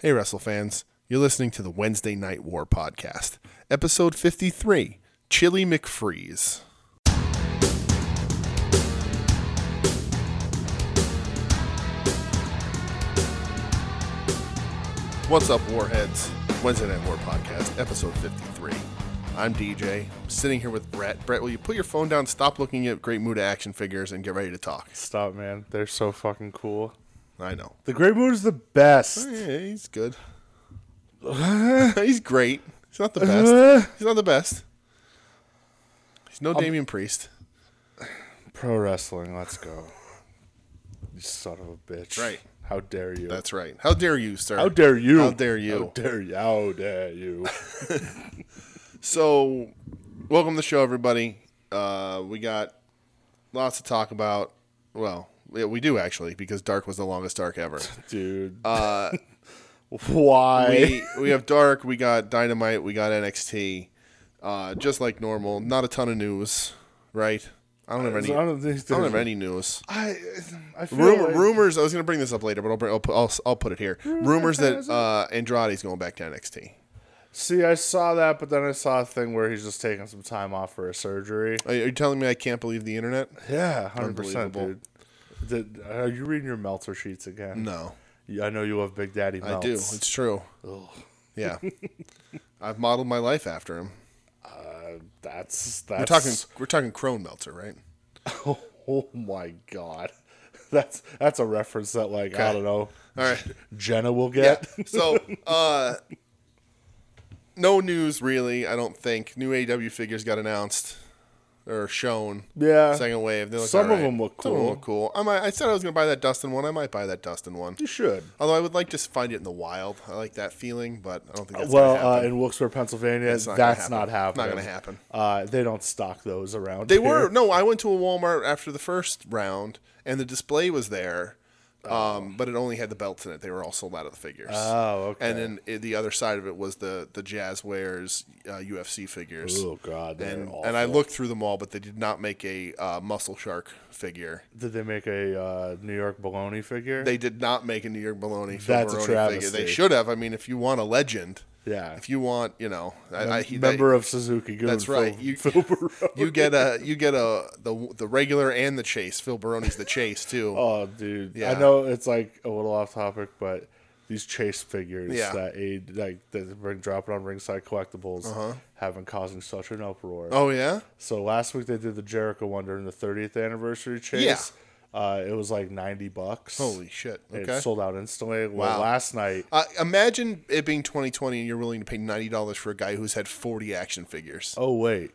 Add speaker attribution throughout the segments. Speaker 1: Hey, wrestle fans. You're listening to the Wednesday Night War podcast, episode 53 Chili McFreeze. What's up, Warheads? Wednesday Night War podcast, episode 53. I'm DJ, I'm sitting here with Brett. Brett, will you put your phone down, stop looking at Great Muda action figures, and get ready to talk?
Speaker 2: Stop, man. They're so fucking cool.
Speaker 1: I know.
Speaker 2: The Grey Moon is the best.
Speaker 1: Yeah, he's good. he's great. He's not the
Speaker 2: Uh-huh.
Speaker 1: best. He's not the best. He's no
Speaker 2: Um,
Speaker 1: Damien Priest.
Speaker 2: Pro wrestling, let's go. You son of a bitch.
Speaker 1: Right.
Speaker 2: How dare you?
Speaker 1: That's right. How dare you, sir?
Speaker 2: how dare you?
Speaker 1: How dare you?
Speaker 2: How dare you? How dare you?
Speaker 1: So, welcome to the show, everybody. Uh, we got lots to talk about. Well, yeah, we do actually, because Dark was the longest Dark ever.
Speaker 2: Dude. Why?
Speaker 1: Uh, we, we have Dark, we got Dynamite, we got NXT. Uh, just like normal, not a ton of news, right? I don't have any.
Speaker 2: I don't think
Speaker 1: I don't have
Speaker 2: there's-
Speaker 1: any news.
Speaker 2: I, I feel
Speaker 1: Rumor,
Speaker 2: like-
Speaker 1: rumors. I was gonna bring this up later, but I'll bring, I'll, put- I'll, I'll put it here.
Speaker 2: Mm,
Speaker 1: Rumors that uh, Andrade's going back to NXT.
Speaker 2: See, I saw that, but then I saw a thing where he's just taking some time off for a surgery.
Speaker 1: Are you are you telling me I can't believe the internet?
Speaker 2: Yeah, 100%,
Speaker 1: Unbelievable.
Speaker 2: dude. Did, are you reading your Meltzer sheets again?
Speaker 1: No,
Speaker 2: Yeah, I know you love Big Daddy
Speaker 1: I
Speaker 2: Melts.
Speaker 1: do. It's true. Yeah, I've modeled my life after him.
Speaker 2: That's
Speaker 1: We're
Speaker 2: that's
Speaker 1: talking. We're talking Crone Meltzer, right?
Speaker 2: Oh my god, that's that's a reference that like I don't know.
Speaker 1: All right.
Speaker 2: Jenna will get.
Speaker 1: So, uh, no news really. I don't think new AEW figures got announced or shown.
Speaker 2: Yeah.
Speaker 1: Second wave. They look
Speaker 2: Some of
Speaker 1: alright.
Speaker 2: them look
Speaker 1: Some of
Speaker 2: cool.
Speaker 1: look cool. I might. I said I was gonna buy that Dustin one. I might buy that Dustin one.
Speaker 2: You should.
Speaker 1: Although I would like to find it in the wild. I like that feeling, but I don't think that's
Speaker 2: well,
Speaker 1: gonna
Speaker 2: uh,
Speaker 1: happen.
Speaker 2: in Wilkes-Barre, Pennsylvania,
Speaker 1: not gonna
Speaker 2: that's
Speaker 1: happen.
Speaker 2: not
Speaker 1: Not
Speaker 2: happening.
Speaker 1: gonna happen.
Speaker 2: Uh, they don't stock those around.
Speaker 1: they
Speaker 2: here.
Speaker 1: were no. I went to a Walmart after the first round, and the display was there, um, but it only had the belts in it. They were all sold out of the figures.
Speaker 2: Oh, okay.
Speaker 1: And then i the other side of it was the the Jazzwares uh, UFC figures.
Speaker 2: Oh god, they're
Speaker 1: and,
Speaker 2: awful.
Speaker 1: and I looked through them all, but they did not make a uh, Muscle Shark figure.
Speaker 2: Did they make a uh, New York baloney figure?
Speaker 1: They did not make a New York Baloney
Speaker 2: That's a
Speaker 1: figure. They
Speaker 2: travesty.
Speaker 1: should have. I mean, if you want a legend,
Speaker 2: Yeah.
Speaker 1: If you want, you know, I, I, he- they-
Speaker 2: Member of Suzuki Goon.
Speaker 1: That's
Speaker 2: Phil-
Speaker 1: right. You,
Speaker 2: Phil Barone.
Speaker 1: you get a you get a the the regular and the chase. Phil Baroni's the chase too.
Speaker 2: Oh, dude.
Speaker 1: Yeah.
Speaker 2: I know it's like a little off topic, but these chase figures
Speaker 1: Yeah.
Speaker 2: that aid, like, that bring dropping on ringside collectibles have been causing such an uproar.
Speaker 1: Uh-huh. Oh yeah,
Speaker 2: So last week they did the Jericho one during the 30th anniversary chase. Uh, it was like 90 bucks.
Speaker 1: holy shit.
Speaker 2: It
Speaker 1: Okay.
Speaker 2: sold out instantly.
Speaker 1: Wow.
Speaker 2: Well, last night,
Speaker 1: Uh, imagine it being 2020 and you're willing to pay ninety dollars for a guy who's had 40 action figures.
Speaker 2: oh, wait.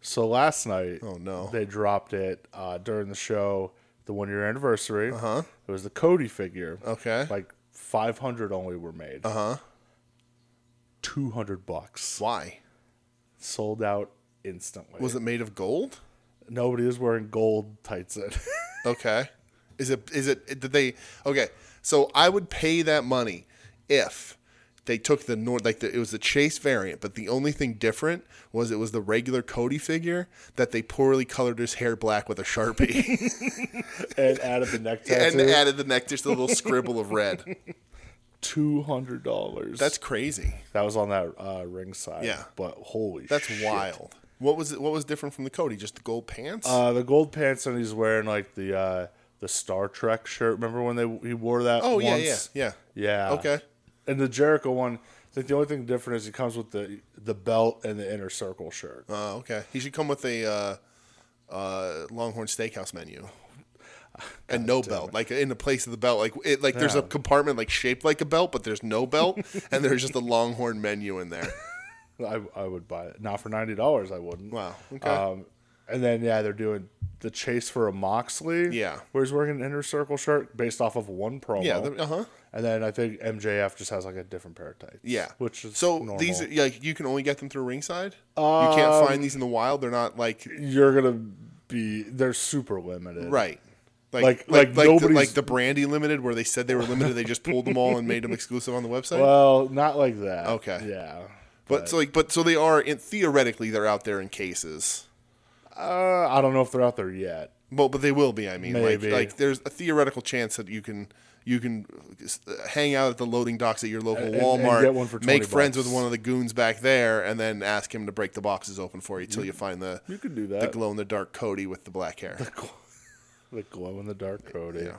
Speaker 2: So last night,
Speaker 1: Oh, no.
Speaker 2: they dropped it uh, during the show, the one year anniversary. Uh huh. It was the Cody figure.
Speaker 1: Uh-huh. Okay. Uh-huh.
Speaker 2: like 500 only were made. Uh huh. 200 bucks
Speaker 1: Why?
Speaker 2: sold out instantly.
Speaker 1: Was it made of gold?
Speaker 2: Nobody was wearing gold tights. It.
Speaker 1: Okay. Is it is it did they okay. So I would pay that money if they took the nor like the, it was the chase variant, but the only thing different was it was the regular Cody figure that they poorly colored his hair black with a sharpie
Speaker 2: and added the neck
Speaker 1: and
Speaker 2: tattoo.
Speaker 1: added the neck just a little scribble of red.
Speaker 2: $200.
Speaker 1: That's crazy.
Speaker 2: that was on that uh, ringside.
Speaker 1: Yeah.
Speaker 2: But holy
Speaker 1: That's
Speaker 2: shit.
Speaker 1: wild. What was it, what was different from the Cody? Just the gold pants?
Speaker 2: Uh, the gold pants and he's wearing like the uh, the Star Trek shirt. Remember when they he wore that
Speaker 1: oh yeah, yeah,
Speaker 2: once?
Speaker 1: yeah.
Speaker 2: Yeah.
Speaker 1: Okay.
Speaker 2: And the Jericho one, I think the only thing different is he comes with the the belt and the inner circle shirt.
Speaker 1: Oh, okay. He should come with a uh, uh, Longhorn Steakhouse menu. And no belt, like in the place of the belt, like it, like there's a compartment like shaped like a belt, but there's no belt, and there's just a Longhorn menu in there.
Speaker 2: I, I would buy it. Not for ninety dollars, I wouldn't.
Speaker 1: Wow. Okay.
Speaker 2: Um, and then yeah, they're doing the chase for a Moxley.
Speaker 1: Yeah.
Speaker 2: Where he's wearing an inner circle shirt based off of one promo.
Speaker 1: Yeah, the- uh-huh.
Speaker 2: And then I think MJF just has like a different pair of tights.
Speaker 1: yeah.
Speaker 2: Which is
Speaker 1: so
Speaker 2: normal. Um,
Speaker 1: these are- like you can only get them through ringside. you can't find these in the wild. They're not like
Speaker 2: you're gonna be they're super limited.
Speaker 1: right. Like
Speaker 2: Like- like
Speaker 1: the,
Speaker 2: nobody's-
Speaker 1: like the brandy limited where they said they were limited. They just pulled them all and made them exclusive on the website.
Speaker 2: Well, not like that.
Speaker 1: Okay.
Speaker 2: Yeah.
Speaker 1: but so like but so they are in, theoretically they're out there in cases.
Speaker 2: Uh, I don't know if they're out there yet.
Speaker 1: Well, but they will be. I mean, like,
Speaker 2: Maybe.
Speaker 1: like there's a theoretical chance that you can You can hang out at the loading docks at your local
Speaker 2: And- and- and
Speaker 1: Walmart.
Speaker 2: get one for
Speaker 1: make
Speaker 2: 20
Speaker 1: friends with
Speaker 2: bucks.
Speaker 1: one of the goons back there, and then ask him to break the boxes open for you till you find the
Speaker 2: You could do
Speaker 1: the
Speaker 2: that.
Speaker 1: glow in the dark Cody with the black hair.
Speaker 2: The glow in the dark Cody.
Speaker 1: Yeah.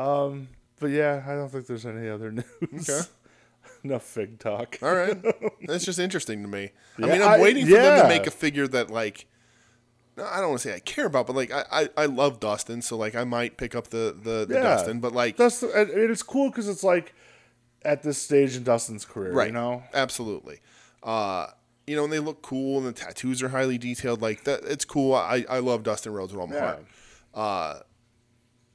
Speaker 2: Um, but yeah, I don't think there's any other news.
Speaker 1: Okay.
Speaker 2: Enough fig talk.
Speaker 1: All right, that's just interesting to me. I
Speaker 2: Yeah,
Speaker 1: mean, I'm
Speaker 2: I-
Speaker 1: waiting for them to
Speaker 2: yeah.
Speaker 1: make a figure that like I don't want to say I care about, but like I, I, I love Dustin, so like I might pick up the the, the
Speaker 2: Yeah.
Speaker 1: Dustin, but like
Speaker 2: That's the, and- and it's cool because it's like at this stage in Dustin's career,
Speaker 1: right,
Speaker 2: you know.
Speaker 1: absolutely. Uh, you know, and they look cool, and the tattoos are highly detailed. Like that, it's cool. I I love Dustin Rhodes with all my
Speaker 2: Yeah.
Speaker 1: heart. Uh,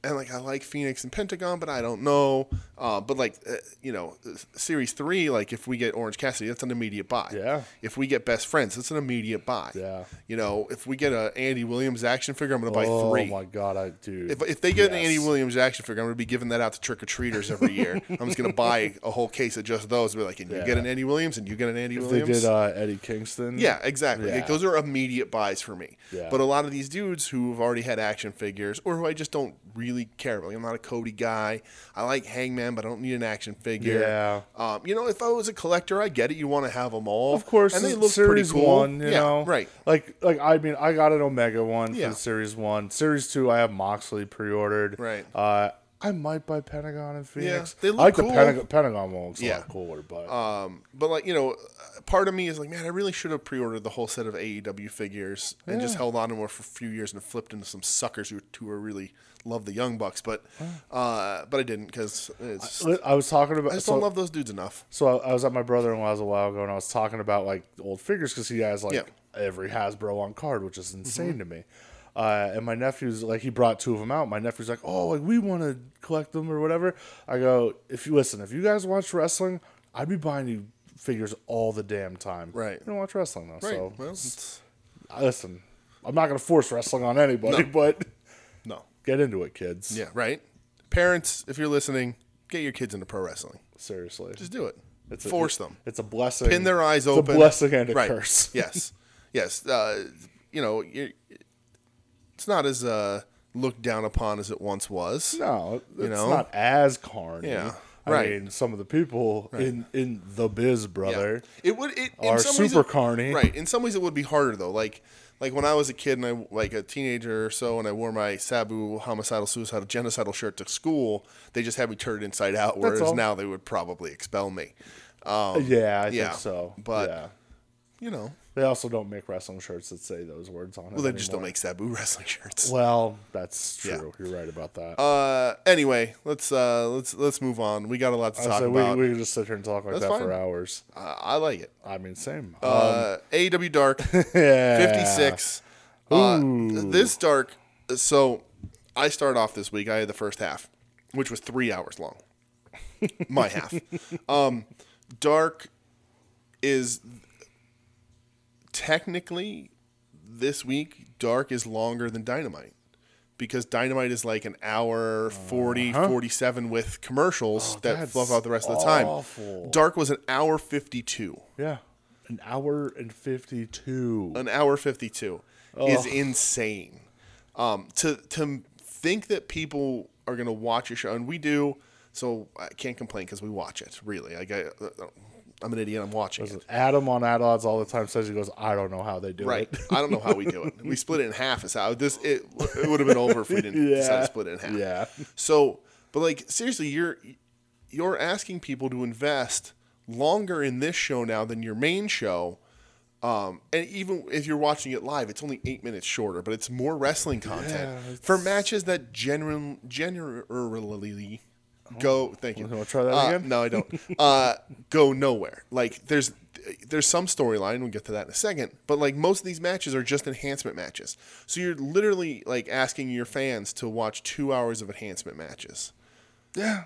Speaker 1: and like I like Phoenix and Pentagon, but I don't know. Uh, but like uh, you know, uh, series three, like if we get Orange Cassidy, that's an immediate buy.
Speaker 2: Yeah.
Speaker 1: If we get Best Friends, that's an immediate buy.
Speaker 2: Yeah.
Speaker 1: You know, if we get a Andy Williams action figure, I'm gonna buy
Speaker 2: oh
Speaker 1: three.
Speaker 2: my god, I dude.
Speaker 1: If, if they get an
Speaker 2: Yes.
Speaker 1: Andy Williams action figure, I'm gonna be giving that out to trick or treaters every year. I'm just gonna buy a whole case of just those. And be like, and you
Speaker 2: Yeah.
Speaker 1: get an Andy Williams, and you get an Andy
Speaker 2: If they
Speaker 1: Williams.
Speaker 2: did uh, Eddie Kingston,
Speaker 1: Yeah, exactly. Like,
Speaker 2: Yeah.
Speaker 1: those are immediate buys for me.
Speaker 2: Yeah.
Speaker 1: But a lot of these dudes who have already had action figures or who I just don't really care about. Like, I'm not a Cody guy. I like Hangman, but I don't need an action figure.
Speaker 2: Yeah.
Speaker 1: Um, you know, if I was a collector, I get it. You want to have them all.
Speaker 2: of course.
Speaker 1: And they
Speaker 2: it's
Speaker 1: look
Speaker 2: series
Speaker 1: pretty cool.
Speaker 2: one, you
Speaker 1: yeah,
Speaker 2: know,
Speaker 1: Right.
Speaker 2: Like, like I mean, I got an Omega one
Speaker 1: Yeah.
Speaker 2: for the series one. Series two, I have Moxley pre-ordered.
Speaker 1: Right.
Speaker 2: Uh, I might buy Pentagon and Phoenix.
Speaker 1: they look
Speaker 2: I like
Speaker 1: cool.
Speaker 2: the Pentagon. Pentagon one looks a
Speaker 1: Yeah.
Speaker 2: lot cooler, but
Speaker 1: Um, but like you know, uh, part of me is like, man, I really should have pre-ordered the whole set of AEW figures and just held on to them for a few years and flipped into some suckers who, who were really love the Young Bucks, but uh, but I didn't because it's. I,
Speaker 2: Li- I was talking about.
Speaker 1: just
Speaker 2: so,
Speaker 1: don't love those dudes enough.
Speaker 2: so I I was at my brother-in-law's a while ago, and I was talking about like old figures because he has like
Speaker 1: Yeah. Mm-hmm.
Speaker 2: every Hasbro on card, which is insane to me. Uh, and my nephew's like, he brought two of them out. My nephew's like, oh, like we want to collect them or whatever. I go, if you listen, if you guys watch wrestling, I'd be buying you figures all the damn time.
Speaker 1: Right.
Speaker 2: You don't watch wrestling though, so
Speaker 1: well, it's-
Speaker 2: I- listen, I'm not gonna force wrestling on anybody, but
Speaker 1: no.
Speaker 2: get into it, kids.
Speaker 1: Yeah, right. Parents, if you're listening, get your kids into pro wrestling.
Speaker 2: Seriously,
Speaker 1: Just do it.
Speaker 2: It's a-
Speaker 1: Force them.
Speaker 2: It's a blessing.
Speaker 1: Pin their eyes
Speaker 2: it's
Speaker 1: open.
Speaker 2: A blessing and a
Speaker 1: Right.
Speaker 2: curse.
Speaker 1: yes. Yes. Uh, you know, you it's not as uh, looked down upon as it once was.
Speaker 2: No, it's
Speaker 1: know?
Speaker 2: not as carny.
Speaker 1: Yeah,
Speaker 2: I
Speaker 1: right.
Speaker 2: mean, some of the people in in the biz, brother.
Speaker 1: It would it in
Speaker 2: Are
Speaker 1: some ways
Speaker 2: super
Speaker 1: it-
Speaker 2: carny.
Speaker 1: Right. In some ways it would be harder though. Like like when I was a kid and I like a teenager or so and I wore my Sabu homicidal suicidal genocidal shirt to school, they just had me turn it inside out whereas
Speaker 2: all.
Speaker 1: now they would probably expel me.
Speaker 2: Uh, Yeah, I
Speaker 1: Oh, yeah,
Speaker 2: think so.
Speaker 1: but-
Speaker 2: yeah.
Speaker 1: You know.
Speaker 2: they also don't make wrestling shirts that say those words on it.
Speaker 1: Well, they just don't make Sabu wrestling shirts.
Speaker 2: Well, that's
Speaker 1: Yeah.
Speaker 2: true. You're right about that.
Speaker 1: Uh anyway, let's uh let's let's move on. We got a lot to talk
Speaker 2: so
Speaker 1: about.
Speaker 2: we we could just sit here and talk like
Speaker 1: That's
Speaker 2: that for
Speaker 1: fine.
Speaker 2: hours.
Speaker 1: uh, I like it.
Speaker 2: I mean, same.
Speaker 1: Uh AEW Dark
Speaker 2: Um, yeah.
Speaker 1: 56. Uh,
Speaker 2: Ooh.
Speaker 1: this dark. So I start off this week. I had the first half, which was three hours long. My half. Um, dark is technically this week. Dark is longer than Dynamite because Dynamite is like an hour 40, 47 with commercials that
Speaker 2: Uh-huh. Oh, that's
Speaker 1: fluff out the rest of the
Speaker 2: awful.
Speaker 1: time. Dark was an hour 52.
Speaker 2: Yeah. An hour and fifty-two.
Speaker 1: an hour 52 is insane. Um, to to think that people are going to watch your show, and we do, so I can't complain because we watch it, really. Like, I, uh, I'm an idiot, I'm watching it.
Speaker 2: Adam on Ad Odds all the time says he goes, I don't know how they do
Speaker 1: Right.
Speaker 2: it.
Speaker 1: I don't know how we do it. We split it in half. Is how this it, it would have been over if we didn't decide to
Speaker 2: Yeah.
Speaker 1: split it in half.
Speaker 2: Yeah.
Speaker 1: So, but like seriously, you're you're asking people to invest longer in this show now than your main show. Um, and even if you're watching it live, it's only eight minutes shorter, but it's more wrestling content
Speaker 2: Yeah,
Speaker 1: for matches that general generally go. Thank you.
Speaker 2: wanna try that
Speaker 1: Uh,
Speaker 2: again?
Speaker 1: no, I don't. Uh, go nowhere. Like there's there's some storyline. We'll get to that in a second. But like most of these matches are just enhancement matches. So you're literally like asking your fans to watch two hours of enhancement matches.
Speaker 2: Yeah.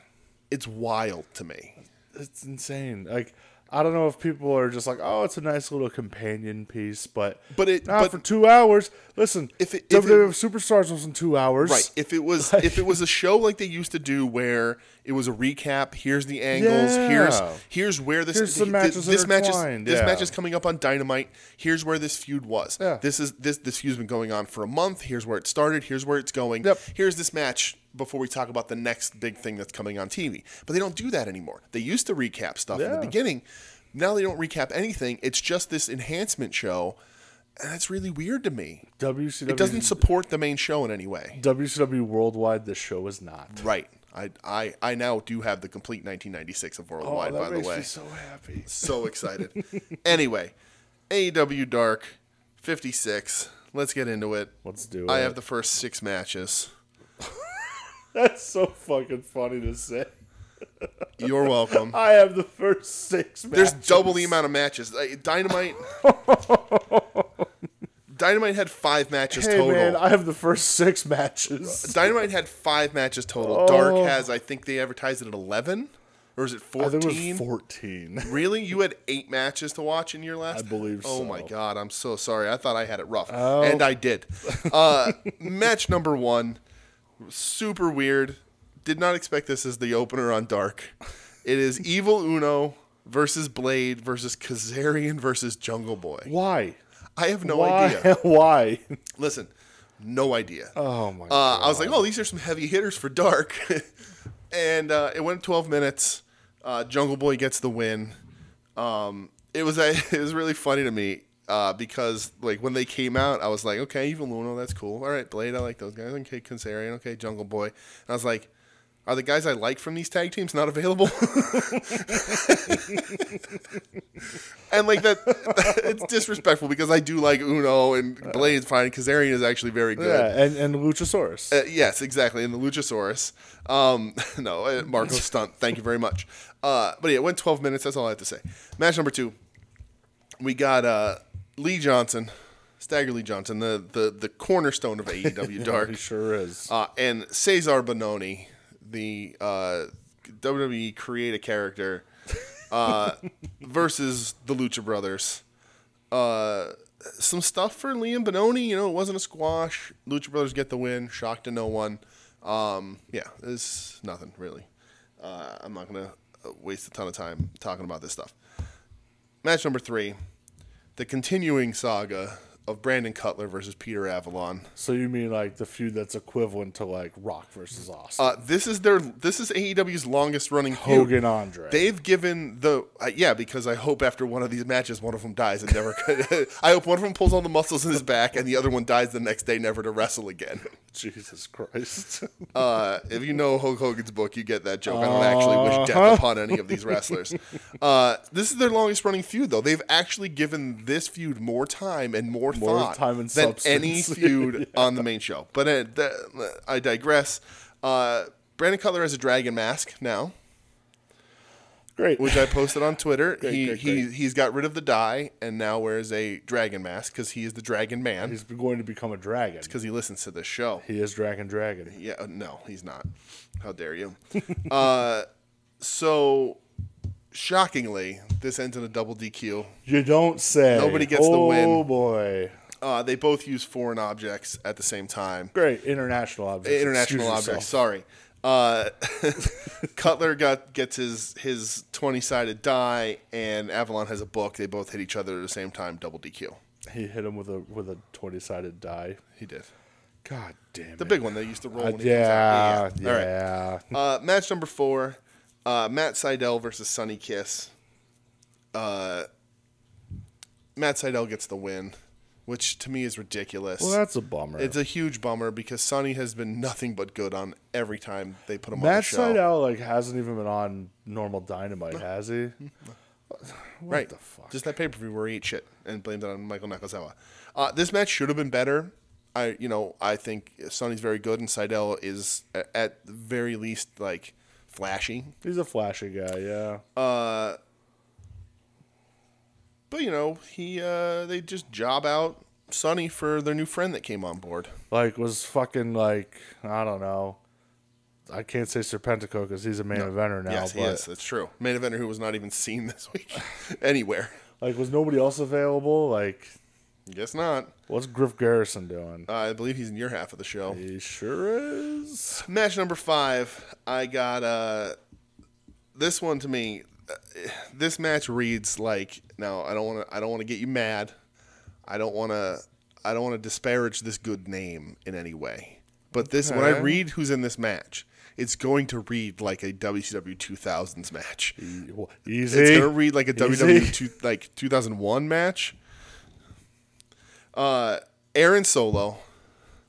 Speaker 1: It's wild to me.
Speaker 2: It's insane. Like I don't know if people are just like, oh, it's a nice little companion piece, but
Speaker 1: But it-
Speaker 2: not
Speaker 1: but-
Speaker 2: for two hours. Listen,
Speaker 1: If it- if
Speaker 2: WWE Superstars was in two hours,
Speaker 1: Right. If it was if it was a show like they used to do where It was a recap. Here's the angles. Here's
Speaker 2: Yeah.
Speaker 1: here's where this
Speaker 2: Here's the
Speaker 1: th-
Speaker 2: matches
Speaker 1: this match is
Speaker 2: intertwined,
Speaker 1: this
Speaker 2: yeah.
Speaker 1: match is coming up on Dynamite. Here's where this feud was.
Speaker 2: Yeah.
Speaker 1: This is this this feud's been going on for a month. Here's where it started. Here's where it's going.
Speaker 2: Yep.
Speaker 1: Here's this match before we talk about the next big thing that's coming on TV. But they don't do that anymore. They used to recap stuff in the
Speaker 2: Yeah.
Speaker 1: beginning. Now they don't recap anything. It's just this enhancement show. And that's really weird to me.
Speaker 2: WCW
Speaker 1: It doesn't support the main show in any way.
Speaker 2: WCW Worldwide. This show is not.
Speaker 1: Right. I, I, I now do have the complete 1996 of Worldwide,
Speaker 2: Oh, that
Speaker 1: by the
Speaker 2: makes
Speaker 1: way.
Speaker 2: me so happy.
Speaker 1: so excited. anyway, AEW Dark 56. Let's get into it.
Speaker 2: Let's do
Speaker 1: I
Speaker 2: it.
Speaker 1: have the first six matches.
Speaker 2: That's so fucking funny to say.
Speaker 1: You're welcome.
Speaker 2: I have the first six.
Speaker 1: There's
Speaker 2: matches.
Speaker 1: double the amount of matches. Uh, Dynamite. Dynamite had five matches
Speaker 2: Hey
Speaker 1: total.
Speaker 2: man, I have the first six matches.
Speaker 1: Dynamite had five matches total. Dark has, I think they advertised it at 11, or is it
Speaker 2: Oh. I
Speaker 1: 14?
Speaker 2: think it was fourteen.
Speaker 1: Really? You had eight matches to watch in your last?
Speaker 2: I believe
Speaker 1: Oh
Speaker 2: so. Oh.
Speaker 1: my god, I'm so sorry. I thought I had it rough. And I did. Uh, match number one. Super weird. Did not expect this as the opener on Dark. It is Evil Uno versus Blade versus Kazarian versus Jungle Boy.
Speaker 2: Why?
Speaker 1: I have no
Speaker 2: Why?
Speaker 1: idea.
Speaker 2: Why?
Speaker 1: Listen, no idea.
Speaker 2: Oh my
Speaker 1: Uh, I was like, oh, these are some heavy hitters for Dark. and uh, it went 12 minutes. Uh, Jungle Boy gets the win. Um, it was it was really funny to me uh, because like when they came out, I was like, okay, Evil Luno, that's cool. All right, Blade, I like those guys. Okay, Kansarian, okay, Jungle Boy. And I was like, are the guys I like from these tag teams not available? and like that, it's disrespectful because I do like Uno and Blade's fine. Kazarian is actually very good.
Speaker 2: Yeah, and and Luchasaurus.
Speaker 1: Uh, yes, exactly. And the Luchasaurus. Um, no, uh, Marco Stunt. Thank you very much. Uh, but yeah, it went 12 minutes. That's all I have to say. Match number two. We got uh, Lee Johnson, Stagger Lee Johnson, the, the, the cornerstone of E AEW Dark,
Speaker 2: He sure is.
Speaker 1: uh, and Cesar Bononi, the uh, WWE create a character, uh, versus the Lucha Brothers uh, some stuff for Liam Benoni. You know, it wasn't a squash. Lucha Brothers get the win. Shock to no one. Um, yeah, it's nothing really. Uh, I'm not gonna uh, waste a ton of time talking about this stuff. Match number three, the continuing saga of Brandon Cutler versus Peter Avalon.
Speaker 2: so you mean like the feud that's equivalent to like Rock versus Austin,
Speaker 1: Uh, this is their this is AEW's longest running feud.
Speaker 2: Hogan, Andre?
Speaker 1: They've given the uh, yeah because I hope after one of these matches one of them dies and never. I hope one of them pulls all the muscles in his back and the other one dies the next day never to wrestle again.
Speaker 2: Jesus Christ.
Speaker 1: Uh, if you know Hulk Hogan's book, you get that joke. I don't actually
Speaker 2: Uh-huh.
Speaker 1: wish death upon any of these wrestlers. Uh, this is their longest running feud though. They've actually given this feud more time and more,
Speaker 2: More
Speaker 1: thought
Speaker 2: time and
Speaker 1: than any
Speaker 2: substance.
Speaker 1: feud on the main show. But uh, th- I digress. Uh, Brandon Cutler has a dragon mask now
Speaker 2: Great.
Speaker 1: which I posted on Twitter. he
Speaker 2: great,
Speaker 1: he he's got rid of the dye and now wears a dragon mask because he is the dragon man
Speaker 2: He's going to become a dragon.
Speaker 1: because he listens to this show.
Speaker 2: He is Dragon Dragon.
Speaker 1: Yeah, uh, no, he's not. How dare you? uh, so shockingly, this ends in a double DQ.
Speaker 2: You don't say.
Speaker 1: Nobody gets the win.
Speaker 2: Oh boy.
Speaker 1: Uh, they both use foreign objects at the same time.
Speaker 2: Great international objects.
Speaker 1: Eh, International
Speaker 2: Excuse
Speaker 1: objects. Sorry. Uh, Cutler got gets his his twenty sided die, and Avalon has a book. They both hit each other at the same time. Double DQ.
Speaker 2: yourself. He hit him with a with a twenty sided die.
Speaker 1: He did.
Speaker 2: God damn
Speaker 1: The
Speaker 2: it.
Speaker 1: big one they used to roll.
Speaker 2: Uh,
Speaker 1: when he comes
Speaker 2: yeah,
Speaker 1: out.
Speaker 2: yeah.
Speaker 1: All right. Uh, match number four: uh, Matt Seidel versus Sunny Kiss. Uh, Matt Seidel gets the win, which to me is ridiculous.
Speaker 2: Well, that's a bummer.
Speaker 1: it's a huge bummer because Sonny has been nothing but good on every time they put him on the
Speaker 2: Matt
Speaker 1: show.
Speaker 2: Sydal like hasn't even been on normal Dynamite, has he? What
Speaker 1: right.
Speaker 2: the fuck?
Speaker 1: Just that pay per view where he ate shit and blamed it on Michael Nakazawa. Uh, this match should have been better. I you know I think Sonny's very good and Seidel is a- at the very least like flashy.
Speaker 2: He's a flashy guy, yeah.
Speaker 1: But you know he uh, they just job out Sonny for their new friend that came on board.
Speaker 2: like was fucking like I don't know. I can't say Serpentico because he's a main eventer now.
Speaker 1: yes,
Speaker 2: but
Speaker 1: he is. That's true. Main eventer who was not even seen this week anywhere.
Speaker 2: like, was nobody else available? Like,
Speaker 1: Guess not.
Speaker 2: What's Griff Garrison doing?
Speaker 1: Uh, I believe he's in your half of the show.
Speaker 2: He sure is.
Speaker 1: Match number five. I got uh, this one to me. uh, This match reads like now. I don't want to. I don't want to get you mad. I don't want to. I don't want to disparage this good name in any way. But this, when I
Speaker 2: Okay.
Speaker 1: read who's in this match, it's going to read like a WCW 2000s match.
Speaker 2: Easy.
Speaker 1: It's gonna read like a
Speaker 2: Easy.
Speaker 1: WWE two, like 2001 match. Uh, Aaron Solo.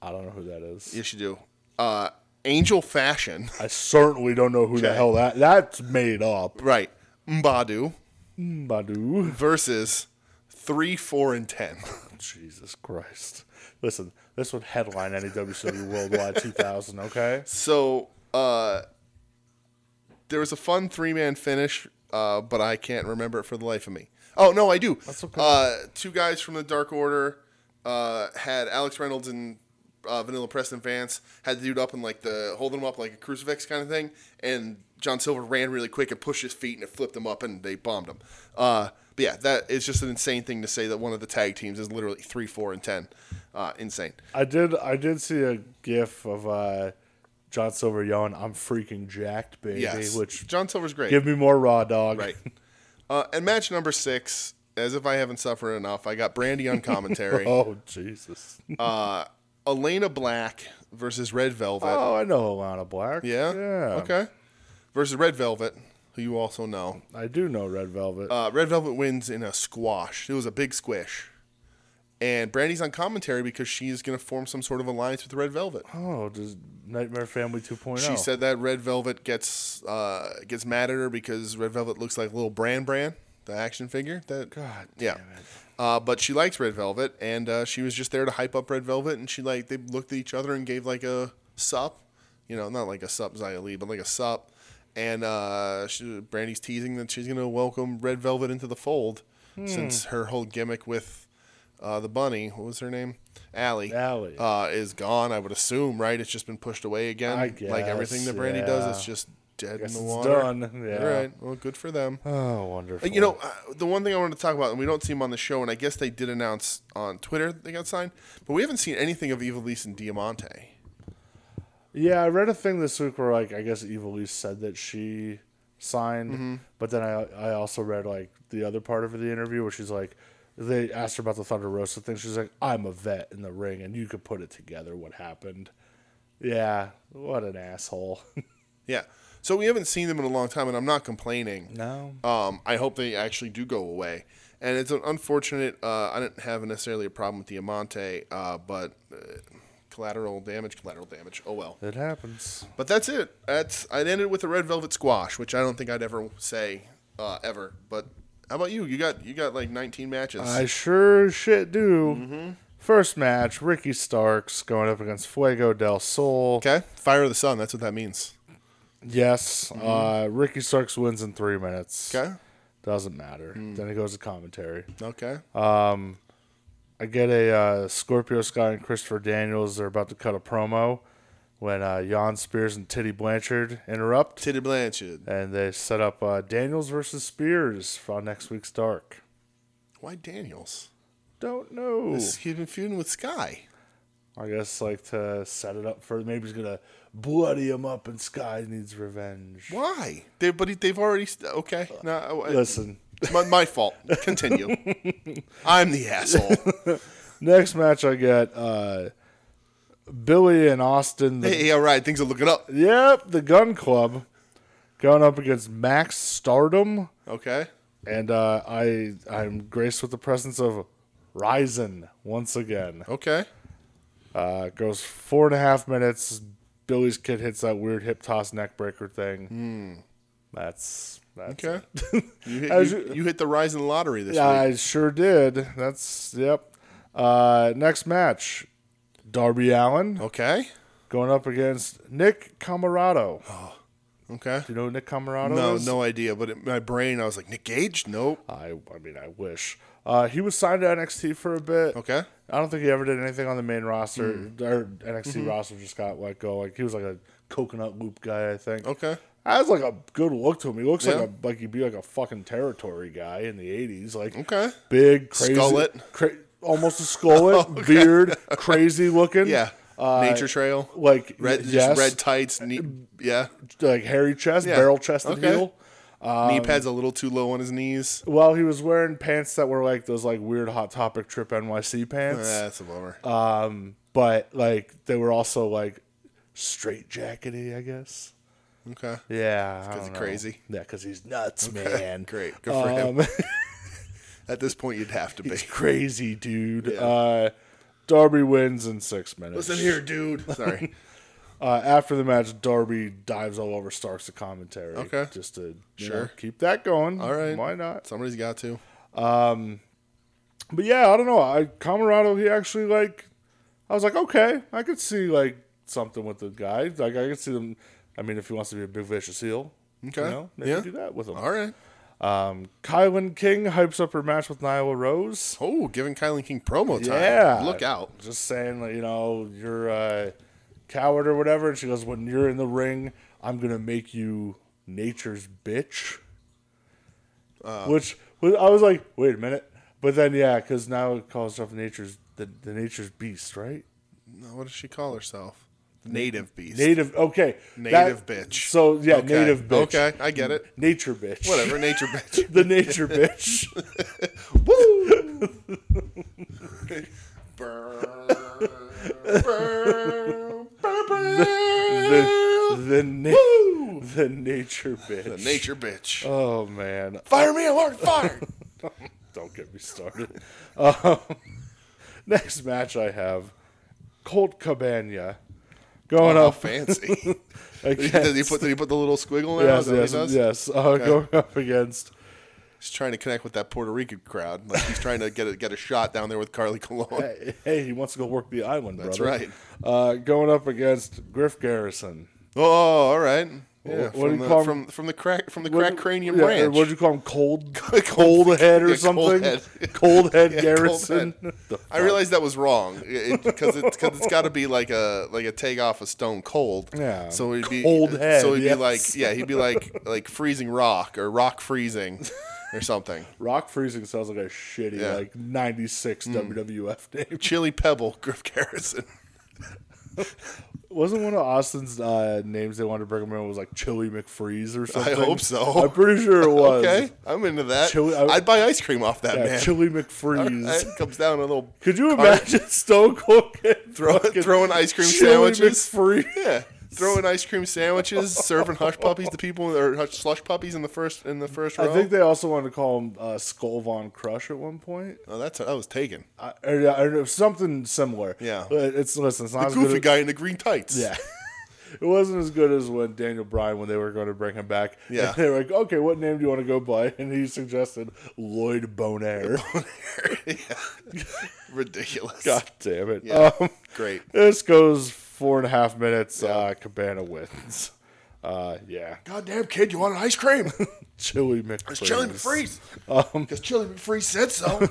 Speaker 2: I don't know who that is.
Speaker 1: Yes, you do. Uh, Angel Fashion.
Speaker 2: I certainly don't know who the
Speaker 1: Okay.
Speaker 2: hell that. That's made up.
Speaker 1: Right. Mbadu
Speaker 2: Badu.
Speaker 1: versus 3, 4, and 10.
Speaker 2: Jesus Christ. Listen, this would headline any WCW Worldwide 2000. Okay.
Speaker 1: So uh, there was a fun three man finish, uh, but I can't remember it for the life of me. Oh, no, I do. That's
Speaker 2: okay.
Speaker 1: Uh, two guys from the Dark Order uh, had Alex Reynolds and uh, Vanilla Preston Vance had the dude up and like the holding him up like a crucifix kind of thing. And John Silver ran really quick and pushed his feet and it flipped him up and they bombed him. Uh, but yeah, that is just an insane thing to say that one of the tag teams is literally three, four, and ten. Uh, insane.
Speaker 2: I did. I did see a GIF of uh, John Silver yelling, "I'm freaking jacked, baby,"
Speaker 1: Yes,
Speaker 2: which
Speaker 1: John Silver's great.
Speaker 2: give me more raw dog.
Speaker 1: Right. Uh, and match number six, as if I haven't suffered enough, I got Brandy on commentary.
Speaker 2: Oh Jesus.
Speaker 1: uh, Elena Black versus Red Velvet.
Speaker 2: Oh, I know Alana Black.
Speaker 1: yeah?
Speaker 2: Yeah.
Speaker 1: Okay. Versus Red Velvet, who you also know.
Speaker 2: I do know Red Velvet.
Speaker 1: Uh, Red Velvet wins in a squash. It was a big squish. And Brandy's on commentary because she's going to form some sort of alliance with Red Velvet.
Speaker 2: oh, does Nightmare Family oh. 2.0?
Speaker 1: She said that Red Velvet gets uh, gets mad at her because Red Velvet looks like little Bran Bran, the action figure. That
Speaker 2: God
Speaker 1: yeah. Uh, but she likes Red Velvet, and uh, she was just there to hype up Red Velvet, and she like they looked at each other and gave like a sup, you know, not like a sup Zia Lee, but like a sup. And uh, she, Brandy's teasing that she's gonna welcome Red Velvet into the fold,
Speaker 2: Hmm.
Speaker 1: since her whole gimmick with uh, the bunny, what was her name, Allie,
Speaker 2: Allie.
Speaker 1: uh, is gone. I would assume, right? It's just been pushed away again,
Speaker 2: I
Speaker 1: like everything
Speaker 2: guess,
Speaker 1: that Brandy does.
Speaker 2: yeah.
Speaker 1: It's just dead
Speaker 2: Guess
Speaker 1: in the
Speaker 2: it's
Speaker 1: water.
Speaker 2: done, yeah.
Speaker 1: All right. Well, good for them.
Speaker 2: Oh, wonderful.
Speaker 1: You know, uh, the one thing I wanted to talk about, and we don't see him on the show, and I guess they did announce on Twitter they got signed, but we haven't seen anything of Evil Lise and Diamante.
Speaker 2: Yeah, I read a thing this week where like I guess Eva Lee said that she signed, but then I I also read like the other part of the interview where she's like they asked her about the Thunder Rosa thing. She's like, "I'm a vet in the ring, and you could put it together what happened." Yeah, what an asshole.
Speaker 1: Yeah. So we haven't seen them in a long time, and I'm not complaining.
Speaker 2: No.
Speaker 1: Um, I hope they actually do go away. And it's an unfortunate. Uh, I didn't have necessarily a problem with Diamante, uh, but uh, collateral damage, collateral damage. Oh well.
Speaker 2: It happens.
Speaker 1: But that's it. That's I ended with a red velvet squash, which I don't think I'd ever say uh, ever. But how about you? You got you got like 19 matches.
Speaker 2: I sure shit do. First match: Ricky Starks going up against Fuego del Sol.
Speaker 1: Okay. Fire of the sun. That's what that means.
Speaker 2: Yes, uh, Ricky Starks wins in three minutes.
Speaker 1: Okay.
Speaker 2: Doesn't matter. Then he goes to commentary.
Speaker 1: Okay.
Speaker 2: Uh, I get a uh, Scorpio Sky and Christopher Daniels. They're about to cut a promo when uh, Jan Spears and Titty Blanchard interrupt,
Speaker 1: Titty Blanchard.
Speaker 2: and they set up uh, Daniels versus Spears for next week's Dark.
Speaker 1: Why Daniels?
Speaker 2: Don't know.
Speaker 1: This- He's been feuding with Sky.
Speaker 2: I guess like to set it up for maybe he's gonna bloody him up, and Sky needs revenge.
Speaker 1: Why? They but he- they've already st- okay. No, I-
Speaker 2: Uh, Listen,
Speaker 1: my, my fault. Continue. I'm the asshole.
Speaker 2: next match I get uh, Billy and Austin. the-
Speaker 1: hey, all right. Things are looking up.
Speaker 2: Yep, the Gun Club going up against Max Stardom,
Speaker 1: Okay.
Speaker 2: and uh, I I'm graced with the presence of Ryzen once again.
Speaker 1: Okay.
Speaker 2: Uh, it goes four and a half minutes. Billy's kid hits that weird hip toss neck breaker thing. That's that's
Speaker 1: Hmm. Okay. You hit,
Speaker 2: As
Speaker 1: you,
Speaker 2: you-
Speaker 1: you hit the rising lottery this
Speaker 2: yeah,
Speaker 1: week.
Speaker 2: I sure did. That's yep. Uh, next match, Darby Allen
Speaker 1: Okay.
Speaker 2: going up against Nick Camarado. Do
Speaker 1: Okay.
Speaker 2: you know who Nick Camarado?
Speaker 1: Oh. No,
Speaker 2: is?
Speaker 1: no idea. But in my brain, I was like, Nick Gage? Nope.
Speaker 2: I I mean I wish. Uh, he was signed to NXT for a bit.
Speaker 1: Okay. Hmm.
Speaker 2: I don't think he ever did anything on the main roster. Or NXT
Speaker 1: Mm-hmm.
Speaker 2: roster just got let go. Like he was like a coconut loop guy, I think.
Speaker 1: Okay.
Speaker 2: Has like a good look to him. He looks
Speaker 1: Yeah.
Speaker 2: like a like he'd be like a fucking territory guy in the eighties. Like
Speaker 1: Okay.
Speaker 2: big crazy
Speaker 1: Skullet.
Speaker 2: cra- almost a skull it, beard, crazy looking.
Speaker 1: Yeah.
Speaker 2: Uh,
Speaker 1: Nature Trail.
Speaker 2: like
Speaker 1: Red,
Speaker 2: yes,
Speaker 1: just red tights. Knee, yeah.
Speaker 2: like hairy chest,
Speaker 1: Yeah.
Speaker 2: barrel chest and
Speaker 1: Okay.
Speaker 2: heel.
Speaker 1: knee
Speaker 2: Um,
Speaker 1: pads a little too low on his knees.
Speaker 2: Well, he was wearing pants that were like those like weird Hot Topic Trip NYC pants,
Speaker 1: That's a bummer.
Speaker 2: Uh, but like they were also like straight jackety, I guess.
Speaker 1: okay.
Speaker 2: Yeah,
Speaker 1: Because
Speaker 2: because
Speaker 1: he's crazy.
Speaker 2: Yeah, because he's nuts, man.
Speaker 1: Great. Good for him.
Speaker 2: Um,
Speaker 1: At this point, you'd have to be.
Speaker 2: It's crazy, dude. Uh, Darby wins in six minutes.
Speaker 1: Listen here, dude. Sorry.
Speaker 2: Uh, after the match, Darby dives all over Starks to commentary.
Speaker 1: Okay.
Speaker 2: Just to you
Speaker 1: Sure.
Speaker 2: know, keep that going.
Speaker 1: All right.
Speaker 2: Why not?
Speaker 1: Somebody's got to.
Speaker 2: But yeah, I don't know. I Camarado, he actually like I was like, okay, I could see like something with the guy. Like I could see them I mean, if he wants to be a big vicious heel.
Speaker 1: Okay.
Speaker 2: You know, maybe
Speaker 1: Yeah.
Speaker 2: do that with him.
Speaker 1: All right.
Speaker 2: Um Kylan King hypes up her match with Nyla Rose.
Speaker 1: Oh, giving Kylan King promo time.
Speaker 2: Yeah.
Speaker 1: Look out.
Speaker 2: Just saying, like, you know, you're a coward or whatever. And she goes, when you're in the ring, I'm going to make you nature's bitch.
Speaker 1: Uh.
Speaker 2: Which was, I was like, wait a minute. But then, yeah, because now it calls herself nature's, the, the nature's beast, right?
Speaker 1: No, What does she call herself? Native beast.
Speaker 2: Native, okay.
Speaker 1: Native bitch.
Speaker 2: So, yeah,
Speaker 1: Okay.
Speaker 2: native bitch.
Speaker 1: Okay, I get it.
Speaker 2: Nature bitch.
Speaker 1: Whatever. Nature bitch.
Speaker 2: the nature bitch. the, the, na- the nature bitch.
Speaker 1: The nature bitch.
Speaker 2: Oh man,
Speaker 1: fire me, alert, fire.
Speaker 2: don't get me started. um, next match I have Colt Cabana going
Speaker 1: How
Speaker 2: up
Speaker 1: fancy. Oh, Did he
Speaker 2: against
Speaker 1: put, did he put the little squiggle in?
Speaker 2: yes,
Speaker 1: Is that what he
Speaker 2: yes,
Speaker 1: does?
Speaker 2: yes, uh, going up against
Speaker 1: He's trying to connect with that Puerto Rican crowd. Like he's trying to get a, get a shot down there with Carly Colon.
Speaker 2: hey, hey, he wants to go work the island,
Speaker 1: That's
Speaker 2: brother.
Speaker 1: right.
Speaker 2: Uh, going up against Griff Garrison.
Speaker 1: Oh, all right. Yeah,
Speaker 2: What do
Speaker 1: from,
Speaker 2: you
Speaker 1: the,
Speaker 2: call 'em?
Speaker 1: from from the crack from the
Speaker 2: What-
Speaker 1: crack cranium
Speaker 2: yeah,
Speaker 1: branch.
Speaker 2: What'd you call him? Cold, cold head or
Speaker 1: yeah, cold
Speaker 2: something?
Speaker 1: head.
Speaker 2: Cold head
Speaker 1: Yeah, cold
Speaker 2: Garrison.
Speaker 1: head.
Speaker 2: The
Speaker 1: I realized that was wrong because it, cause it's got to be like a like a takeoff of Stone Cold.
Speaker 2: Yeah.
Speaker 1: So it'd be uh,
Speaker 2: Cold head,
Speaker 1: So it'd
Speaker 2: yes.
Speaker 1: be like yeah, he'd be like like freezing rock or rock freezing or something.
Speaker 2: Rock freezing sounds like a shitty
Speaker 1: Yeah. Hmm.
Speaker 2: like '96 WWF name.
Speaker 1: Chili Pebble, Griff Garrison.
Speaker 2: Wasn't one of Austin's uh, names they wanted to bring him in was like Chili McFreeze or something?
Speaker 1: hope so.
Speaker 2: I'm pretty sure it was.
Speaker 1: Okay, I'm into that.
Speaker 2: Chili- I-
Speaker 1: I'd buy ice cream off that
Speaker 2: Yeah,
Speaker 1: man.
Speaker 2: Chili McFreeze.
Speaker 1: It comes down a little
Speaker 2: Could you imagine Stone Cold getting
Speaker 1: throw,
Speaker 2: fucking
Speaker 1: throwing ice cream
Speaker 2: Chili
Speaker 1: sandwiches.
Speaker 2: McFree-
Speaker 1: Yeah, throwing ice cream sandwiches, serving hush puppies to people or hush slush puppies in the first in the first row.
Speaker 2: I think they also wanted to call him uh, Skull Von Crush at one point,
Speaker 1: oh, that's that was taken.
Speaker 2: I, or, yeah, or something similar.
Speaker 1: Yeah.
Speaker 2: but it's listen, it's not as
Speaker 1: Goofy
Speaker 2: good.
Speaker 1: guy in the green tights.
Speaker 2: Yeah. It wasn't as good as when Daniel Bryan when they were going to bring him back.
Speaker 1: Yeah.
Speaker 2: And they were like, okay, what name do you want to go by? And he suggested Lloyd Bonaire.
Speaker 1: ridiculous.
Speaker 2: God damn it.
Speaker 1: Yeah.
Speaker 2: Um,
Speaker 1: Great.
Speaker 2: this goes four and a half minutes. Uh, Cabana wins. Uh, yeah.
Speaker 1: Goddamn kid, you wanted ice cream?
Speaker 2: Chili McFreeze.
Speaker 1: It's Chili McFreeze.
Speaker 2: Um,
Speaker 1: Because Chili McFreeze said so.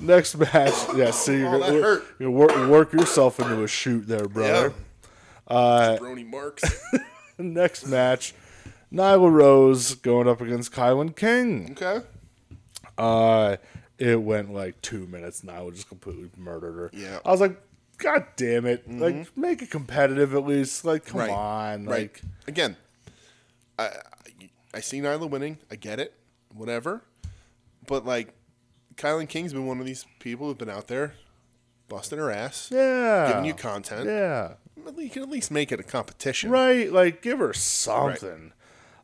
Speaker 2: Next match. Yeah, see, you're
Speaker 1: Oh,
Speaker 2: going
Speaker 1: that hurt.
Speaker 2: to work, work yourself into a shoot there, brother.
Speaker 1: Brony Marks.
Speaker 2: Next match. Nyla Rose going up against Kylan King.
Speaker 1: Okay.
Speaker 2: Uh, it went like two minutes, and I was just completely murdered her.
Speaker 1: Yeah. Mm-hmm.
Speaker 2: I was like, God damn it! Like, make it competitive at least. Like, come
Speaker 1: Right.
Speaker 2: on!
Speaker 1: Right.
Speaker 2: Like,
Speaker 1: Again, I, I I see Nyla winning. I get it. Whatever. But like, Kylan King's been one of these people who've been out there busting her ass,
Speaker 2: yeah,
Speaker 1: giving you content.
Speaker 2: yeah,
Speaker 1: At least- You can at least make it a competition.
Speaker 2: right. Like, give her something.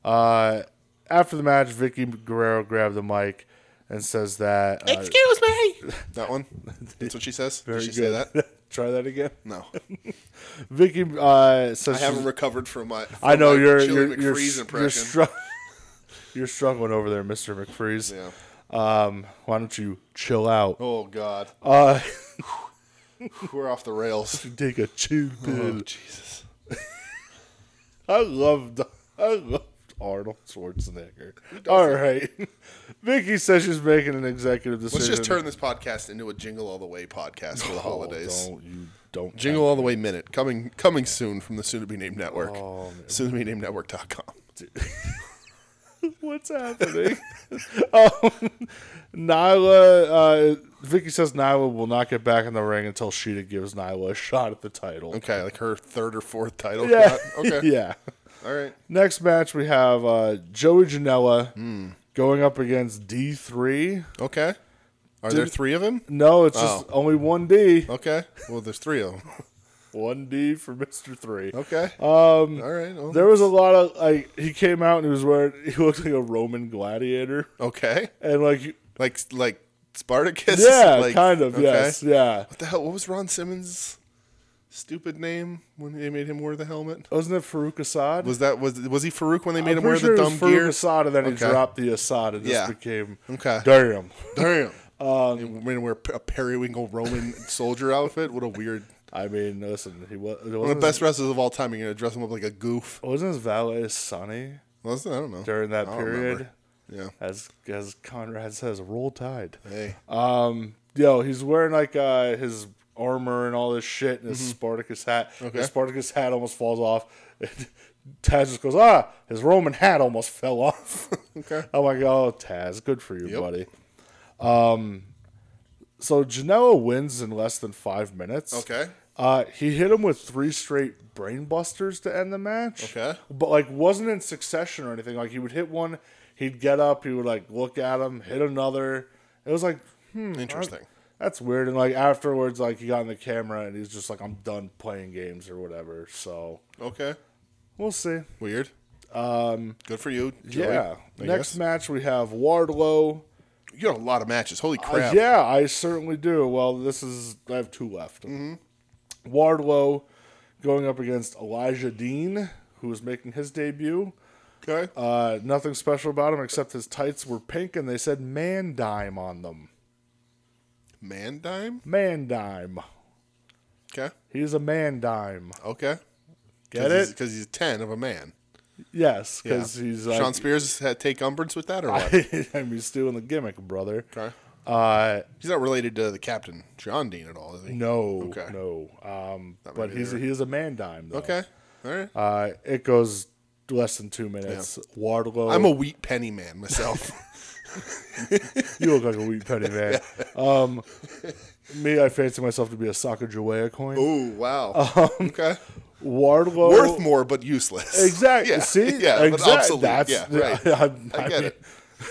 Speaker 2: Uh, after the match, Vicky Guerrero grabbed the mic and says that. Uh,
Speaker 1: Excuse me. That one. That's what she says.
Speaker 2: very
Speaker 1: Did she
Speaker 2: good.
Speaker 1: say that?
Speaker 2: Try that again.
Speaker 1: No.
Speaker 2: Vicky uh, says
Speaker 1: I
Speaker 2: she's-
Speaker 1: haven't recovered from my. From
Speaker 2: I know
Speaker 1: my
Speaker 2: you're
Speaker 1: Chili
Speaker 2: you're
Speaker 1: McFreeze
Speaker 2: you're, s-
Speaker 1: impression.
Speaker 2: you're, stru- you're struggling over there, Mister McFreeze.
Speaker 1: Yeah.
Speaker 2: Um, why don't you chill out?
Speaker 1: Oh God,
Speaker 2: Uh,
Speaker 1: we're off the rails.
Speaker 2: take a chill
Speaker 1: Oh,
Speaker 2: pill.
Speaker 1: Jesus.
Speaker 2: I loved I loved Arnold Schwarzenegger. All right, Vicky says she's making an executive decision.
Speaker 1: Let's just turn this podcast into a jingle all the way podcast for the
Speaker 2: Oh,
Speaker 1: holidays.
Speaker 2: Don't you don't
Speaker 1: Jingle All the Way Minute coming coming soon from the Soon to Be Named Network.
Speaker 2: Oh,
Speaker 1: soon to be named network.com.
Speaker 2: What's happening? um, Nyla, uh, Vicky says Nyla will not get back in the ring until Sheeta gives Nyla a shot at the title.
Speaker 1: Okay, like her third or fourth title.
Speaker 2: Yeah.
Speaker 1: shot. Okay.
Speaker 2: yeah.
Speaker 1: All right.
Speaker 2: Next match, we have uh, Joey Janela
Speaker 1: Hmm.
Speaker 2: going up against D3.
Speaker 1: Okay. Are there three of them?
Speaker 2: No, it's just
Speaker 1: Oh.
Speaker 2: only one D.
Speaker 1: Okay. Well, there's three of them.
Speaker 2: One D for Mister Three.
Speaker 1: Okay. Um. All right. well,
Speaker 2: There was a lot of like he came out and he was wearing he looked like a Roman gladiator
Speaker 1: okay.
Speaker 2: and like
Speaker 1: Like like Spartacus.
Speaker 2: yeah
Speaker 1: Like,
Speaker 2: kind of
Speaker 1: okay.
Speaker 2: yes yeah
Speaker 1: What the hell? What was Ron Simmons' stupid name when they made him wear the helmet?
Speaker 2: wasn't it Farouk Assad?
Speaker 1: Was that was was he Farouk when they made
Speaker 2: I'm
Speaker 1: him wear
Speaker 2: pretty sure
Speaker 1: the
Speaker 2: it
Speaker 1: dumb
Speaker 2: was Farouk
Speaker 1: gear?
Speaker 2: Assad and then
Speaker 1: Okay.
Speaker 2: he dropped the Assad and just
Speaker 1: Yeah.
Speaker 2: became
Speaker 1: Okay.
Speaker 2: damn.
Speaker 1: Damn. Um, made him wear a periwinkle Roman soldier outfit. What a weird.
Speaker 2: I mean, listen, he was it
Speaker 1: One of
Speaker 2: wasn't,
Speaker 1: the
Speaker 2: his,
Speaker 1: best wrestlers of all time. You're gonna dress him up like a goof.
Speaker 2: wasn't his valet Sonny
Speaker 1: Well, that's- I don't know.
Speaker 2: during that
Speaker 1: I don't
Speaker 2: period?
Speaker 1: remember. Yeah.
Speaker 2: As as Conrad says, roll tide.
Speaker 1: Hey.
Speaker 2: Um, yo, he's wearing like uh, his armor and all this shit and his Spartacus hat.
Speaker 1: Mm-hmm. Okay.
Speaker 2: His Spartacus hat almost falls off. Taz just goes, ah, his Roman hat almost fell off.
Speaker 1: Okay.
Speaker 2: I'm like, oh, Taz, good for you,
Speaker 1: Yep.
Speaker 2: buddy. Um, so Janela wins in less than five minutes.
Speaker 1: Okay.
Speaker 2: Uh, he hit him with three straight brain busters to end the match.
Speaker 1: Okay.
Speaker 2: But like wasn't in succession or anything. Like he would hit one, he'd get up, he would like look at him, hit another. It was like, hmm,
Speaker 1: Interesting.
Speaker 2: that's weird. And like afterwards, like he got in the camera and he's just like, I'm done playing games or whatever. So
Speaker 1: Okay.
Speaker 2: we'll see.
Speaker 1: Weird. Um. Good for you. Joey,
Speaker 2: yeah.
Speaker 1: I
Speaker 2: Next
Speaker 1: guess.
Speaker 2: match we have Wardlow.
Speaker 1: you got a lot of matches. Holy
Speaker 2: Uh,
Speaker 1: crap.
Speaker 2: yeah, I certainly do. Well, this is I have two left.
Speaker 1: Mm-hmm.
Speaker 2: Wardlow going up against Elijah Dean, who is making his debut.
Speaker 1: Okay.
Speaker 2: Uh, nothing special about him except his tights were pink and they said "man dime" on them.
Speaker 1: Man dime.
Speaker 2: Man dime.
Speaker 1: Okay.
Speaker 2: He's a man dime.
Speaker 1: Okay.
Speaker 2: Get it?
Speaker 1: Because he's ten of a man.
Speaker 2: Yes,
Speaker 1: Yeah.
Speaker 2: because he's like,
Speaker 1: Sean Spears had take umbrance with that or what?
Speaker 2: I mean, he's doing the gimmick, brother.
Speaker 1: okay.
Speaker 2: Uh,
Speaker 1: He's not related to the captain John Dean at all, is he?
Speaker 2: no,
Speaker 1: Okay.
Speaker 2: no. Um,
Speaker 1: That might
Speaker 2: but
Speaker 1: be
Speaker 2: he's
Speaker 1: there.
Speaker 2: he is a man dime. Though.
Speaker 1: Okay. All right.
Speaker 2: Uh, it goes less than two minutes. Wardlow.
Speaker 1: I'm a wheat penny man myself.
Speaker 2: you look like a wheat penny man. um, me, I fancy myself to be a Sacagawea coin.
Speaker 1: oh wow.
Speaker 2: Um,
Speaker 1: okay.
Speaker 2: Wardlow.
Speaker 1: Worth more but useless.
Speaker 2: Exactly.
Speaker 1: Yeah.
Speaker 2: See,
Speaker 1: Yeah.
Speaker 2: exactly.
Speaker 1: But obsolete.
Speaker 2: That's,
Speaker 1: yeah. Right.
Speaker 2: I'm-
Speaker 1: I get it.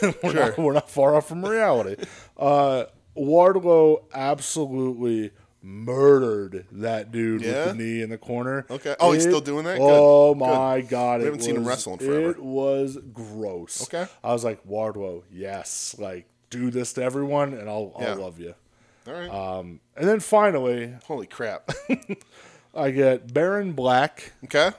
Speaker 2: We're,
Speaker 1: Sure.
Speaker 2: not, we're not far off from reality. Uh, Wardlow absolutely murdered that dude
Speaker 1: Yeah?
Speaker 2: with the knee in the corner.
Speaker 1: Okay. Oh, he's still doing that? Good.
Speaker 2: Oh
Speaker 1: Good.
Speaker 2: my god!
Speaker 1: We
Speaker 2: it
Speaker 1: haven't seen him
Speaker 2: was-
Speaker 1: wrestle in forever.
Speaker 2: It was gross.
Speaker 1: Okay.
Speaker 2: I was like Wardlow, yes, like do this to everyone, and I'll,
Speaker 1: Yeah.
Speaker 2: I'll love you.
Speaker 1: All right.
Speaker 2: Um, and then finally,
Speaker 1: Holy crap.
Speaker 2: I get Baron Black
Speaker 1: okay.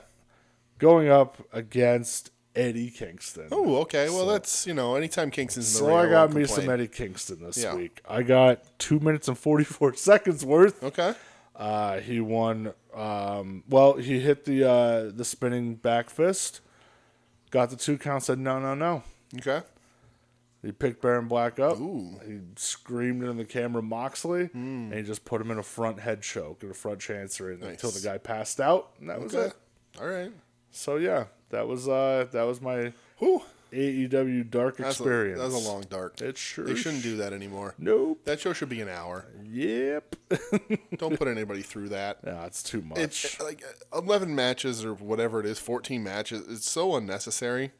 Speaker 2: going up against Eddie Kingston.
Speaker 1: Oh, okay. Well, that's you know, anytime Kingston's in the
Speaker 2: So
Speaker 1: ring,
Speaker 2: I got
Speaker 1: won't
Speaker 2: me
Speaker 1: complain.
Speaker 2: some Eddie Kingston this
Speaker 1: Yeah.
Speaker 2: week. I got two minutes and forty four seconds worth.
Speaker 1: Okay.
Speaker 2: Uh, he won. Um, well, he hit the uh, the spinning back fist, got the two count, said no, no, no.
Speaker 1: Okay.
Speaker 2: He picked Baron Black up.
Speaker 1: Ooh. Hmm.
Speaker 2: He screamed in the camera Moxley, and he just put him in a front head choke, in a front chancery, and until the
Speaker 1: Nice.
Speaker 2: guy passed out, and that was
Speaker 1: Okay.
Speaker 2: it.
Speaker 1: All right.
Speaker 2: So yeah, that was uh, that was my
Speaker 1: Whew.
Speaker 2: AEW dark
Speaker 1: That's a, that
Speaker 2: experience.
Speaker 1: was a long dark.
Speaker 2: It sure.
Speaker 1: They shouldn't do that anymore.
Speaker 2: Nope.
Speaker 1: That show should be an hour.
Speaker 2: Yep.
Speaker 1: Don't put anybody through that.
Speaker 2: Nah, it's too much.
Speaker 1: It's like uh, 11 matches or whatever it is, 14 matches. It's so unnecessary.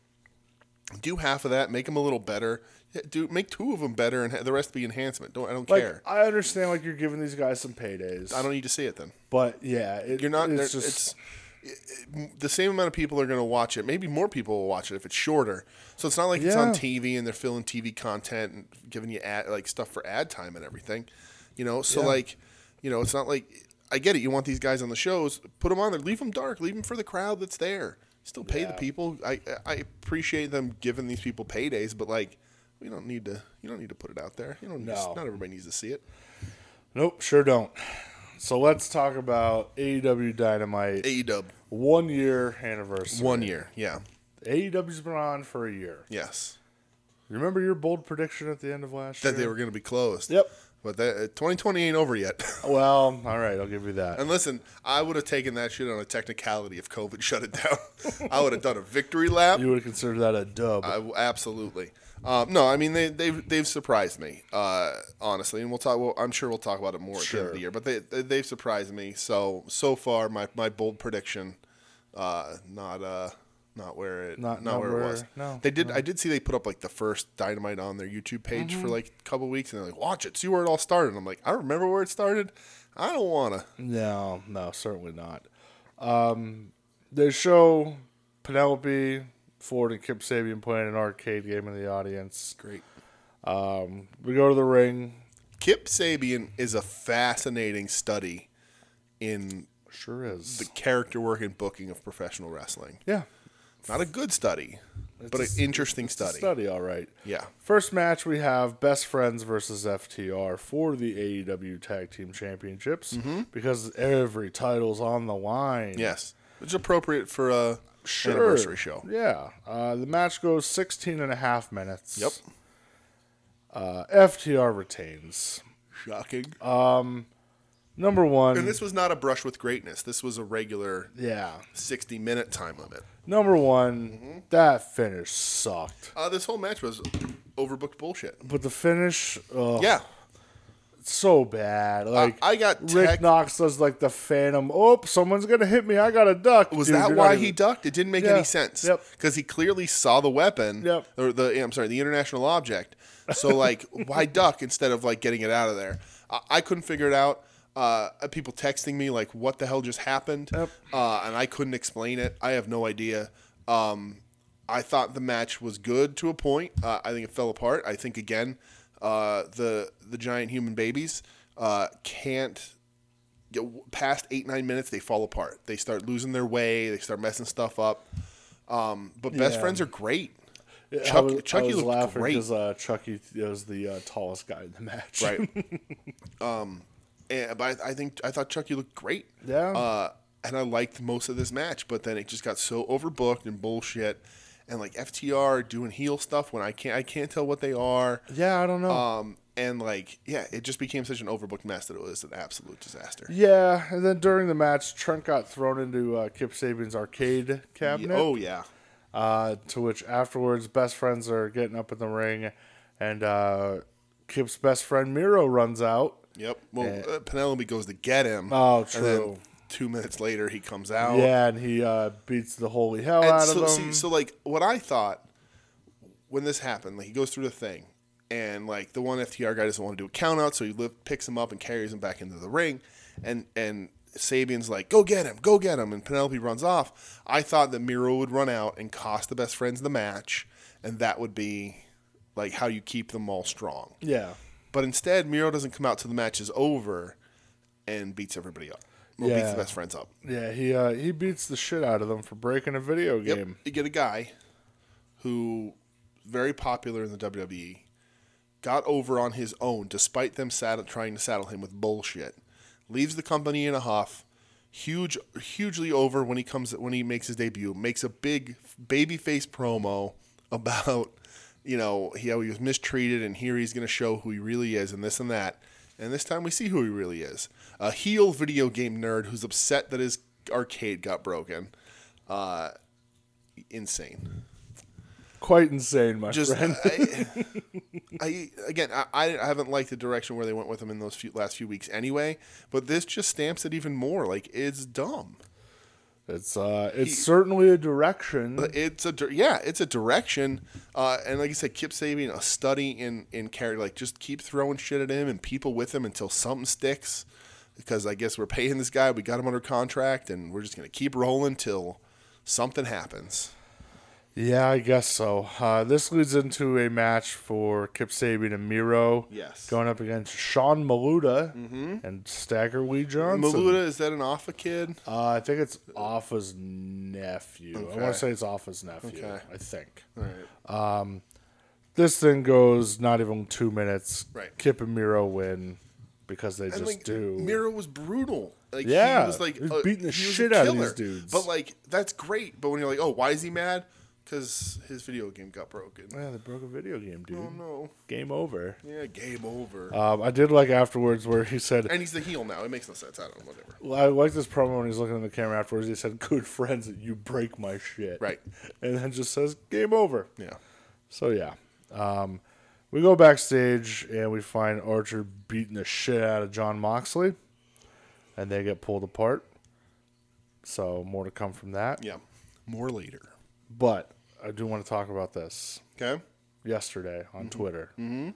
Speaker 1: Do half of that, make them a little better. Yeah, Do make two of them better, and ha- the rest be enhancement. Don't I don't
Speaker 2: like
Speaker 1: care.
Speaker 2: I understand, like you're giving these guys some paydays.
Speaker 1: I don't need to see it then.
Speaker 2: But yeah, it,
Speaker 1: You're not.
Speaker 2: It's
Speaker 1: It's,
Speaker 2: just
Speaker 1: it's the same amount of people are going to watch it. Maybe more people will watch it if it's shorter. So it's not like it's on
Speaker 2: Yeah.
Speaker 1: TV and they're filling TV content and giving you ad like stuff for ad time and everything. You know, so like, you know, it's not like I get it. You want these guys on the shows, put them on there, leave them dark, leave them for the crowd that's there. Still pay the
Speaker 2: Yeah.
Speaker 1: people. I I appreciate them giving these people paydays, but like. We don't need to. You don't need to put it out there. You don't.
Speaker 2: No.
Speaker 1: Not everybody needs to see it.
Speaker 2: nope. Sure don't. So let's talk about AEW Dynamite
Speaker 1: AEW
Speaker 2: one year anniversary.
Speaker 1: one year. Yeah.
Speaker 2: AEW's been on for a year.
Speaker 1: Yes.
Speaker 2: You remember your bold prediction at the end of last
Speaker 1: That
Speaker 2: year?
Speaker 1: they were going to be closed.
Speaker 2: Yep.
Speaker 1: But that, uh, 2020 ain't over yet.
Speaker 2: Well, all right, I'll give you that.
Speaker 1: and listen, I would have taken that shit on a technicality if COVID shut it down. I would have done a victory lap.
Speaker 2: You would consider that a dub.
Speaker 1: I w absolutely. Um, no, I mean they they've they've surprised me uh, honestly, and we'll talk. Well, I'm sure we'll talk about it more at the end of
Speaker 2: Sure.
Speaker 1: the year, but they, they they've surprised me. So so far, my, my bold prediction, uh, not uh not where it
Speaker 2: Not-
Speaker 1: not,
Speaker 2: not
Speaker 1: where, it was.
Speaker 2: where- no, Mm-hmm.
Speaker 1: they did. I did see they put up like the first dynamite on their YouTube page for like a couple weeks, and they're like, watch it, see where it all started. And I'm like, I remember where it started. I don't wanna.
Speaker 2: no, no, certainly not. Um, they show Penelope Ford and Kip Sabian playing an arcade game in the audience.
Speaker 1: Great.
Speaker 2: Um, we go to the ring.
Speaker 1: Kip Sabian is a fascinating study in
Speaker 2: Sure is.
Speaker 1: the character work and booking of professional wrestling.
Speaker 2: yeah,
Speaker 1: Not a good study, but an interesting
Speaker 2: it's a
Speaker 1: study.
Speaker 2: study. All right.
Speaker 1: Yeah.
Speaker 2: First match we have Best Friends versus FTR for the AEW Tag Team Championships
Speaker 1: Mm-hmm.
Speaker 2: because every title's on the line.
Speaker 1: Yes. Which is appropriate for a
Speaker 2: Sure.
Speaker 1: anniversary show.
Speaker 2: Yeah. Uh, the match goes 16 and a half minutes.
Speaker 1: Yep.
Speaker 2: Uh, FTR retains.
Speaker 1: Shocking.
Speaker 2: Number one.
Speaker 1: and this was not a brush with greatness. This was a regular
Speaker 2: yeah.
Speaker 1: 60 minute time limit.
Speaker 2: Number one,
Speaker 1: Mm-hmm.
Speaker 2: that finish sucked.
Speaker 1: Uh, this whole match was overbooked bullshit.
Speaker 2: But the finish, uh, ugh,
Speaker 1: Yeah.
Speaker 2: so bad. Like
Speaker 1: I got
Speaker 2: Rick
Speaker 1: tech-
Speaker 2: Knox does like the Phantom. Oh, someone's gonna hit me. I got to duck.
Speaker 1: Was
Speaker 2: Dude,
Speaker 1: that
Speaker 2: you're not
Speaker 1: why
Speaker 2: even-
Speaker 1: he ducked? It didn't make
Speaker 2: Yeah.
Speaker 1: any sense.
Speaker 2: Yep.
Speaker 1: Because he clearly saw the weapon.
Speaker 2: Yep.
Speaker 1: Or the I'm sorry, the international object. So like, why duck instead of like getting it out of there? I, I couldn't figure it out. Uh, people texting me like, "What the hell just happened?"
Speaker 2: Yep.
Speaker 1: Uh, and I couldn't explain it. I have no idea. Um, I thought the match was good to a point. Uh, I think it fell apart. I think again, uh, the the giant human babies uh, can't you know, past eight nine minutes they fall apart they start losing their way they start messing stuff up um, but best
Speaker 2: Yeah.
Speaker 1: friends are great
Speaker 2: I
Speaker 1: Chuck,
Speaker 2: was- I
Speaker 1: chucky
Speaker 2: was
Speaker 1: looks
Speaker 2: laughing
Speaker 1: great
Speaker 2: uh, Chucky was the uh, tallest guy in the match.
Speaker 1: right um, and, Eh, but I, I think i thought chucky looked great
Speaker 2: Yeah.
Speaker 1: uh, and i liked most of this match but then it just got so overbooked and bullshit and like ftr doing heel stuff when i can't i can't tell what they are
Speaker 2: yeah, I don't know.
Speaker 1: um, and like yeah it just became such an overbooked mess that it was an absolute disaster
Speaker 2: yeah, and then during the match, Trent got thrown into uh, Kip Sabian's arcade cabinet.
Speaker 1: oh yeah
Speaker 2: Uh, to which afterwards, best friends are getting up in the ring, and uh, Kip's best friend Miro runs out.
Speaker 1: Yep. Well, uh, Penelope goes to get him.
Speaker 2: Oh,
Speaker 1: And then
Speaker 2: true.
Speaker 1: two minutes later, he comes out.
Speaker 2: Yeah, and he uh, beats the holy hell
Speaker 1: Oh. And
Speaker 2: out
Speaker 1: so,
Speaker 2: of
Speaker 1: see,
Speaker 2: them.
Speaker 1: so like what I thought when this happened, like he goes through the thing, and like the one FTR guy doesn't want to do a count out, so he lift, picks him up and carries him back into the ring, and and Sabian's like, "Go get him, go get him," and Penelope runs off. I thought that Miro would run out and cost the best friends the match, and that would be like how you keep them all strong.
Speaker 2: yeah,
Speaker 1: But instead, Miro doesn't come out till the match is over and beats everybody up. Well, beats
Speaker 2: Yeah.
Speaker 1: the best friends up.
Speaker 2: yeah, he uh, he beats the shit out of them for breaking a video
Speaker 1: Yep.
Speaker 2: game.
Speaker 1: You get a guy who very popular in the WWE got over on his own despite them saddle, trying to saddle him with bullshit. Leaves the company in a huff. Huge, hugely over when he comes when he makes his debut. Makes a big babyface promo about you know he, how he was mistreated and here he's going to show who he really is and this and that. And this time we see who he really is. A heel video game nerd who's upset that his arcade got broken. Uh, insane
Speaker 2: Quite insane, my
Speaker 1: just
Speaker 2: friend.
Speaker 1: I, I again I, I haven't liked the direction where they went with them in those few, last few weeks anyway but this just stamps it even more like it's dumb
Speaker 2: It's uh, it's certainly a direction.
Speaker 1: it's a dir- yeah it's a direction uh, and like I said Kip Sabian a study in in character like just keep throwing shit at him and people with him until something sticks because I guess we're paying this guy we got him under contract and we're just gonna keep rolling till something happens
Speaker 2: Yeah, I guess so. Uh, this leads into a match for Kip Sabian and Miro.
Speaker 1: Yes. Mm-hmm.
Speaker 2: Going up against Sean Maluda and Stagger Lee Johnson.
Speaker 1: Maluda is that an Alpha kid
Speaker 2: Uh, I think it's Alpha's nephew. I want
Speaker 1: Okay.
Speaker 2: to say it's Alpha's nephew.
Speaker 1: Okay.
Speaker 2: I think. Um,
Speaker 1: all right
Speaker 2: This thing goes not even two minutes.
Speaker 1: Right.
Speaker 2: Kip and Miro win because they just
Speaker 1: And, like,
Speaker 2: do.
Speaker 1: Miro was brutal. Like,
Speaker 2: Yeah,
Speaker 1: he was like
Speaker 2: he was
Speaker 1: a-
Speaker 2: beating the
Speaker 1: he was a
Speaker 2: shit out of
Speaker 1: killer.
Speaker 2: these dudes.
Speaker 1: But like that's great. But when you're like, oh, why is he mad? because his video game got broken.
Speaker 2: Yeah, they broke a video game, dude.
Speaker 1: Oh no!
Speaker 2: Game over.
Speaker 1: Yeah, game over.
Speaker 2: Um, I did like afterwards where he said,
Speaker 1: and he's the heel now. It makes no sense. I don't know. Whatever.
Speaker 2: well, I like this promo when he's looking in the camera afterwards. He said, "Good friends, you break my shit."
Speaker 1: Right.
Speaker 2: And then just says, "Game over."
Speaker 1: Yeah.
Speaker 2: So yeah, um, we go backstage and we find Archer beating the shit out of John Moxley, and they get pulled apart. So more to come from that.
Speaker 1: Yeah. More later.
Speaker 2: But I do want to talk about this
Speaker 1: Okay.
Speaker 2: yesterday on Twitter. Mm-hmm.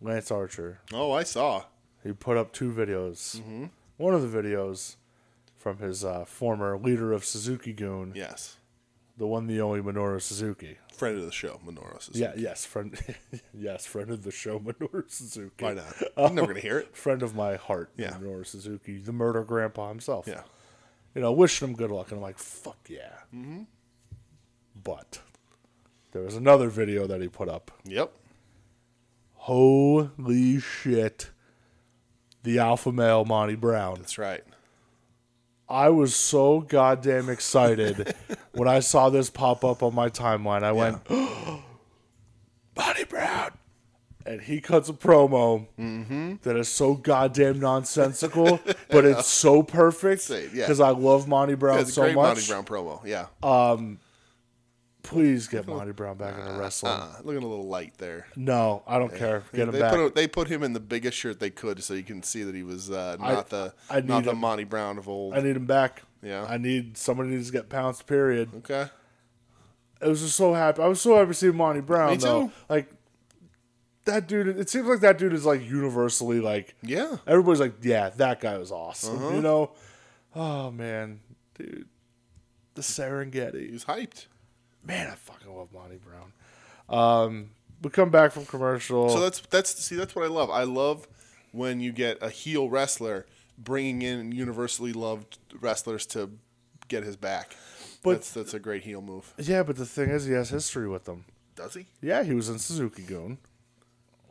Speaker 2: Lance Archer,
Speaker 1: Oh, I saw.
Speaker 2: he put up two videos.
Speaker 1: Mm-hmm.
Speaker 2: One of the videos from his uh, former leader of Suzuki Goon,
Speaker 1: Yes.
Speaker 2: the one, the only Minoru Suzuki.
Speaker 1: Friend of the show, Minoru Suzuki.
Speaker 2: Yeah, yes, friend, yes, friend of the show, Minoru Suzuki. Uh,
Speaker 1: Why not? I'm never gonna hear it.
Speaker 2: Friend of my heart,
Speaker 1: Yeah.
Speaker 2: Minoru Suzuki, the murder grandpa himself.
Speaker 1: Yeah.
Speaker 2: you know, wishing him good luck, and I'm like, fuck yeah. Mm-hmm. But there was another video that he put up.
Speaker 1: Yep.
Speaker 2: Holy shit! The alpha male Monty Brown.
Speaker 1: That's right.
Speaker 2: I was so goddamn excited when I saw this pop up on my timeline. I went, Bonnie Brown. And he cuts a promo
Speaker 1: Mm-hmm.
Speaker 2: that is so goddamn nonsensical, but it's so perfect
Speaker 1: Same, yeah.
Speaker 2: because I love Monty Brown
Speaker 1: That's a
Speaker 2: so
Speaker 1: great Monty
Speaker 2: much.
Speaker 1: Brown promo. Yeah.
Speaker 2: Please get Monty Brown back in the wrestling.
Speaker 1: Uh, looking a little light there.
Speaker 2: no, I don't care. Get him
Speaker 1: they
Speaker 2: back.
Speaker 1: put they put him in the biggest shirt they could, so you can see that he was uh, not the
Speaker 2: I
Speaker 1: not
Speaker 2: need
Speaker 1: the
Speaker 2: him.
Speaker 1: Monty Brown of old.
Speaker 2: I need him back.
Speaker 1: Yeah.
Speaker 2: I need somebody needs to get pounced. Period.
Speaker 1: okay.
Speaker 2: I was just so happy. I was so happy to see Monty Brown.
Speaker 1: Me
Speaker 2: though.
Speaker 1: too.
Speaker 2: Like that dude. It seems like that dude is like universally like.
Speaker 1: Yeah.
Speaker 2: Everybody's like, yeah, that guy was awesome.
Speaker 1: Uh-huh.
Speaker 2: You know. Oh man, dude,
Speaker 1: He
Speaker 2: the Serengeti.
Speaker 1: was hyped.
Speaker 2: Man, I fucking love Monty Brown. Um, we come back from commercial.
Speaker 1: So that's that's see that's what I love. I love when you get a heel wrestler bringing in universally loved wrestlers to get his back.
Speaker 2: But-
Speaker 1: that's that's a great heel move.
Speaker 2: yeah, but the thing is, he has history with them.
Speaker 1: Does he?
Speaker 2: Yeah, he was in Suzuki Goon,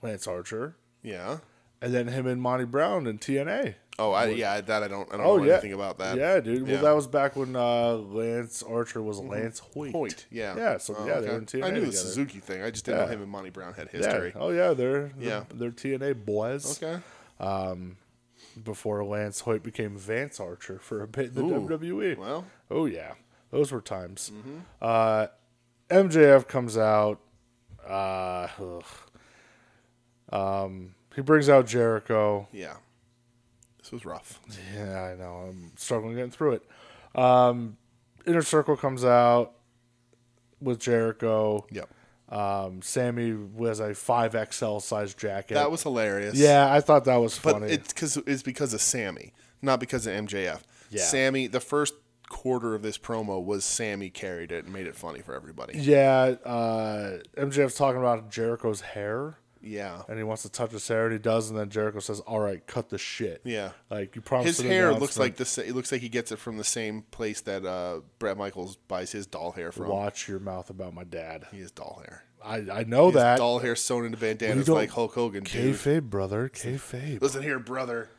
Speaker 2: Lance Archer,
Speaker 1: Yeah.
Speaker 2: and then him and Monty Brown in TNA.
Speaker 1: Oh, I, yeah. That I don't I don't know anything about that.
Speaker 2: Oh, Yeah, dude. Well,
Speaker 1: Yeah.
Speaker 2: that was back when uh, Lance Archer was Lance Hoyt.
Speaker 1: Point. Yeah.
Speaker 2: Yeah, so,
Speaker 1: Oh,
Speaker 2: yeah, they
Speaker 1: okay.
Speaker 2: were in TNA
Speaker 1: I knew the
Speaker 2: together.
Speaker 1: Suzuki thing. I just didn't know
Speaker 2: Yeah.
Speaker 1: him and Monty Brown had
Speaker 2: Yeah.
Speaker 1: history.
Speaker 2: Oh yeah, they're
Speaker 1: Yeah.
Speaker 2: yeah they're TNA boys.
Speaker 1: Okay.
Speaker 2: Before Lance Hoyt became Vance Archer for a bit in the
Speaker 1: Ooh.
Speaker 2: WWE.
Speaker 1: Well. Mm-hmm.
Speaker 2: Oh yeah, those were times. Uh, MJF comes out. Uh, ugh. Um, he brings out Jericho.
Speaker 1: Yeah. This was rough.
Speaker 2: Yeah, I know. I'm struggling getting through it. Um, Inner Circle comes out with Jericho.
Speaker 1: Yep.
Speaker 2: Um, Sammy was a five XL size jacket.
Speaker 1: That was hilarious.
Speaker 2: yeah, I thought that was
Speaker 1: But
Speaker 2: funny.
Speaker 1: it's because it's because of Sammy, not because of MJF.
Speaker 2: Yeah.
Speaker 1: Sammy, the first quarter of this promo was Sammy carried it and made it funny for everybody.
Speaker 2: yeah, uh, MJF's talking about Jericho's hair,
Speaker 1: Yeah.
Speaker 2: and he wants to touch his hair, and he does, and then Jericho says, "All right, cut the shit."
Speaker 1: Yeah.
Speaker 2: like you promised.
Speaker 1: His
Speaker 2: an
Speaker 1: hair looks
Speaker 2: announcement.
Speaker 1: like this. It looks like he gets it from the same place that uh, Brett Michaels buys his doll hair from.
Speaker 2: Watch your mouth about my dad.
Speaker 1: He has doll hair.
Speaker 2: I I know
Speaker 1: His
Speaker 2: that.
Speaker 1: doll hair sewn into bandanas
Speaker 2: don't-
Speaker 1: like Hulk Hogan. Dude.
Speaker 2: Kayfabe, brother. Kayfabe.
Speaker 1: Listen here, brother.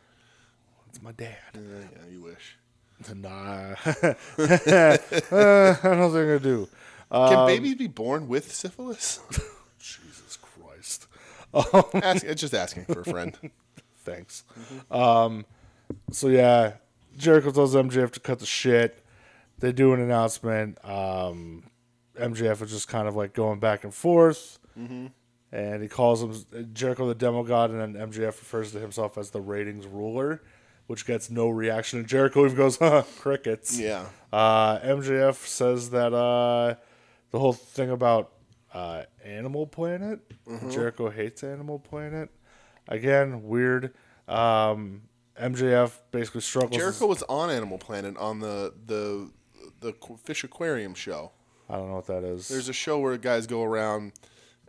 Speaker 2: It's my dad.
Speaker 1: Yeah, you wish.
Speaker 2: Nah, Uh, I don't think I do.
Speaker 1: Can
Speaker 2: Um,
Speaker 1: babies be born with syphilis?
Speaker 2: Jesus Christ!
Speaker 1: Ask, just asking for a friend.
Speaker 2: Thanks. Um, so yeah, Jericho tells MJF to cut the shit. They do an announcement. Um, MJF is just kind of like going back and forth, and he calls him Jericho the Demo God, and then MJF refers to himself as the ratings ruler, which gets no reaction. And Jericho even goes, huh, "Crickets."
Speaker 1: Yeah.
Speaker 2: Uh, MJF says that uh, the whole thing about uh, Animal Planet,
Speaker 1: Mm-hmm.
Speaker 2: Jericho hates Animal Planet. Again, weird. Um, MJF basically struggles.
Speaker 1: Jericho was on Animal Planet on the the the qu- fish aquarium show.
Speaker 2: I don't know what that is.
Speaker 1: There's a show where guys go around.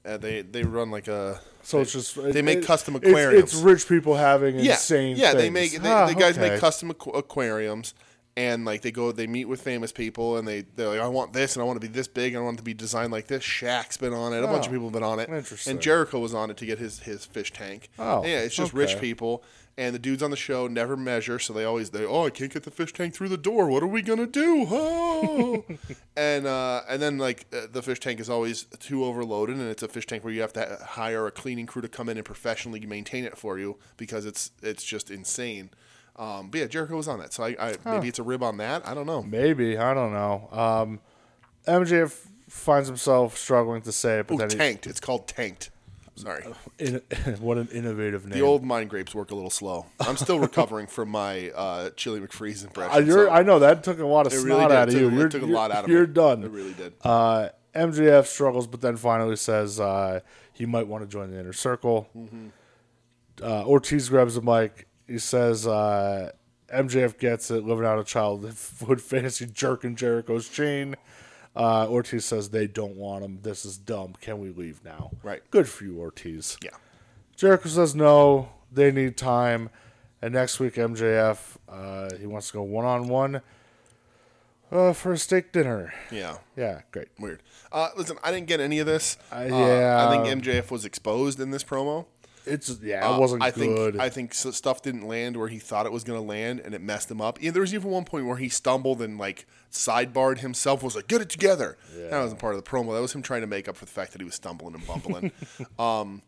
Speaker 1: Uh, they they run like a
Speaker 2: so it's just it-
Speaker 1: they make
Speaker 2: it-
Speaker 1: custom
Speaker 2: it's- It's,
Speaker 1: aquariums.
Speaker 2: rich people having
Speaker 1: yeah
Speaker 2: insane.
Speaker 1: yeah they
Speaker 2: things.
Speaker 1: make they,
Speaker 2: Ah,
Speaker 1: the guys
Speaker 2: okay.
Speaker 1: make custom aqu- aquariums and like they go they meet with famous people and they they're like I want this and I want to be this big and I want it to be designed like this. Shaq's been on it, a bunch of
Speaker 2: Oh,
Speaker 1: people have been on it,
Speaker 2: interesting.
Speaker 1: and Jericho was on it to get his his fish tank.
Speaker 2: Oh,
Speaker 1: yeah, it's just
Speaker 2: okay.
Speaker 1: rich people and the dudes on the show never measure, so they always they oh I can't get the fish tank through the door. What are we gonna do? Oh, and uh, and then like uh, the fish tank is always too overloaded, and it's a fish tank where you have to hire a cleaning crew to come in and professionally maintain it for you because it's it's just insane. Um, but yeah, Jericho was on that, so I, I maybe it's a rib on that. I don't know.
Speaker 2: Maybe I don't know. Um, MJF finds himself struggling to say it, but
Speaker 1: Ooh,
Speaker 2: then he,
Speaker 1: tanked. It's called tanked. Sorry,
Speaker 2: Oh, in, what an innovative name.
Speaker 1: the old mind grapes work a little slow. I'm still recovering from my uh, Chili McFreeze impression.
Speaker 2: Uh, you're,
Speaker 1: so
Speaker 2: I know that took a lot of
Speaker 1: it
Speaker 2: snot
Speaker 1: really did.
Speaker 2: out
Speaker 1: It
Speaker 2: of
Speaker 1: took,
Speaker 2: you.
Speaker 1: it
Speaker 2: You're,
Speaker 1: took a
Speaker 2: you're-
Speaker 1: lot out of me.
Speaker 2: You're done.
Speaker 1: It really did.
Speaker 2: Uh, MJF struggles, but then finally says uh, he might want to join the inner circle.
Speaker 1: Mm-hmm.
Speaker 2: Uh, Ortiz grabs the mic. He says uh, MJF gets it, living out a childhood fantasy, jerking Jericho's chain. Uh, Ortiz says they don't want him. This is dumb. Can we leave now?
Speaker 1: Right.
Speaker 2: Good for you, Ortiz.
Speaker 1: yeah.
Speaker 2: Jericho says no. They need time. And next week, MJF uh, he wants to go one on one for a steak dinner.
Speaker 1: Yeah.
Speaker 2: Yeah, great.
Speaker 1: Weird. Uh, listen, I didn't get any of this. Uh,
Speaker 2: yeah.
Speaker 1: I think MJF was exposed in this promo.
Speaker 2: It's yeah,
Speaker 1: Uh,
Speaker 2: it wasn't
Speaker 1: I
Speaker 2: good.
Speaker 1: think I think s stuff didn't land where he thought it was going to land, and it messed him up. Yeah, there was even one point where he stumbled and like sidebarred himself. Was like, "Get it together." That wasn't part of the promo. That was him trying to make up for the fact that he was stumbling and bumbling. Um,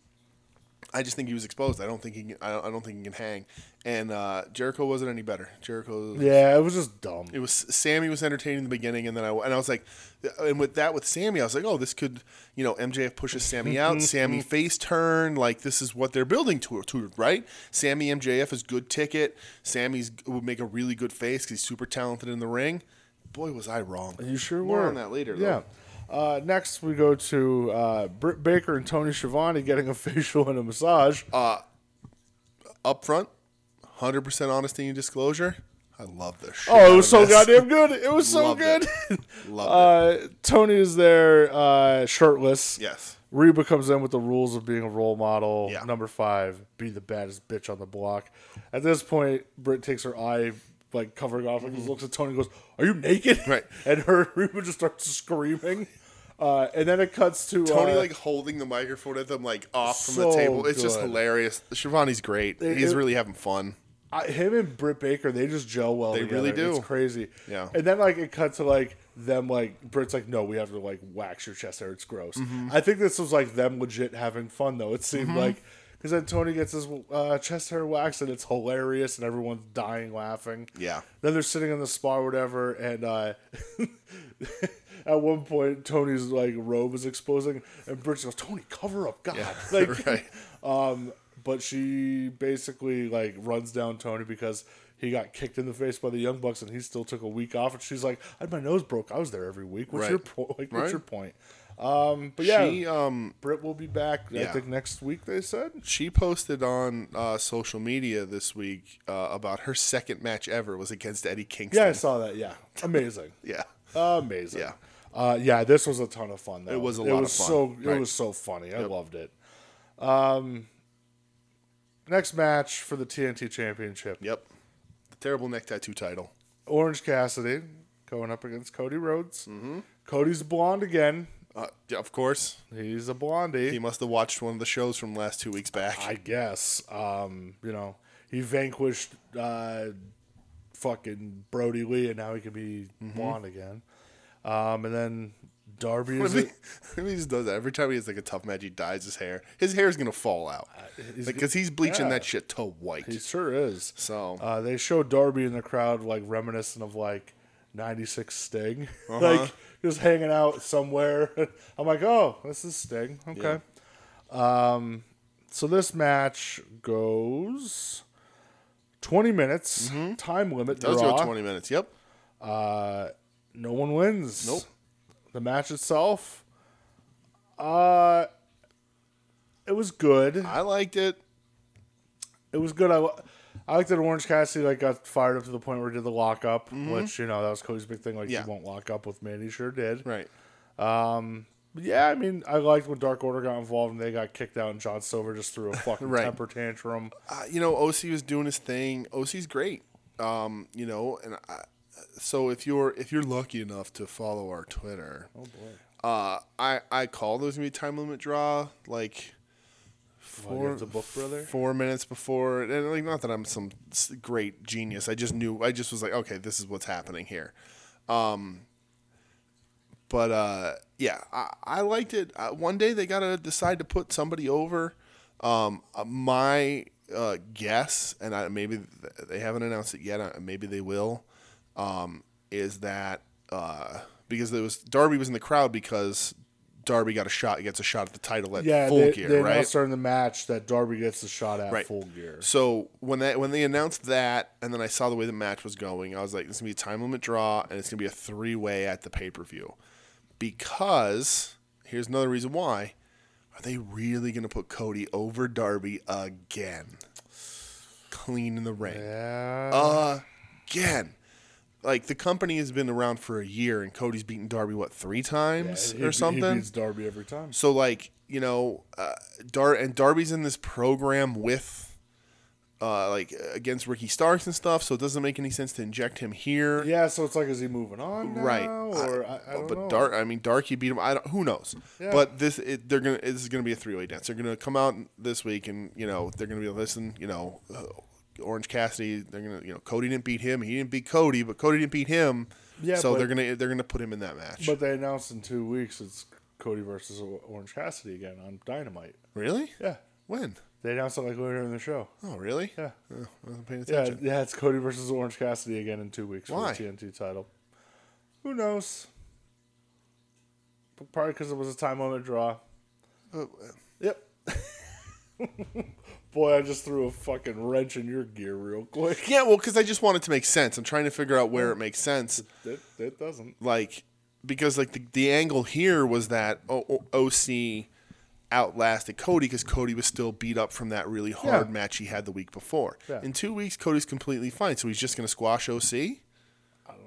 Speaker 1: I just think he was exposed. I don't think he. Can, I, don't, I don't think he can hang. And uh, Jericho wasn't any better. Jericho.
Speaker 2: yeah, it was just dumb.
Speaker 1: It was Sammy was entertaining in the beginning, and then I and I was like, uh, and with that with Sammy, I was like, oh, this could you know MJF pushes Sammy out, Sammy face turn, like this is what they're building to, to right? Sammy MJF is good ticket. Sammy's would make a really good face because he's super talented in the ring. Boy, was I wrong.
Speaker 2: You sure
Speaker 1: More
Speaker 2: were.
Speaker 1: on that later.
Speaker 2: Yeah.
Speaker 1: though.
Speaker 2: Uh, next, we go to uh, Britt Baker and Tony Schiavone getting a facial and a massage.
Speaker 1: up front, hundred percent honesty and disclosure. I love this. Shit
Speaker 2: oh,
Speaker 1: out
Speaker 2: it
Speaker 1: of
Speaker 2: was so
Speaker 1: this.
Speaker 2: goddamn good! It was so
Speaker 1: Loved
Speaker 2: good.
Speaker 1: it. Loved it.
Speaker 2: Uh, Tony is there, uh, shirtless.
Speaker 1: Yes.
Speaker 2: Reba comes in with the rules of being a role model.
Speaker 1: Yeah.
Speaker 2: Number five, be the baddest bitch on the block. At this point, Britt takes her eye like covering off and just looks at Tony and goes, Are you naked?
Speaker 1: Mm-hmm. Right.
Speaker 2: And her Reba just starts screaming. Uh, and then it cuts to
Speaker 1: Tony
Speaker 2: uh,
Speaker 1: like holding the microphone at them like off from the
Speaker 2: So
Speaker 1: table. It's just
Speaker 2: good.
Speaker 1: hilarious. Shivani's great. He's
Speaker 2: it-
Speaker 1: really having fun.
Speaker 2: I, him and Britt Baker, they just gel well. They
Speaker 1: really do.
Speaker 2: It's crazy.
Speaker 1: Yeah.
Speaker 2: And then like it cuts to like them like Britt's like, no, we have to like wax your chest hair. It's gross.
Speaker 1: Mm-hmm.
Speaker 2: I think this was like them legit having fun though. It seemed like because then Tony gets his uh, chest hair waxed and it's hilarious and everyone's dying laughing.
Speaker 1: Yeah.
Speaker 2: Then they're sitting in the spa or whatever, and uh, at one point Tony's like robe is exposing, and Britt goes, "Tony, cover up, God!" like
Speaker 1: right.
Speaker 2: um, but she basically like runs down Tony because he got kicked in the face by the Young Bucks, and he still took a week off. And she's like, "I had my nose broke. I was there every week. What's
Speaker 1: Right.
Speaker 2: your po- like?
Speaker 1: Right.
Speaker 2: What's your point?" Um, but yeah,
Speaker 1: She um
Speaker 2: Britt will be back. I
Speaker 1: Yeah.
Speaker 2: think next week they said.
Speaker 1: she posted on uh, social media this week uh, about her second match ever was against Eddie Kingston.
Speaker 2: Yeah, I saw that. Yeah, amazing,
Speaker 1: Yeah.
Speaker 2: amazing.
Speaker 1: Yeah.
Speaker 2: uh, yeah. This was a ton of fun. Though. It
Speaker 1: was a lot of fun.
Speaker 2: So
Speaker 1: Right.
Speaker 2: it was so funny. I loved it. Um, next match for the TNT Championship.
Speaker 1: Yep. The terrible neck tattoo title.
Speaker 2: Orange Cassidy going up against Cody Rhodes.
Speaker 1: Mm-hmm.
Speaker 2: Cody's a blonde again.
Speaker 1: Uh, yeah, of course,
Speaker 2: He's a blondie,
Speaker 1: he must have watched one of the shows from last two weeks back.
Speaker 2: I guess. Um, you know, he vanquished uh, fucking Brody Lee, and now he can be
Speaker 1: Mm-hmm.
Speaker 2: blonde again. Um, and then Darby is
Speaker 1: he, he just does that every time he has like a tough match. He dyes his hair. His hair's gonna fall out because he's, bleaching
Speaker 2: Uh, yeah.
Speaker 1: that shit to white.
Speaker 2: He sure is.
Speaker 1: So-
Speaker 2: uh, they show Darby in the crowd, like reminiscent of like '96 Sting,
Speaker 1: Uh-huh.
Speaker 2: like just hanging out somewhere. I'm like, oh, this is Sting. Okay. Um, so this match goes 20 minutes time limit.
Speaker 1: Mm-hmm. Does
Speaker 2: draw.
Speaker 1: go twenty minutes. Yep.
Speaker 2: Uh, no one wins.
Speaker 1: Nope.
Speaker 2: The match itself, uh, it was good.
Speaker 1: I liked it.
Speaker 2: it was good. I, I liked that Orange Cassidy like got fired up to the point where he did the lock up, which you know that was Cody's big thing. Like
Speaker 1: Mm-hmm. Yeah.
Speaker 2: he won't lock up with me, and he sure did.
Speaker 1: Right.
Speaker 2: But yeah, I mean, I liked when Dark Order got involved and they got kicked out, and John Silver just threw a fucking
Speaker 1: Right.
Speaker 2: temper tantrum.
Speaker 1: Uh, you know, OC was doing his thing. OC's great. Um, you know, and I, so if you're if you're lucky enough to follow our Twitter,
Speaker 2: Oh boy.
Speaker 1: uh, I I call those gonna be time limit draw like
Speaker 2: Well,
Speaker 1: four
Speaker 2: you're the book brother?
Speaker 1: four minutes before and like not that I'm some s- great genius I just knew I just was like okay this is what's happening here, um, but uh, yeah I, I liked it. Uh, one day they gotta decide to put somebody over. Um, uh, my uh, guess and I, maybe th- they haven't announced it yet. uh, Maybe they will um, is that uh, because there was Darby was in the crowd because Darby got a shot, gets a shot at the title at
Speaker 2: Yeah,
Speaker 1: Full
Speaker 2: they,
Speaker 1: Gear,
Speaker 2: they
Speaker 1: right?
Speaker 2: announced during the match that Darby gets the shot at
Speaker 1: Right.
Speaker 2: full gear.
Speaker 1: So when that when they announced that, and then I saw the way the match was going, I was like, "This is gonna be a time limit draw, and it's gonna be a three way at the pay per view." Because here's another reason why: Are they really gonna put Cody over Darby again? Clean in the ring
Speaker 2: Yeah.
Speaker 1: again. Like the company has been around for a year, and Cody's beaten Darby what three times
Speaker 2: He-
Speaker 1: or
Speaker 2: he
Speaker 1: something.
Speaker 2: beats Darby every time.
Speaker 1: so like you know, uh, Dar and Darby's in this program with, uh, like against Ricky Starks and stuff. So it doesn't make any sense to inject him here,
Speaker 2: Yeah, so it's like, is he moving on now?
Speaker 1: right? oh,
Speaker 2: Or I, I don't
Speaker 1: but
Speaker 2: know.
Speaker 1: Dark, I mean, Darky beat him. I don't. Who knows?
Speaker 2: Yeah.
Speaker 1: But this, it, they're gonna. This is gonna be a three way dance. They're gonna come out this week, and you know, they're gonna be like, listen. You know, uh, Orange Cassidy. They're gonna. You know, Cody didn't beat him. He didn't beat Cody, but Cody didn't beat him.
Speaker 2: Yeah,
Speaker 1: So
Speaker 2: but-
Speaker 1: they're gonna. They're gonna put him in that match.
Speaker 2: But they announced in two weeks it's Cody versus O- Orange Cassidy again on Dynamite.
Speaker 1: really?
Speaker 2: Yeah.
Speaker 1: When?
Speaker 2: They announced it like later in the show.
Speaker 1: Oh, really?
Speaker 2: Yeah.
Speaker 1: Oh, I wasn't paying
Speaker 2: Yeah,
Speaker 1: attention.
Speaker 2: yeah, it's Cody versus Orange Cassidy again in two weeks
Speaker 1: Why?
Speaker 2: for the TNT title. Who knows? But Probably because it was a time limit draw.
Speaker 1: Uh,
Speaker 2: Yep. Boy, I just threw a fucking wrench in your gear real quick.
Speaker 1: Yeah. Well, because I just wanted to make sense. I'm trying to figure out where it makes sense.
Speaker 2: It, it doesn't.
Speaker 1: like because like the, the angle here was that o- O- OC outlasted Cody because Cody was still beat up from that really hard
Speaker 2: Yeah.
Speaker 1: match he had the week before.
Speaker 2: Yeah.
Speaker 1: In two weeks, Cody's completely fine, so he's just gonna squash OC.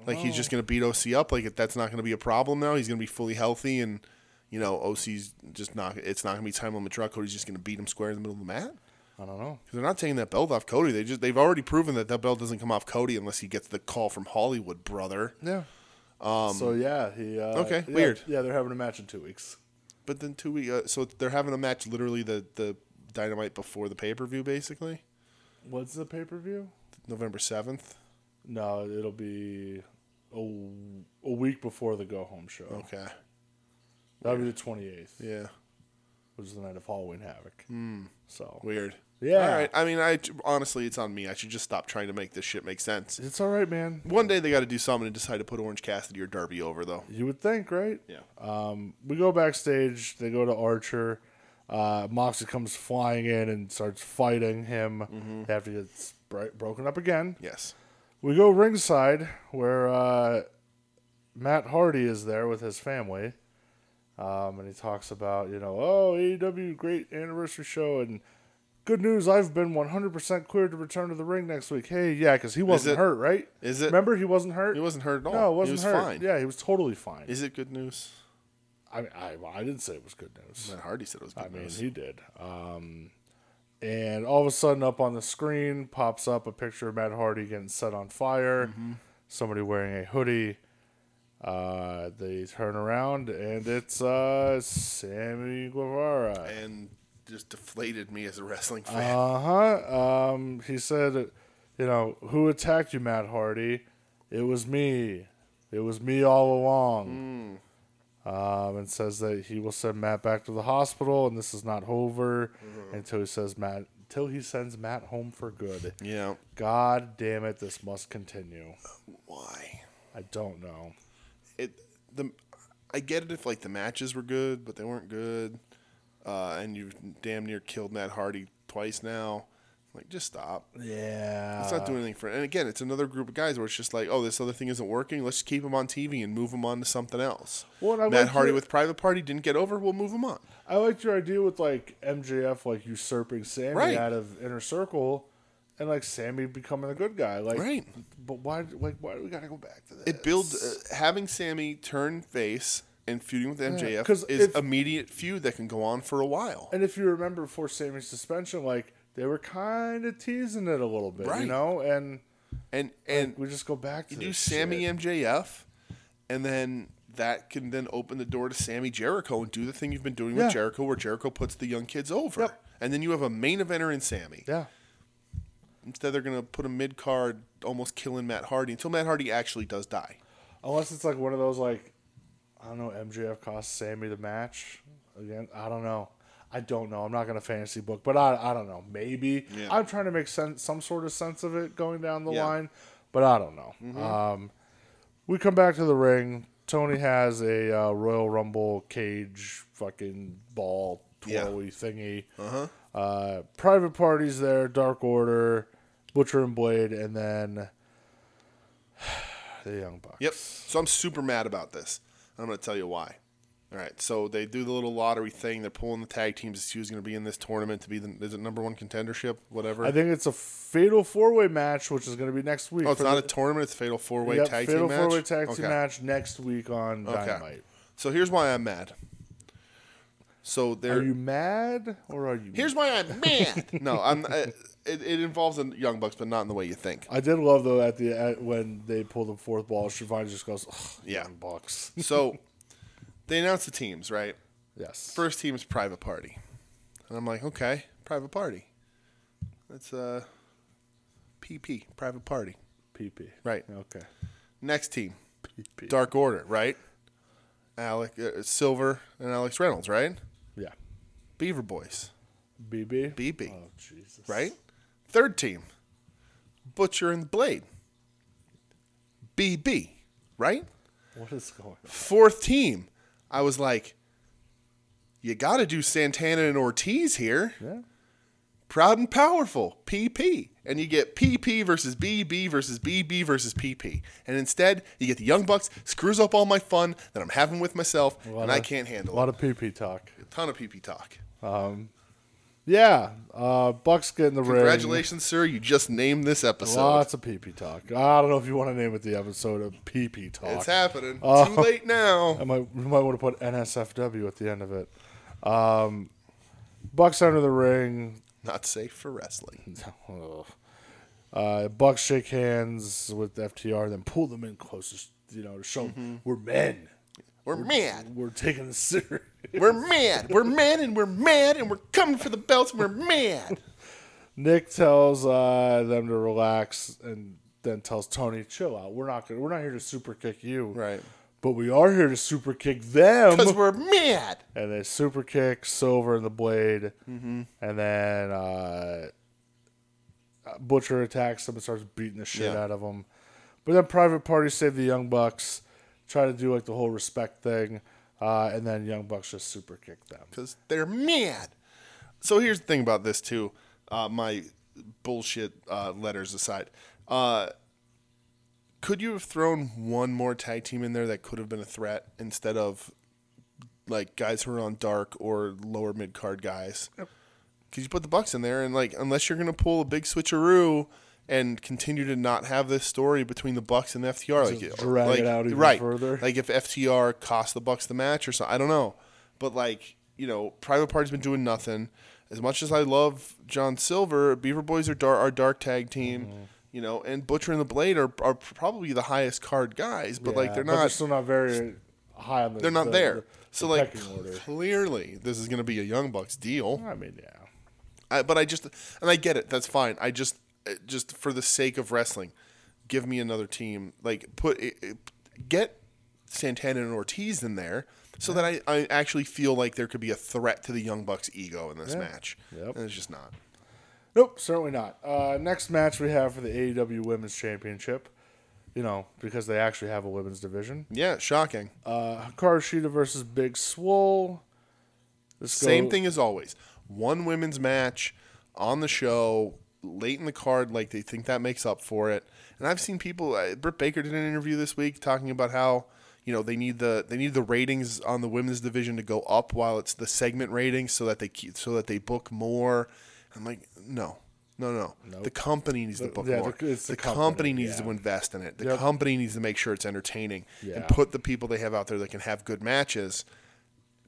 Speaker 1: Like he's just gonna beat OC up. Like that's not gonna be a problem now. He's gonna be fully healthy, and you know OC's just not. It's not gonna be time limit draw. Cody's just gonna beat him square in the middle of the mat.
Speaker 2: I don't know.
Speaker 1: 'Cause They're not taking that belt off Cody. They just they've already proven that that belt doesn't come off Cody unless he gets the call from Hollywood, brother.
Speaker 2: Yeah. Um, so yeah, he. Uh,
Speaker 1: okay,
Speaker 2: yeah,
Speaker 1: weird.
Speaker 2: Yeah, they're having a match in two weeks.
Speaker 1: But then two weeks, uh, so they're having a match literally the the dynamite before the pay per view, basically
Speaker 2: What's the pay per view?
Speaker 1: November seventh.
Speaker 2: No, it'll be a, a week before the go home show.
Speaker 1: Okay,
Speaker 2: That'll be the twenty eighth,
Speaker 1: yeah, Hmm.
Speaker 2: which is the night of Halloween Havoc. So
Speaker 1: weird.
Speaker 2: Yeah.
Speaker 1: all right. I mean, I honestly, it's on me. I should just stop trying to make this shit make sense.
Speaker 2: it's all right, man.
Speaker 1: One day they got to do something and decide to put Orange Cassidy or Darby over, though. Uh,
Speaker 2: You would think, right?
Speaker 1: Yeah.
Speaker 2: Um, we go backstage. They go to Archer. Uh, Moxie comes flying in and starts fighting him.
Speaker 1: Mm-hmm.
Speaker 2: They have to get s- bri- broken up again.
Speaker 1: Yes.
Speaker 2: We go ringside where uh, Matt Hardy is there with his family. Um, and he talks about, you know, oh, AEW, great anniversary show. And good news, I've been 100% cleared to return to the ring next week. Hey, yeah, because he wasn't
Speaker 1: it-
Speaker 2: hurt, right?
Speaker 1: is it-
Speaker 2: Remember, he wasn't hurt?
Speaker 1: He wasn't hurt at all.
Speaker 2: No, it
Speaker 1: he
Speaker 2: wasn't
Speaker 1: was
Speaker 2: hurt.
Speaker 1: fine.
Speaker 2: Yeah, he was totally fine.
Speaker 1: Is it good news?
Speaker 2: I, mean, I, well, I didn't say it was good news.
Speaker 1: Matt Hardy said it was good
Speaker 2: I mean,
Speaker 1: news.
Speaker 2: he did. Um, and all of a sudden, up on the screen pops up a picture of Matt Hardy getting set on fire. Somebody wearing a hoodie. Uh, they turn around and it's uh, Sammy Guevara.
Speaker 1: and just deflated me as a wrestling fan.
Speaker 2: Uh huh. Um, he said, you know, who attacked you, Matt Hardy? It was me. It was me all along. Um, and says that he will send Matt back to the hospital, and this is not over until he says Matt until he sends Matt home for good.
Speaker 1: yeah.
Speaker 2: God damn it, this must continue.
Speaker 1: Why?
Speaker 2: I don't know.
Speaker 1: it the I get it if like the matches were good, but they weren't good, uh, and you damn near killed Matt Hardy twice now. Like, just stop.
Speaker 2: Yeah,
Speaker 1: It's not doing anything for it. And again, it's another group of guys where it's just like, oh, this other thing isn't working. Let's just keep him on TV and move him on to something else.
Speaker 2: Well, and I
Speaker 1: Matt
Speaker 2: like
Speaker 1: Hardy
Speaker 2: your-
Speaker 1: with Private Party didn't get over. We'll move him on.
Speaker 2: I liked your idea with like MJF like usurping Sammy
Speaker 1: Right.
Speaker 2: out of inner circle, and like Sammy becoming a good guy. Like,
Speaker 1: Right.
Speaker 2: But why? Like, why do we gotta go back to this?
Speaker 1: It builds uh, having Sammy turn face and feuding with MJF
Speaker 2: 'cause
Speaker 1: is
Speaker 2: if-
Speaker 1: immediate feud that can go on for a while.
Speaker 2: And if you remember before Sammy's suspension, like they were kind of teasing it a little bit,
Speaker 1: Right.
Speaker 2: you know, and
Speaker 1: And and
Speaker 2: we just go back to
Speaker 1: you do
Speaker 2: this
Speaker 1: Sammy
Speaker 2: shit.
Speaker 1: MJF, and then that can then open the door to Sammy Jericho and do the thing you've been doing
Speaker 2: Yeah.
Speaker 1: with Jericho, where Jericho puts the young kids over,
Speaker 2: Yep.
Speaker 1: and then you have a main eventer in Sammy.
Speaker 2: Yeah.
Speaker 1: Instead, they're gonna put a mid card, almost killing Matt Hardy until Matt Hardy actually does die.
Speaker 2: Unless it's like one of those like I don't know, MJF cost Sammy the match again. I don't know. I don't know. I'm not gonna fantasy book, but I I don't know. Maybe
Speaker 1: Yeah.
Speaker 2: I'm trying to make sense some sort of sense of it going down the
Speaker 1: Yeah. Mm-hmm.
Speaker 2: line, but I don't know. Um, we come back to the ring. Tony has a uh, Royal Rumble cage fucking ball
Speaker 1: Yeah.
Speaker 2: twirly thingy. Uh-huh. Private parties there, Dark Order, Butcher and Blade, and then the Young Bucks.
Speaker 1: Yep. So I'm super mad about this. And I'm going to tell you why. All right. So they do the little lottery thing. They're pulling the tag teams to see who's going to be in this tournament to be the is it number one contendership, whatever.
Speaker 2: I think it's a fatal four way match, which is going to be next week.
Speaker 1: oh, it's
Speaker 2: for
Speaker 1: not a
Speaker 2: the-
Speaker 1: tournament. It's a fatal four way
Speaker 2: Yep,
Speaker 1: tag
Speaker 2: fatal
Speaker 1: team match.
Speaker 2: four way tag team
Speaker 1: Okay.
Speaker 2: match next week on Dynamite.
Speaker 1: So here's why I'm mad. So
Speaker 2: Are
Speaker 1: there.
Speaker 2: you mad or are you?
Speaker 1: here's why I'm mad. no, I'm. I, it, it involves the Young Bucks, but not in the way you think.
Speaker 2: I did love though at the at, when they pull the fourth ball, Shivani just goes, Ugh,
Speaker 1: Yeah.
Speaker 2: young bucks.
Speaker 1: So they announce the teams, right?
Speaker 2: yes,
Speaker 1: first team is private party and i'm like okay private party that's uh pp private party
Speaker 2: PP.
Speaker 1: Right.
Speaker 2: Okay.
Speaker 1: next team
Speaker 2: PP.
Speaker 1: dark order right alec uh, silver and alex reynolds right
Speaker 2: Yeah.
Speaker 1: beaver boys
Speaker 2: BB.
Speaker 1: BB.
Speaker 2: Oh Jesus.
Speaker 1: right third team butcher and the blade bb right
Speaker 2: What is going? on?
Speaker 1: fourth team i was like you gotta do santana and ortiz here
Speaker 2: Yeah.
Speaker 1: Proud and powerful, PP. And you get PP versus BB versus BB versus PP. And instead, you get the Young Bucks, screws up all my fun that I'm having with myself, and I can't
Speaker 2: A
Speaker 1: handle it.
Speaker 2: lot of PP talk.
Speaker 1: A ton of PP talk.
Speaker 2: Yeah. Uh, Bucks get in the ring.
Speaker 1: Congratulations, sir. You just named this episode.
Speaker 2: Lots of PP talk. I don't know if you want to name it the episode of PP talk. Oh.
Speaker 1: It's happening. Too late now.
Speaker 2: I might we might want to put NSFW at the end of it. Um, Bucks under the ring.
Speaker 1: Not safe for wrestling.
Speaker 2: Uh, Bucks shake hands with FTR, then pull them in closest, you know, to show
Speaker 1: Mm-hmm.
Speaker 2: 'em we're men.
Speaker 1: We're mad.
Speaker 2: We're taking this serious.
Speaker 1: We're mad. We're mad and we're mad and we're coming for the belts and we're mad.
Speaker 2: Nick tells uh, them to relax, and then tells Tony, "Chill out. We're not gonna, we're not here to super kick you,
Speaker 1: Right.
Speaker 2: But we are here to super kick them."
Speaker 1: Because we're mad.
Speaker 2: and they super kick Silver in the blade,
Speaker 1: Mm-hmm.
Speaker 2: and then uh, Butcher attacks him and starts beating the shit
Speaker 1: Yeah.
Speaker 2: out of him. But then Private Party save the Young Bucks, try to do like the whole respect thing, uh, and then Young Bucks just super kick them.
Speaker 1: because they're mad. So here's the thing about this too. Uh, my bullshit uh, letters aside, uh, could you have thrown one more tag team in there that could have been a threat instead of like guys who are on dark or lower mid card guys? Because you put the Bucks in there, and like unless you're gonna pull a big switcheroo. And continue to not have this story between the Bucks and FTR, like
Speaker 2: Just drag it
Speaker 1: like-
Speaker 2: out even
Speaker 1: right?
Speaker 2: further.
Speaker 1: like if FTR cost the Bucks the match or something. I don't know, but like you know, Private Party's been doing nothing. As much as I love John Silver, Beaver Boys are dark, our dark tag team.
Speaker 2: Mm-hmm.
Speaker 1: You know, and Butcher and the Blade are, are probably the highest card guys, but like
Speaker 2: Yeah,
Speaker 1: they're
Speaker 2: but
Speaker 1: not
Speaker 2: still not very high on the.
Speaker 1: they're not
Speaker 2: the-
Speaker 1: there.
Speaker 2: the-
Speaker 1: so
Speaker 2: the
Speaker 1: like
Speaker 2: pecking order.
Speaker 1: clearly this is going to be a Young Bucks deal.
Speaker 2: I mean, yeah,
Speaker 1: I, but I just and I get it. That's fine. I just it- just for the sake of wrestling, give me another team. Like put it, it, get Santana and Ortiz in there so that I, I actually feel like there could be a threat to the Young Bucks ego in this match.
Speaker 2: Yep.
Speaker 1: And it's just not.
Speaker 2: nope, certainly not. Uh, next match we have for the AEW Women's Championship, you know, because they actually have a women's division.
Speaker 1: Yeah, shocking.
Speaker 2: Uh, Hikaru Shida versus Big Swole. This
Speaker 1: Same
Speaker 2: go-
Speaker 1: thing as always. One women's match on the show late in the card, like they think that makes up for it. And I've seen people. Uh, Britt Baker did an interview this week talking about how you know they need the they need the ratings on the women's division to go up while it's the segment ratings so that they keep so that they book more. I'm like, no. No, no. The company needs to book
Speaker 2: yeah,
Speaker 1: more.
Speaker 2: the- it's the
Speaker 1: the company,
Speaker 2: company,
Speaker 1: needs
Speaker 2: yeah.
Speaker 1: to invest in it. The
Speaker 2: Yep.
Speaker 1: company needs to make sure it's entertaining
Speaker 2: Yeah.
Speaker 1: and put the people they have out there that can have good matches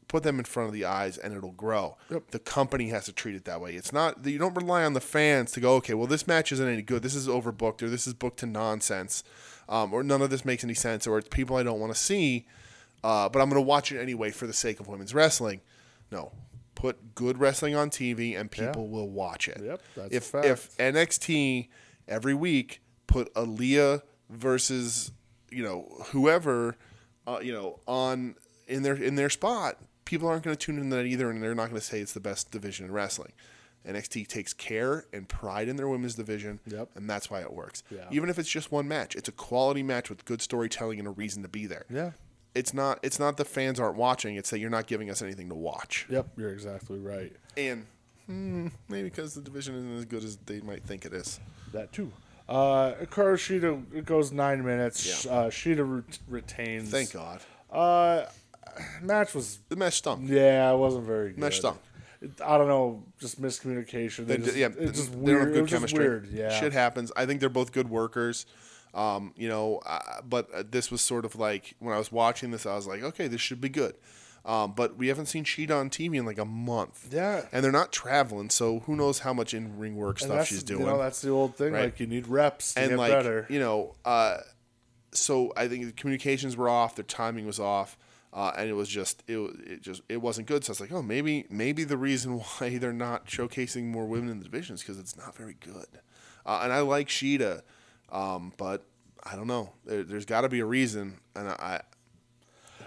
Speaker 1: put them in front of the eyes and it'll grow.
Speaker 2: Yep.
Speaker 1: The company has to treat it that way. It's not you don't rely on the fans to go, okay, well this match isn't any good. This is overbooked or this is booked to nonsense, um, or none of this makes any sense, or it's people I don't want to see, uh, but I'm going to watch it anyway for the sake of women's wrestling. No, put good wrestling on TV and people will watch it.
Speaker 2: Yep, that's
Speaker 1: if
Speaker 2: a fact.
Speaker 1: if NXT every week put Aaliyah versus you know whoever uh, you know on in their in their spot, people aren't going to tune in to that either, and they're not going to say it's the best division in wrestling. NXT takes care and pride in their women's division,
Speaker 2: Yep.
Speaker 1: and that's why it works.
Speaker 2: Yeah.
Speaker 1: Even if it's just one match, it's a quality match with good storytelling and a reason to be there.
Speaker 2: Yeah.
Speaker 1: It's not it's not the fans aren't watching, it's that you're not giving us anything to watch.
Speaker 2: Yep, you're exactly right.
Speaker 1: And hmm, maybe because the division isn't as good as they might think it is.
Speaker 2: That too. Uh, Hikaru Shida it goes nine minutes.
Speaker 1: Yeah.
Speaker 2: Uh, Shida ret- retains.
Speaker 1: Thank God.
Speaker 2: Uh, match was
Speaker 1: The match stunk.
Speaker 2: yeah, it wasn't very good.
Speaker 1: Match stunk.
Speaker 2: It- I don't know, just miscommunication. They
Speaker 1: They-
Speaker 2: just,
Speaker 1: yeah,
Speaker 2: it's just
Speaker 1: they don't have
Speaker 2: weird. It was just weird. Yeah,
Speaker 1: shit happens. I think they're both good workers. Um, you know, uh, but uh, this was sort of like when I was watching this, I was like, okay, this should be good. Um, but we haven't seen Sheeta on TV in like a month.
Speaker 2: Yeah.
Speaker 1: and they're not traveling, so who knows how much in ring work
Speaker 2: And
Speaker 1: stuff
Speaker 2: that's-
Speaker 1: she's
Speaker 2: you
Speaker 1: doing.
Speaker 2: know, that's the old thing.
Speaker 1: Right.
Speaker 2: Like you need reps to
Speaker 1: and
Speaker 2: get
Speaker 1: like
Speaker 2: better.
Speaker 1: you know, uh, so I think the communications were off, their timing was off, uh, and it was just it wa- it just it wasn't good. So I was like, oh, maybe maybe the reason why they're not showcasing more women in the division is because it's not very good. Uh, and I like Sheeta, um, but I don't know. There, there's got to be a reason, and I, I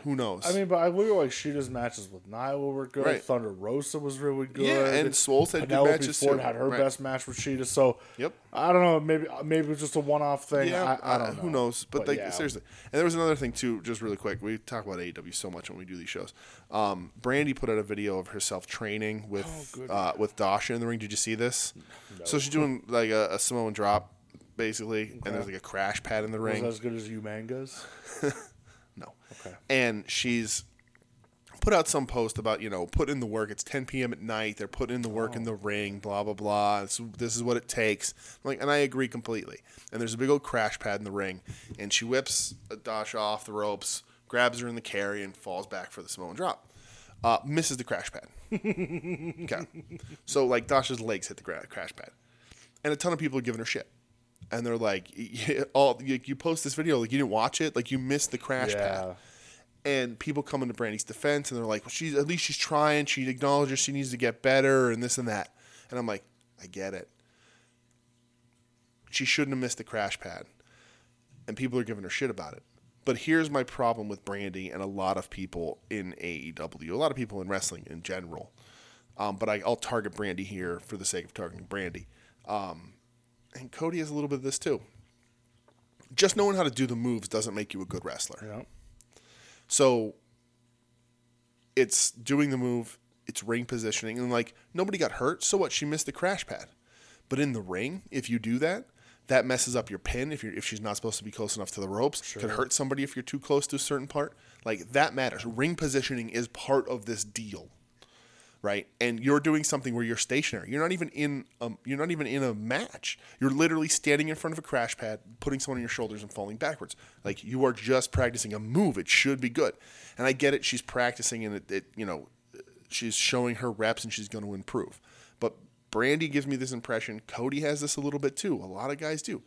Speaker 1: who knows.
Speaker 2: I mean, but I look at like Sheeta's matches with Nyla were good.
Speaker 1: Right.
Speaker 2: Thunder Rosa was really good.
Speaker 1: yeah, and Swole's had good
Speaker 2: Penelope
Speaker 1: matches
Speaker 2: Ford
Speaker 1: too.
Speaker 2: had her
Speaker 1: Right.
Speaker 2: best match with Sheeta. So
Speaker 1: Yep.
Speaker 2: I don't know. Maybe maybe it was just a one-off thing.
Speaker 1: Yeah,
Speaker 2: I, I don't
Speaker 1: uh,
Speaker 2: know.
Speaker 1: Who knows? But, like
Speaker 2: yeah.
Speaker 1: seriously, and there was another thing too. Just really quick, we talk about AEW so much when we do these shows. Um, Brandy put out a video of herself training
Speaker 2: Oh,
Speaker 1: with uh, with Dasha in the ring. Did you see this? So she's doing like a, a Samoan drop, basically, and there's like a crash pad in the
Speaker 2: Was
Speaker 1: ring.
Speaker 2: that as good as you mangas?
Speaker 1: No.
Speaker 2: Okay.
Speaker 1: And she's put out some post about, you know, put in the work. It's 10 p.m. at night. They're putting in the work in the ring, blah, blah, blah. It's, this is what it takes. Like, and I agree completely. And there's a big old crash pad in the ring. And she whips Dasha off the ropes, grabs her in the carry, and falls back for the Samoan drop. Uh, misses the crash pad. okay. So, like, Dasha's legs hit the gra- crash pad. And a ton of people are giving her shit. And they're like, all you, you post this video, like, you didn't watch it, like, you missed the crash pad
Speaker 2: Yeah.
Speaker 1: and people come into Brandy's defense and they're like, well, she's at least she's trying. She acknowledges she needs to get better and this and that. And I'm like, I get it. She shouldn't have missed the crash pad. And people are giving her shit about it. But here's my problem with Brandy and a lot of people in AEW, a lot of people in wrestling in general. Um, but I, I'll target Brandy here for the sake of targeting Brandy. Um, and Cody has a little bit of this too. Just knowing how to do the moves doesn't make you a good wrestler.
Speaker 2: Yeah.
Speaker 1: So it's doing the move, it's ring positioning, and like nobody got hurt. So what? She missed the crash pad. But in the ring, if you do that, that messes up your pin. If you're if she's not supposed to be close enough to the ropes, could hurt somebody if you're too close to a certain part. Like that matters. Ring positioning is part of this deal, right? And you're doing something where you're stationary. You're not even in a, you're not even in a match. You're literally standing in front of a crash pad, putting someone on your shoulders and falling backwards. Like you are just practicing a move. It should be good. And I get it. She's practicing, and it, it you know, she's showing her reps, and she's going to improve. But Brandy gives me this impression. Cody has this a little bit too. A lot of guys do.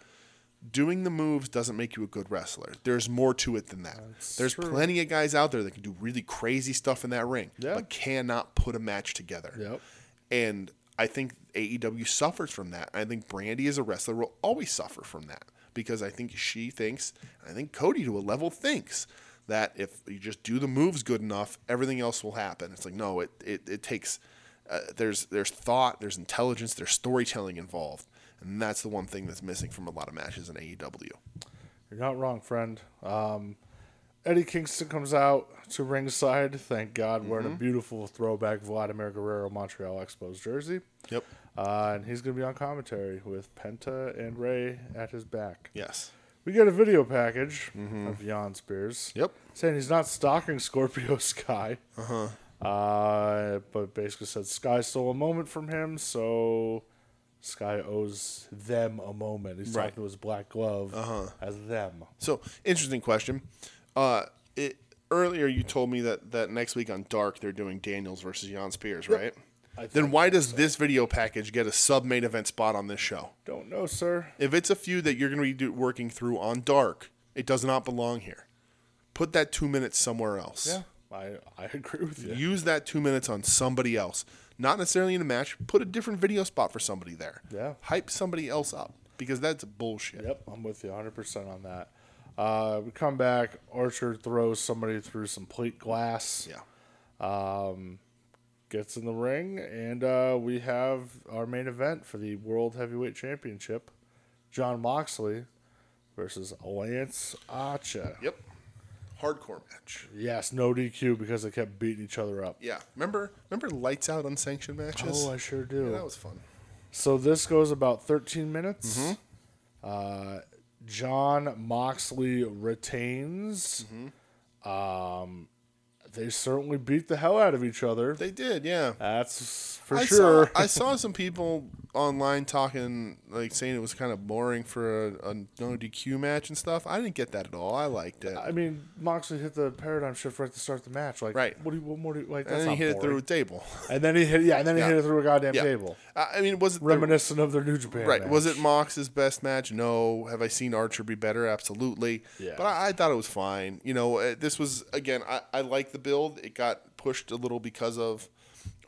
Speaker 1: Doing the moves doesn't make you a good wrestler. There's more to it than that. There's plenty of guys out there that can do really crazy stuff in that ring,
Speaker 2: Yeah.
Speaker 1: but cannot put a match together.
Speaker 2: Yep.
Speaker 1: And I think AEW suffers from that. I think Brandy as a wrestler will always suffer from that because I think she thinks, and I think Cody to a level thinks that if you just do the moves good enough, everything else will happen. It's like no, it it, it takes uh, there's there's thought, there's intelligence, there's storytelling involved, and that's the one thing that's missing from a E lot of matches in AEW.
Speaker 2: You're not wrong, friend. Um, Eddie Kingston comes out to ringside. Thank God, wearing
Speaker 1: Mm-hmm.
Speaker 2: a beautiful throwback Vladimir Guerrero Montreal Expos jersey.
Speaker 1: Yep.
Speaker 2: Uh, and he's going to be on commentary with Penta and Ray at his back.
Speaker 1: Yes.
Speaker 2: We get a video package of Jan Spears.
Speaker 1: Yep.
Speaker 2: Saying he's not stalking Scorpio Sky. Uh-huh. but basically said Sky stole a moment from him, so Sky owes them a moment. He's
Speaker 1: Right.
Speaker 2: talking to his black glove as them.
Speaker 1: So interesting question. Uh, it earlier you told me that that next week on Dark they're doing Daniels versus Jan Spears, right? Then why does this video package get a sub main event spot on this show?
Speaker 2: Don't know, sir.
Speaker 1: If it's a feud that you're going to be do- working through on Dark, it does not belong here. Put that two minutes somewhere else.
Speaker 2: Yeah, I I agree with you.
Speaker 1: Use that two minutes on somebody else. Not necessarily in a match. Put a different video spot for somebody there.
Speaker 2: Yeah.
Speaker 1: Hype somebody else up because that's bullshit.
Speaker 2: Yep, I'm with you 100% on that. Uh, we come back. Archer throws somebody through some plate glass.
Speaker 1: Yeah.
Speaker 2: Gets in the ring, and uh, we have our main event for the World Heavyweight Championship: John Moxley versus Lance Archer.
Speaker 1: Yep. Hardcore match.
Speaker 2: Yes, no DQ because they kept beating each other up.
Speaker 1: Yeah. Remember remember lights out unsanctioned matches?
Speaker 2: Oh, I sure do.
Speaker 1: Yeah, that was fun.
Speaker 2: So this goes about 13 minutes. Uh, John Moxley retains. Um, they certainly beat the hell out of each other.
Speaker 1: They did, yeah.
Speaker 2: That's for
Speaker 1: I
Speaker 2: sure.
Speaker 1: Saw, I saw some people online talking, like saying it was kind of boring for a, a no DQ match and stuff. I didn't get that at all. I liked it.
Speaker 2: I mean, Moxley hit the paradigm shift right to start the match. Like,
Speaker 1: Right.
Speaker 2: What do you? What more do you? Like,
Speaker 1: and
Speaker 2: that's
Speaker 1: then he
Speaker 2: not
Speaker 1: hit it
Speaker 2: boring.
Speaker 1: through a table.
Speaker 2: And then he hit. Yeah, and then he
Speaker 1: Yeah.
Speaker 2: hit it through a goddamn
Speaker 1: Yeah.
Speaker 2: table.
Speaker 1: I I mean, was it the-
Speaker 2: Reminiscent of their New Japan.
Speaker 1: right?
Speaker 2: match.
Speaker 1: Was it Mox's best match? No. Have I seen Archer be better? Absolutely.
Speaker 2: Yeah.
Speaker 1: But I, I thought it was fine. You know, uh, this was again. I I like the build. It got pushed a little because of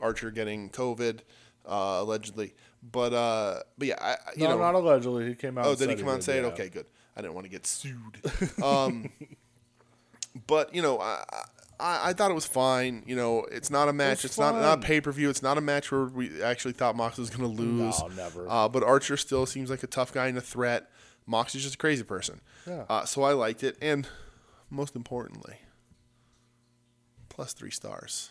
Speaker 1: Archer getting COVID, uh, allegedly. But uh, but yeah, I, I- you
Speaker 2: No,
Speaker 1: know,
Speaker 2: not allegedly. He came out.
Speaker 1: Oh,
Speaker 2: and
Speaker 1: did he
Speaker 2: said
Speaker 1: come out and
Speaker 2: did,
Speaker 1: say it?
Speaker 2: yeah.
Speaker 1: Okay, good. I didn't want to get sued. Um, but you know, I, I I thought it was fine. You know, it's not a match. It's not not
Speaker 2: fine.
Speaker 1: pay per view. It's not a match where we actually thought Mox was going to lose.
Speaker 2: No, never.
Speaker 1: Uh, but Archer still seems like a tough guy and a threat. Mox is just a crazy person.
Speaker 2: Yeah.
Speaker 1: Uh, so I liked it, and most importantly, plus three stars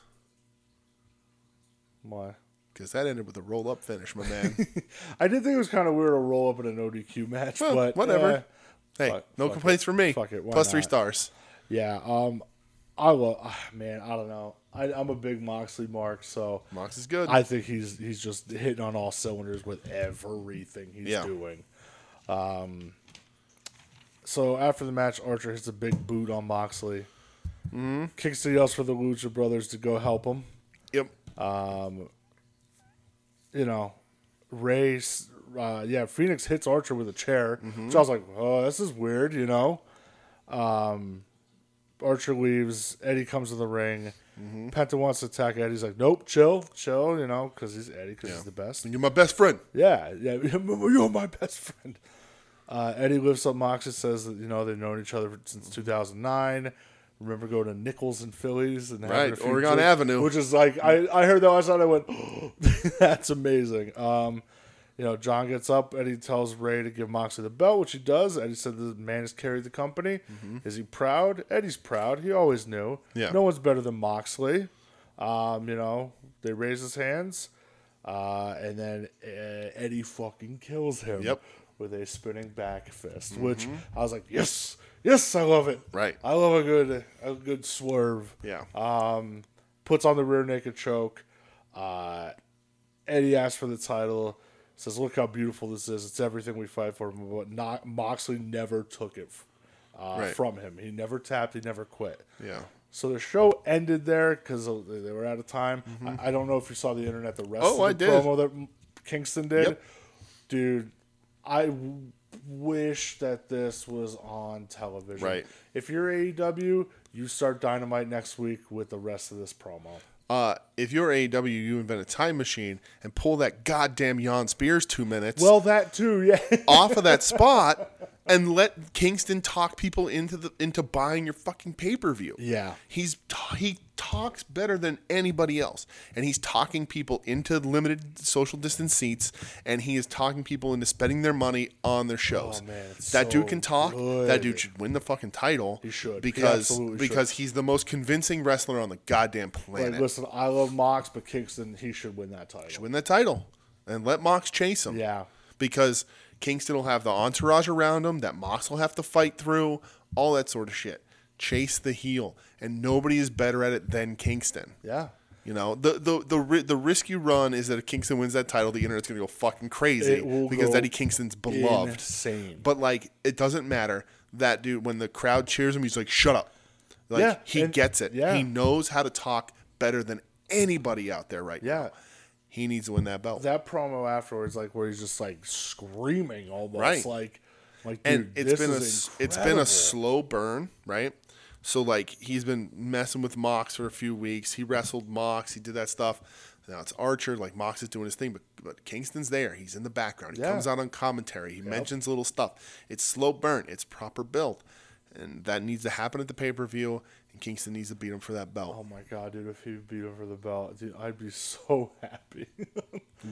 Speaker 2: Why?
Speaker 1: because that ended with a roll up finish, my man.
Speaker 2: I did think it was kind of weird to roll up in an ODQ match,
Speaker 1: Well,
Speaker 2: but
Speaker 1: whatever.
Speaker 2: eh,
Speaker 1: hey,
Speaker 2: Fuck-
Speaker 1: no
Speaker 2: fuck
Speaker 1: complaints
Speaker 2: it.
Speaker 1: from me.
Speaker 2: Fuck it, why
Speaker 1: Plus three
Speaker 2: not?
Speaker 1: stars.
Speaker 2: yeah, um, I will. ah, man, I don't know. I, I'm a big Moxley mark, so
Speaker 1: Mox is good.
Speaker 2: I think he's he's just hitting on all cylinders with everything he's
Speaker 1: Yeah.
Speaker 2: doing. Um, so after the match, Archer hits a big boot on Moxley, mm-hmm. kicks the yells for the Lucha Brothers to go help him.
Speaker 1: yep.
Speaker 2: you know, Ray, s- uh, yeah, Phoenix hits Archer with a chair, which I was like, oh, this is weird, you know. Um, Archer leaves. Eddie comes to the ring. Penta wants to attack Eddie's like, nope, chill, chill, you know, because he's Eddie, because he's the best.
Speaker 1: You're my best friend.
Speaker 2: Yeah, yeah, you're my best friend. Uh, Eddie lifts up Mox and says that you know they've known each other since 2009. Remember going to Nichols and Phillies and having
Speaker 1: Right,
Speaker 2: a few
Speaker 1: Oregon
Speaker 2: drinks,
Speaker 1: Avenue.
Speaker 2: which is like I, I heard that last night. I went, that's amazing. Um, you know, John gets up. Eddie tells Ray to give Moxley the belt, which he does. Eddie said the man has carried the company. Is he proud? Eddie's proud. He always knew.
Speaker 1: Mm-hmm. Yeah.
Speaker 2: No one's better than Moxley. Um, you know, they raise his hands. Uh, and then uh, Eddie fucking kills him
Speaker 1: Yep. Mm-hmm.
Speaker 2: with a spinning back fist, which I was like, yes, yes, I love it.
Speaker 1: Right.
Speaker 2: I love a good a good swerve.
Speaker 1: Yeah.
Speaker 2: Um, puts on the rear naked choke. Uh, Eddie asks for the title. Says, "Look how beautiful this is. It's everything we fight for." But not, Moxley never took it uh,
Speaker 1: Right.
Speaker 2: from him. He never tapped. He never quit.
Speaker 1: yeah.
Speaker 2: So the show ended there because they were out of time. I, I don't know if you saw the internet the rest
Speaker 1: Mm-hmm. Oh, I
Speaker 2: of the
Speaker 1: did.
Speaker 2: promo that M- Kingston did.
Speaker 1: Yep.
Speaker 2: Dude, I w- wish that this was on television.
Speaker 1: Right.
Speaker 2: If you're AEW, you start Dynamite next week with the rest of this promo.
Speaker 1: Uh, if you're AEW, you invent a time machine and pull that goddamn Jan Spears two minutes
Speaker 2: Well, that too, yeah.
Speaker 1: off of that spot and let Kingston talk people into the into buying your fucking pay per view.
Speaker 2: Yeah.
Speaker 1: he's t- he talks better than anybody else, and he's talking people into limited social distance seats, and he is talking people into spending their money on their shows.
Speaker 2: Oh, man, it's
Speaker 1: that dude
Speaker 2: so
Speaker 1: can talk. That
Speaker 2: good.
Speaker 1: dude should win the fucking title. He
Speaker 2: should. He
Speaker 1: because
Speaker 2: absolutely should.
Speaker 1: because he's the most convincing wrestler on the goddamn planet.
Speaker 2: like, listen, I love Mox, but Kingston, he should win that title.
Speaker 1: win that title and let Mox chase him.
Speaker 2: Yeah.
Speaker 1: Because Kingston will have the entourage around him that Mox will have to fight through, all that sort of shit. Chase the heel. And nobody is better at it than Kingston.
Speaker 2: Yeah.
Speaker 1: You know, the the the ri- the risk you run is that if Kingston wins that title, the internet's going to go fucking crazy
Speaker 2: It will
Speaker 1: because
Speaker 2: go
Speaker 1: Eddie Kingston's beloved.
Speaker 2: insane.
Speaker 1: But like it doesn't matter. That dude when the crowd cheers him, he's like, "Shut up." Like
Speaker 2: Yeah,
Speaker 1: he
Speaker 2: and-
Speaker 1: gets it.
Speaker 2: yeah.
Speaker 1: He knows how to talk better than anybody out there right now.
Speaker 2: Yeah.
Speaker 1: He needs to win that belt.
Speaker 2: That promo afterwards, like where he's just like screaming almost,
Speaker 1: Right.
Speaker 2: like, like,
Speaker 1: and
Speaker 2: dude,
Speaker 1: it's
Speaker 2: this
Speaker 1: been a
Speaker 2: is
Speaker 1: s- it's been a
Speaker 2: incredible.
Speaker 1: slow burn, right? So like he's been messing with Mox for a few weeks. He wrestled Mox. He did that stuff. Now it's Archer. Like Mox is doing his thing, but but Kingston's there. He's in the background. He
Speaker 2: Yeah.
Speaker 1: comes out on commentary. He mentions little stuff. It's slow burn. It's proper build, and that needs to happen at the pay per view. And Kingston needs to beat him for that belt.
Speaker 2: Oh my god, dude! If he beat over the belt, dude, I'd be so happy.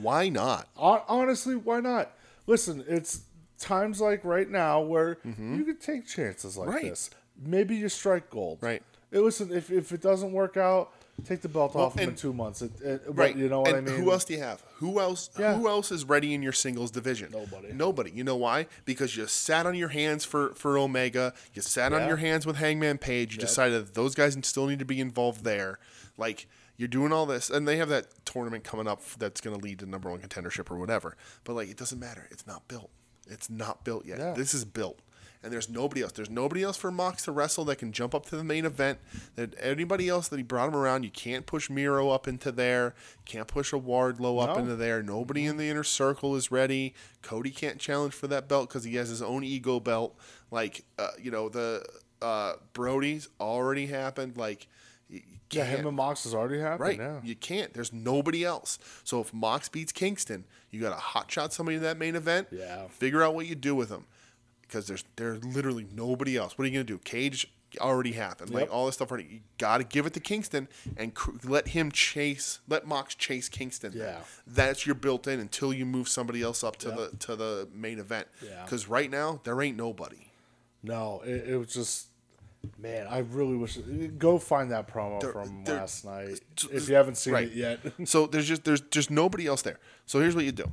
Speaker 1: Why not?
Speaker 2: Hon- Honestly, why not? Listen, it's times like right now where you could take chances like
Speaker 1: Mm-hmm. Right.
Speaker 2: this. Maybe you strike gold.
Speaker 1: Right.
Speaker 2: Eh, listen, if, if it doesn't work out, take the belt off him in
Speaker 1: and-
Speaker 2: two months. It, it,
Speaker 1: Right.
Speaker 2: right. You know what
Speaker 1: And
Speaker 2: I mean?
Speaker 1: Who else do you have? Who else?
Speaker 2: Yeah.
Speaker 1: Who else is ready in your singles division?
Speaker 2: Nobody.
Speaker 1: Nobody. You know why? Because you sat on your hands for for Omega. You sat on
Speaker 2: Yeah.
Speaker 1: your hands with Hangman Page. You decided that those guys still need to be involved there. Like you're doing all this, and they have that tournament coming up that's going to lead to number one contendership or whatever. But like, it doesn't matter. It's not built. It's not built yet.
Speaker 2: Yeah.
Speaker 1: This is built. And there's nobody else. There's nobody else for Mox to wrestle that can jump up to the main event. That anybody else that he brought him around, you can't push Miro up into there. Can't push a Wardlow up
Speaker 2: No.
Speaker 1: into there. Nobody in the inner circle is ready. Cody can't challenge for that belt because he has his own ego belt. Like uh, you know the uh, Brody's already happened. Like y- you
Speaker 2: Yeah,
Speaker 1: can't-
Speaker 2: him and Mox has already happened.
Speaker 1: Right.
Speaker 2: Yeah.
Speaker 1: You can't. There's nobody else. So if Mox beats Kingston, you got to hot shot somebody in that main event.
Speaker 2: Yeah.
Speaker 1: Figure out what you do with them, because there's there's literally nobody else. What are you gonna do? Cage already happened. Like
Speaker 2: Yep.
Speaker 1: all this stuff already. You got to give it to Kingston and cr- let him chase. Let Mox chase Kingston. then.
Speaker 2: Yeah.
Speaker 1: That's your built in until you move somebody else up to the to the main event.
Speaker 2: Yeah.
Speaker 1: Because right now there ain't nobody.
Speaker 2: No, it, it was just. Man, I really wish go find that promo from
Speaker 1: they're-
Speaker 2: last night
Speaker 1: t-
Speaker 2: if you haven't seen
Speaker 1: right.
Speaker 2: it yet.
Speaker 1: so there's just there's just nobody else there. So here's what you do: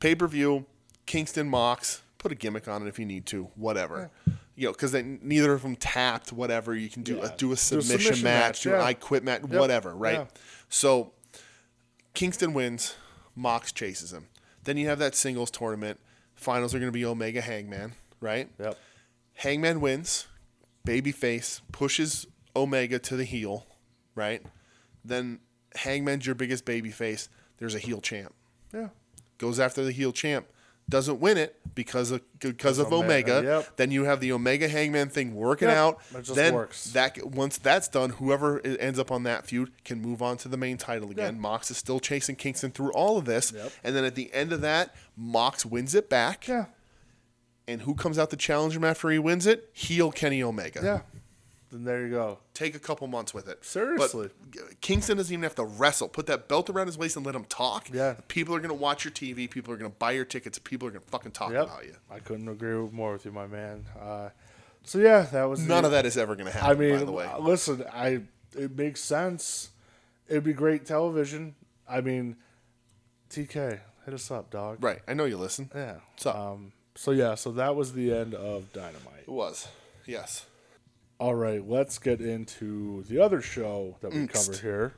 Speaker 1: pay per view, Kingston Mox, put a gimmick on it if you need to, whatever. You know, because then neither of them tapped, whatever. You can do
Speaker 2: Yeah.
Speaker 1: a, do a submission, match,
Speaker 2: submission match,
Speaker 1: do an
Speaker 2: yeah.
Speaker 1: I quit match, whatever, right?
Speaker 2: yeah.
Speaker 1: So Kingston wins, Mox chases him. Then you have that singles tournament. Finals are going to be Omega Hangman, right?
Speaker 2: Yep.
Speaker 1: Hangman wins. Babyface pushes Omega to the heel, right? Then Hangman's your biggest babyface. There's a heel champ.
Speaker 2: Yeah.
Speaker 1: Goes after the heel champ. Doesn't win it because of because of
Speaker 2: Omega,
Speaker 1: Omega.
Speaker 2: yep.
Speaker 1: Then you have the Omega Hangman thing working
Speaker 2: Yep,
Speaker 1: out.
Speaker 2: that just
Speaker 1: then
Speaker 2: works.
Speaker 1: that once that's done, whoever i- ends up on that feud can move on to the main title again.
Speaker 2: Yeah.
Speaker 1: Mox is still chasing Kingston through all of this,
Speaker 2: Yep.
Speaker 1: and then at the end of that, Mox wins it back.
Speaker 2: Yeah.
Speaker 1: And who comes out to challenge him after he wins it? Heel Kenny Omega.
Speaker 2: Yeah. Then there you go.
Speaker 1: Take a couple months with it.
Speaker 2: Seriously.
Speaker 1: But Kingston doesn't even have to wrestle. Put that belt around his waist and let him talk.
Speaker 2: Yeah.
Speaker 1: People are gonna watch your TV. People are gonna buy your tickets. People are gonna fucking talk
Speaker 2: Yep.
Speaker 1: about you.
Speaker 2: I couldn't agree with- more with you, my man. Uh, so yeah, that was
Speaker 1: None
Speaker 2: the,
Speaker 1: of that is ever gonna happen.
Speaker 2: I mean,
Speaker 1: by the way,
Speaker 2: uh, listen, I it makes sense. It'd be great television. I mean, TK, hit us up, dog.
Speaker 1: right? I know you listen.
Speaker 2: Yeah.
Speaker 1: So
Speaker 2: Um. So yeah. So that was the end of Dynamite.
Speaker 1: it was. Yes.
Speaker 2: All right. Let's get into the other show that we covered here.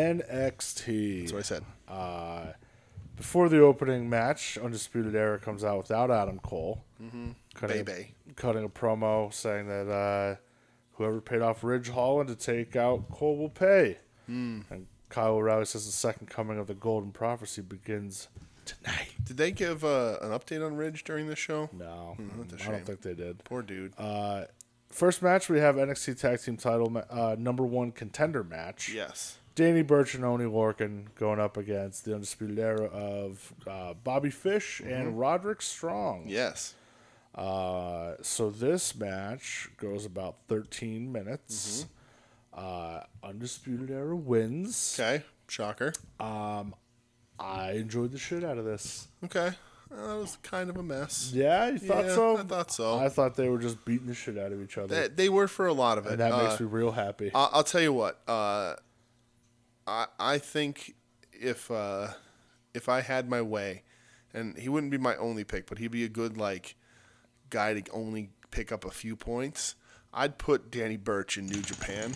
Speaker 2: NXT.
Speaker 1: That's what I said.
Speaker 2: Uh, before the opening match, Undisputed Era comes out without Adam Cole. Mm-hmm. Cutting,
Speaker 1: Bebe.
Speaker 2: cutting a promo saying that uh, whoever paid off Ridge Holland to take out Cole will pay.
Speaker 1: Hmm.
Speaker 2: And Kyle O'Reilly says the second coming of the Golden Prophecy begins tonight.
Speaker 1: Did they give uh, an update on Ridge during this show?
Speaker 2: No,
Speaker 1: Mm-hmm, that's a
Speaker 2: I
Speaker 1: shame.
Speaker 2: don't think they did.
Speaker 1: Poor dude.
Speaker 2: Uh, first match, we have NXT Tag Team Title ma- uh, Number One Contender match.
Speaker 1: yes.
Speaker 2: Danny Burch and Oni Lorcan going up against the Undisputed Era of uh, Bobby Fish
Speaker 1: Mm-hmm.
Speaker 2: and Roderick Strong.
Speaker 1: Yes.
Speaker 2: Uh, so this match goes about 13
Speaker 1: Mm-hmm.
Speaker 2: minutes. Uh, Undisputed Era wins.
Speaker 1: Okay. Shocker.
Speaker 2: I enjoyed the shit out of this.
Speaker 1: Okay. Uh, that was kind of a mess.
Speaker 2: Yeah, you thought
Speaker 1: Yeah,
Speaker 2: so?
Speaker 1: I thought so.
Speaker 2: I thought they were just beating the shit out of each
Speaker 1: They,
Speaker 2: other.
Speaker 1: they were for a lot of it.
Speaker 2: and that
Speaker 1: Uh,
Speaker 2: makes me real happy.
Speaker 1: I- I'll tell you what. Uh, I I think if uh, if I had my way, and he wouldn't be my only pick, but he'd be a good like guy to only pick up a few points. I'd put Danny Burch in New Japan.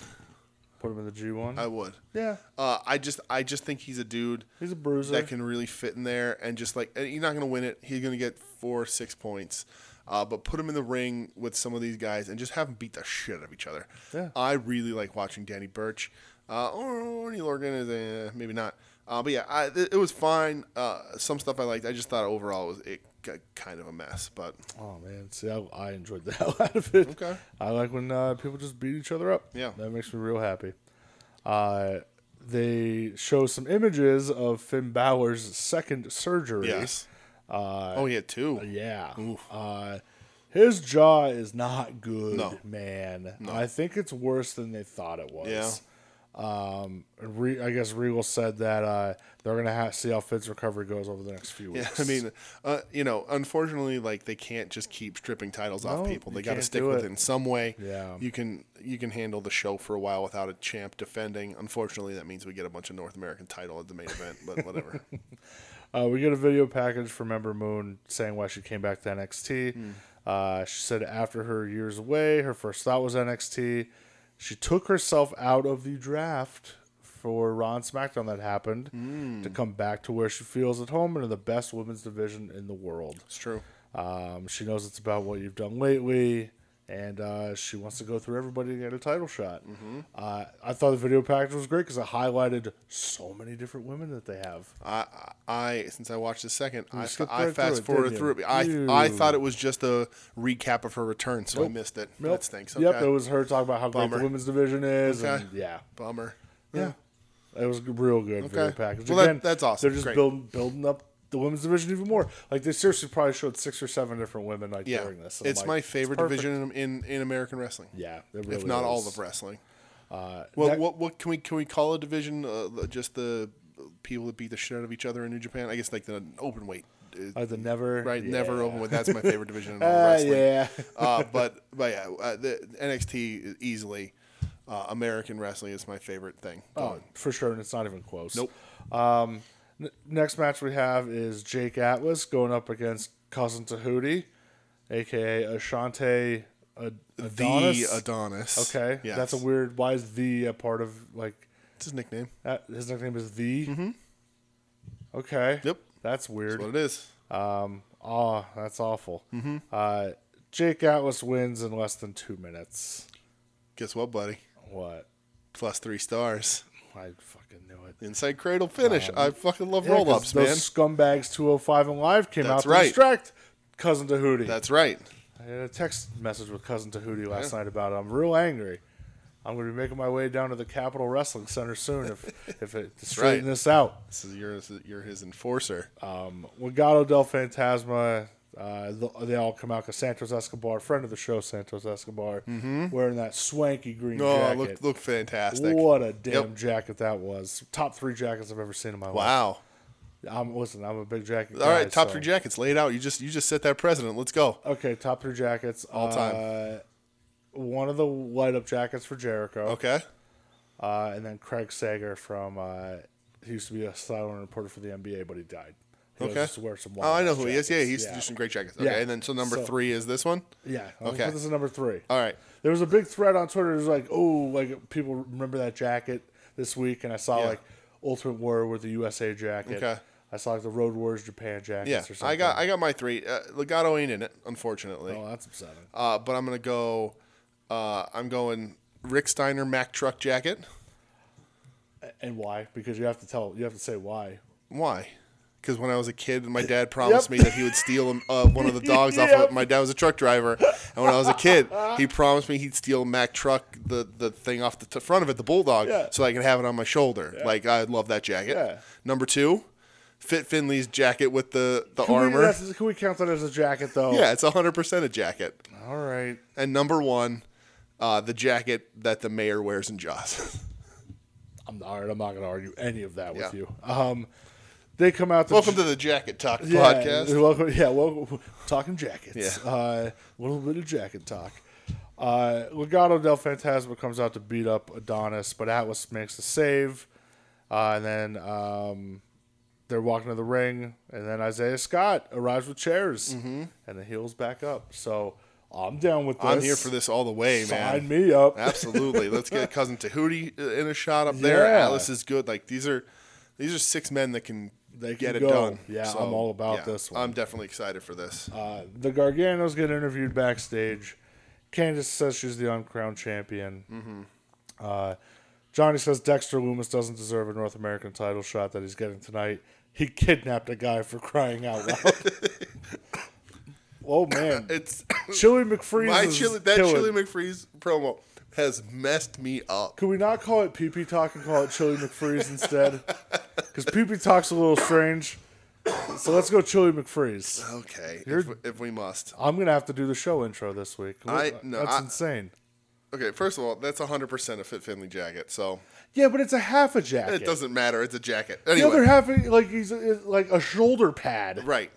Speaker 2: Put him in the G1.
Speaker 1: I would.
Speaker 2: yeah,
Speaker 1: Uh, I just I just think he's a dude
Speaker 2: he's a bruiser.
Speaker 1: eh, that can really fit in there and just like and you're not gonna win it. He's gonna get four or six points. Uh, but put them in the ring with some of these guys and just have them beat the shit out of each other.
Speaker 2: Yeah.
Speaker 1: I really like watching Danny Burch. Uh, or Neil Organ is eh, maybe not. Uh, but yeah, I, it, it was fine. Uh, some stuff I liked. I just thought overall it was it got kind of a mess. But
Speaker 2: Oh man, see, I, I enjoyed the hell out of it.
Speaker 1: Okay.
Speaker 2: I like when uh, people just beat each other up.
Speaker 1: Yeah.
Speaker 2: that makes me real happy. Uh, they show some images of Finn Balor's second surgery.
Speaker 1: Yes.
Speaker 2: Uh,
Speaker 1: oh yeah, two.
Speaker 2: yeah. Uh, his jaw is not good,
Speaker 1: No.
Speaker 2: man. I think it's worse than they thought it was.
Speaker 1: Yeah.
Speaker 2: Um, Re- I guess Regal said that uh, they're gonna have see how Finn's recovery goes over the next few
Speaker 1: Yeah,
Speaker 2: weeks.
Speaker 1: I mean, uh, you know, unfortunately, like they can't just keep stripping titles off
Speaker 2: No,
Speaker 1: people. They
Speaker 2: you
Speaker 1: got to
Speaker 2: can't
Speaker 1: stick
Speaker 2: do
Speaker 1: with
Speaker 2: it.
Speaker 1: it in some way.
Speaker 2: Yeah.
Speaker 1: you can you can handle the show for a while without a champ defending. Unfortunately, that means we get a bunch of North American title at the main event. But whatever.
Speaker 2: Uh, we get a video package from Ember Moon saying why she came back to NXT. Uh, she said after her years away, her first thought was NXT. She took herself out of the draft for Raw and SmackDown that happened to come back to where she feels at home and in the best women's division in the world.
Speaker 1: it's true.
Speaker 2: Um, she knows it's about what you've done lately, and uh, she wants to go through everybody to get a title shot. Uh, I thought the video package was great because it highlighted so many different women that they have.
Speaker 1: I, I since I watched the second, I,
Speaker 2: skipped
Speaker 1: I
Speaker 2: right through
Speaker 1: fast
Speaker 2: it,
Speaker 1: forwarded
Speaker 2: didn't
Speaker 1: through it.
Speaker 2: you?
Speaker 1: I I
Speaker 2: Ew.
Speaker 1: thought it was just a recap of her return, so I missed it.
Speaker 2: Nope.
Speaker 1: That stinks.
Speaker 2: Yep,
Speaker 1: Okay.
Speaker 2: it was her talking about how great
Speaker 1: Bummer.
Speaker 2: the women's division is.
Speaker 1: Okay.
Speaker 2: And yeah.
Speaker 1: Bummer.
Speaker 2: Yeah. It was real good video
Speaker 1: Okay.
Speaker 2: package.
Speaker 1: Well, that-
Speaker 2: Again,
Speaker 1: that's awesome.
Speaker 2: They're just
Speaker 1: Great.
Speaker 2: building building up the women's division even more. Like they seriously probably showed six or seven different women like
Speaker 1: Yeah,
Speaker 2: during this. and I'm
Speaker 1: it's
Speaker 2: like,
Speaker 1: my favorite
Speaker 2: perfect.
Speaker 1: division in, in in American wrestling.
Speaker 2: Yeah, it really
Speaker 1: if not all
Speaker 2: is.
Speaker 1: of wrestling.
Speaker 2: Uh,
Speaker 1: Well,
Speaker 2: next-
Speaker 1: what what can we can we call a division? Uh, the- just the people that beat the shit out of each other in New Japan. I guess like the open weight, uh,
Speaker 2: uh, the never
Speaker 1: right?
Speaker 2: yeah.
Speaker 1: Never open weight. That's my favorite division in all
Speaker 2: Ah,
Speaker 1: wrestling.
Speaker 2: yeah.
Speaker 1: uh, but but yeah, uh, the NXT is easily uh, American wrestling is my favorite thing.
Speaker 2: Oh, for sure, and it's not even close.
Speaker 1: Nope.
Speaker 2: Um, n- next match we have is Jake Atlas going up against Cousin Tahuti, aka Ashante Ad- Adonis.
Speaker 1: The Adonis.
Speaker 2: okay,
Speaker 1: Yes.
Speaker 2: that's a weird. Why is the a part of like
Speaker 1: It's his nickname.
Speaker 2: that, his nickname is the? Okay.
Speaker 1: Mm-hmm. Yep.
Speaker 2: That's
Speaker 1: That's
Speaker 2: weird.
Speaker 1: what it Mm-hmm. is.
Speaker 2: Um. Oh, that's awful. Uh, Jake Atlas wins in less than two minutes.
Speaker 1: Guess what, buddy?
Speaker 2: What?
Speaker 1: Plus three stars.
Speaker 2: I fucking knew it.
Speaker 1: Inside cradle finish. I fucking love
Speaker 2: Um, Yeah, 'cause
Speaker 1: roll ups, man.
Speaker 2: Those scumbags 205 and live came
Speaker 1: That's
Speaker 2: out to
Speaker 1: right.
Speaker 2: distract cousin Tahuti.
Speaker 1: That's right.
Speaker 2: I had a text message with cousin Tahuti last night about it. I'm real angry. I'm going to be making my way down to the Capitol Wrestling Center soon if if it to straighten
Speaker 1: right.
Speaker 2: this out.
Speaker 1: This is you're you're his enforcer.
Speaker 2: Um, Legado del Fantasma. Uh, th- they all come out because Santos Escobar, friend of the show, Santos Escobar, wearing that swanky green
Speaker 1: Mm-hmm. Oh,
Speaker 2: jacket.
Speaker 1: look look fantastic.
Speaker 2: what a damn
Speaker 1: Yep.
Speaker 2: jacket that was! Top three jackets I've ever seen in my life.
Speaker 1: Wow.
Speaker 2: I'm listen. I'm a big jacket.
Speaker 1: All right,
Speaker 2: guy,
Speaker 1: top
Speaker 2: so-
Speaker 1: three jackets laid out. You just you just set that precedent. Let's go.
Speaker 2: Okay, top three jackets
Speaker 1: All time.
Speaker 2: Uh, one of the light up jackets for Jericho.
Speaker 1: Okay.
Speaker 2: Uh, and then Craig Sager from uh, he used to be a sideline reporter for the NBA, but he died. He always
Speaker 1: Okay.
Speaker 2: used to wear some
Speaker 1: Oh, I know
Speaker 2: wild
Speaker 1: who he is. Yeah,
Speaker 2: jackets.
Speaker 1: he used to do some great jackets. Okay,
Speaker 2: Yeah.
Speaker 1: and then so number
Speaker 2: So-
Speaker 1: three is this one.
Speaker 2: Yeah. Okay.
Speaker 1: Okay.
Speaker 2: This is number three.
Speaker 1: All right.
Speaker 2: There was a big thread on Twitter. It was like, oh, like people remember that jacket this week, and I saw
Speaker 1: Yeah.
Speaker 2: like Ultimate Warrior with the USA jacket.
Speaker 1: Okay.
Speaker 2: I saw like the Road Warriors Japan jackets
Speaker 1: Yeah,
Speaker 2: or something.
Speaker 1: I got I got my three. Uh, Legato ain't in it, unfortunately.
Speaker 2: Oh, that's upsetting.
Speaker 1: Uh, but I'm gonna go. Uh, I'm going Rick Steiner Mack truck jacket.
Speaker 2: And why? Because you have to tell. You have to say why.
Speaker 1: Why? Because when I was a kid, my dad promised me that he would steal uh, one of the dogs off.
Speaker 2: Yep.
Speaker 1: Of, my dad was a truck driver, and when I was a kid, he promised me he'd steal Mack truck the, the thing off the t- front of it, the bulldog,
Speaker 2: Yeah.
Speaker 1: so I could have it on my shoulder. Like I love that jacket.
Speaker 2: Yeah.
Speaker 1: Number two, Fit Finley's jacket with the the
Speaker 2: Can we-
Speaker 1: armor.
Speaker 2: that's- can we count that as a jacket, though?
Speaker 1: yeah, it's hundred percent a jacket.
Speaker 2: All right.
Speaker 1: And number one, uh, the jacket that the mayor wears in Jaws.
Speaker 2: I'm all right. I'm not going to argue any of that with
Speaker 1: Yeah.
Speaker 2: you. Um, they come out. To
Speaker 1: Welcome to the Jacket Talk
Speaker 2: yeah,
Speaker 1: podcast.
Speaker 2: Welcome, yeah, welcome. Talking jackets.
Speaker 1: Yeah.
Speaker 2: Uh, a little bit of jacket talk. Uh, Legado del Fantasma comes out to beat up Adonis, but Atlas makes the save. Uh, and then um, they're walking to the ring, and then Isaiah Scott arrives with chairs, and the heels back up. So I'm down with this.
Speaker 1: Mm-hmm. I'm here for this all the way, man.
Speaker 2: Sign me up.
Speaker 1: Absolutely. Let's get cousin Tahuti uh, in a shot up there.
Speaker 2: Yeah.
Speaker 1: Alice is good. Like these are these are six men that can
Speaker 2: They
Speaker 1: get it
Speaker 2: can go.
Speaker 1: done.
Speaker 2: Yeah,
Speaker 1: So,
Speaker 2: I'm all about
Speaker 1: yeah,
Speaker 2: this one.
Speaker 1: I'm definitely excited for this.
Speaker 2: Uh, the Garganos get interviewed backstage. Candace says she's the uncrowned champion.
Speaker 1: Mm-hmm.
Speaker 2: Uh, Johnny says Dexter Loomis doesn't deserve a North American title shot that he's getting tonight. He kidnapped a guy for crying out loud. oh man,
Speaker 1: it's
Speaker 2: Chili McFreeze.
Speaker 1: my
Speaker 2: is
Speaker 1: chili. That
Speaker 2: killing.
Speaker 1: chili McFreeze promo has messed me up.
Speaker 2: Could we not call it pee pee talk and call it Chili McFreeze instead? Because pee pee talk's a little strange. So let's go Chili McFreeze.
Speaker 1: Okay, if,
Speaker 2: You're-
Speaker 1: if we must.
Speaker 2: I'm gonna have to do the show intro this week.
Speaker 1: I- no,
Speaker 2: That's
Speaker 1: I-
Speaker 2: insane.
Speaker 1: Okay, first of all, that's 100 percent a Fit Finley jacket, so
Speaker 2: Yeah, but it's a half a jacket.
Speaker 1: it doesn't matter. It's a jacket.
Speaker 2: the
Speaker 1: Anyway,
Speaker 2: other half, like he's is like a shoulder pad.
Speaker 1: right?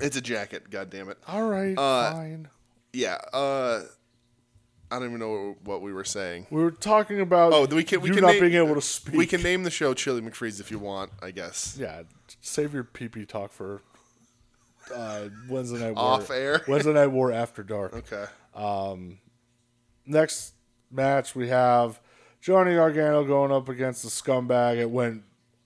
Speaker 1: It's a jacket. God damn it.
Speaker 2: All right,
Speaker 1: Uh,
Speaker 2: fine.
Speaker 1: Yeah. Uh, I don't even know what we were saying.
Speaker 2: We were talking about
Speaker 1: Oh, we can. We
Speaker 2: you
Speaker 1: can
Speaker 2: not
Speaker 1: name,
Speaker 2: being able to speak.
Speaker 1: We can name the show Chili McFreeze if you want. I guess.
Speaker 2: Yeah, save your pee pee talk for uh, Wednesday night war.
Speaker 1: Off air.
Speaker 2: Wednesday night war after dark.
Speaker 1: Okay.
Speaker 2: Next match we have Johnny Gargano going up against the scumbag. It went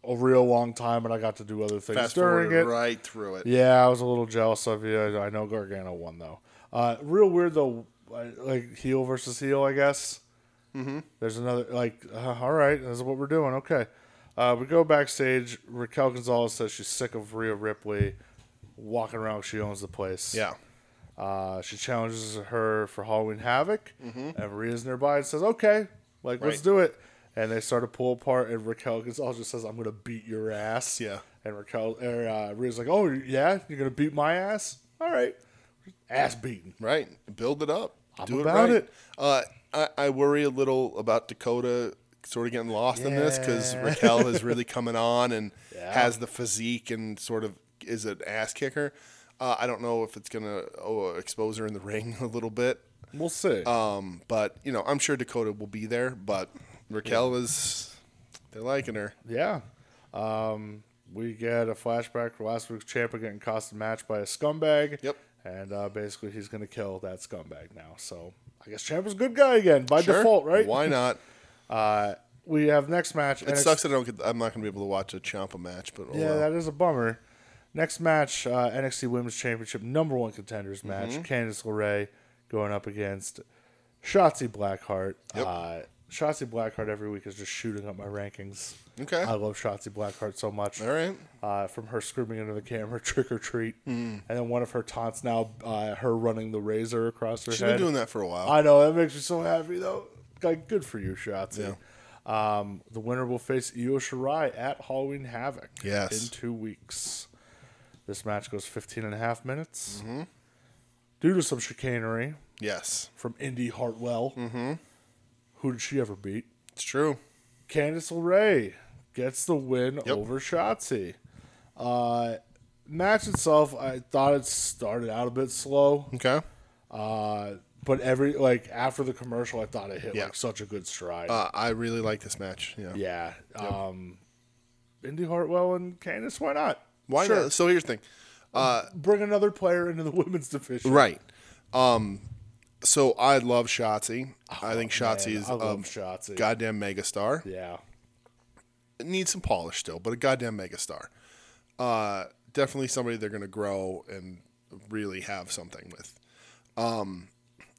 Speaker 2: a real long time, and I got to do other things
Speaker 1: Fast
Speaker 2: during
Speaker 1: forward
Speaker 2: it.
Speaker 1: right through it.
Speaker 2: Yeah, I was a little jealous of you. I I know Gargano won though. Uh, real weird though, I- like heel versus heel, I guess. Mm-hmm. There's another like, uh, all right, this is what we're doing. Okay, uh, we go backstage. Raquel Gonzalez says she's sick of Rhea Ripley walking around. like She owns the place.
Speaker 1: Yeah.
Speaker 2: Uh, she challenges her for Halloween Havoc, and Rhea's nearby and says, "Okay, like let's
Speaker 1: Mm-hmm. Right.
Speaker 2: do it." And they start to pull apart, and Raquel Gonzalez just says, "I'm gonna beat your ass."
Speaker 1: Yeah.
Speaker 2: And Raquel or uh, Rhea's like, "Oh yeah, you're gonna beat my ass? All right, ass beating."
Speaker 1: Right. Build it up.
Speaker 2: I'm
Speaker 1: Do
Speaker 2: about
Speaker 1: it, right.
Speaker 2: it.
Speaker 1: Uh, I, I worry a little about Dakota sort of getting lost in this because
Speaker 2: Yeah.
Speaker 1: Raquel is really coming on and
Speaker 2: Yeah.
Speaker 1: has the physique and sort of is an ass kicker. Uh, I don't know if it's gonna oh, expose her in the ring a little bit.
Speaker 2: We'll see.
Speaker 1: Um, but you know, I'm sure Dakota will be there. But Raquel is they're liking her.
Speaker 2: yeah. Um, we get a flashback for last week's champion getting cost a match by a scumbag.
Speaker 1: Yep.
Speaker 2: And uh, basically, he's gonna kill that scumbag now. So I guess Champ is a good guy again by
Speaker 1: Sure.
Speaker 2: default, right?
Speaker 1: Why not?
Speaker 2: Uh, we have next match.
Speaker 1: It sucks that I don't get. I'm not gonna be able to watch a Champa match, but oh
Speaker 2: Yeah,
Speaker 1: well.
Speaker 2: that is a bummer. Next match, uh, NXT Women's Championship number one contenders match.
Speaker 1: Mm-hmm.
Speaker 2: Candice LeRae going up against Shotzi Blackheart. Uh, Shotzi Blackheart every week is just shooting up my rankings.
Speaker 1: Okay.
Speaker 2: I love Shotzi Blackheart so much.
Speaker 1: All right.
Speaker 2: Uh, from her screaming into the camera, trick or treat,
Speaker 1: Mm.
Speaker 2: and then one of her taunts now, uh, her running the razor across her
Speaker 1: She's
Speaker 2: head.
Speaker 1: been doing that for a while.
Speaker 2: I know that makes me so happy though. Like, good for you, Shotzi. Um, the winner will face Io Shirai at Halloween Havoc.
Speaker 1: Yes.
Speaker 2: in two weeks. This match goes 15 and a half minutes. Due to some chicanery
Speaker 1: yes,
Speaker 2: from Indy Hartwell, who did she ever beat?
Speaker 1: it's true.
Speaker 2: Candice LeRae gets the win over Shotzi. Uh, match itself, I thought it started out a bit slow.
Speaker 1: Okay.
Speaker 2: Uh, but every like after the commercial, I thought it hit
Speaker 1: Yeah.
Speaker 2: like such a good stride.
Speaker 1: Uh, I really like this match. Yeah.
Speaker 2: yeah. Um, Indy Hartwell and Candice, why not?
Speaker 1: Why
Speaker 2: Sure.
Speaker 1: not? So here's the thing. Uh,
Speaker 2: Bring another player into the women's division.
Speaker 1: right. Um, so I love Shotzi. I think Shotzi
Speaker 2: Oh, man,
Speaker 1: is um,
Speaker 2: I
Speaker 1: a
Speaker 2: love Shotzi.
Speaker 1: goddamn megastar.
Speaker 2: Yeah.
Speaker 1: Needs some polish still, but a goddamn megastar. Uh, definitely somebody they're going to grow and really have something with. Um,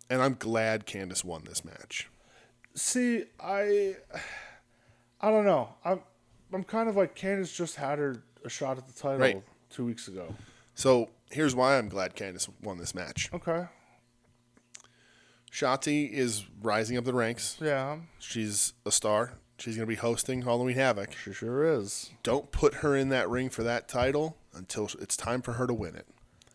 Speaker 1: and I'm glad Candace won this match.
Speaker 2: See, I, I don't know. I'm, I'm kind of like Candice just had her a shot at the title
Speaker 1: Right.
Speaker 2: two weeks ago.
Speaker 1: So here's why I'm glad Candace won this match.
Speaker 2: Okay.
Speaker 1: Shotzi is rising up the ranks.
Speaker 2: Yeah.
Speaker 1: She's a star. She's going to be hosting Halloween Havoc.
Speaker 2: She sure is.
Speaker 1: Don't put her in that ring for that title until it's time for her to win it.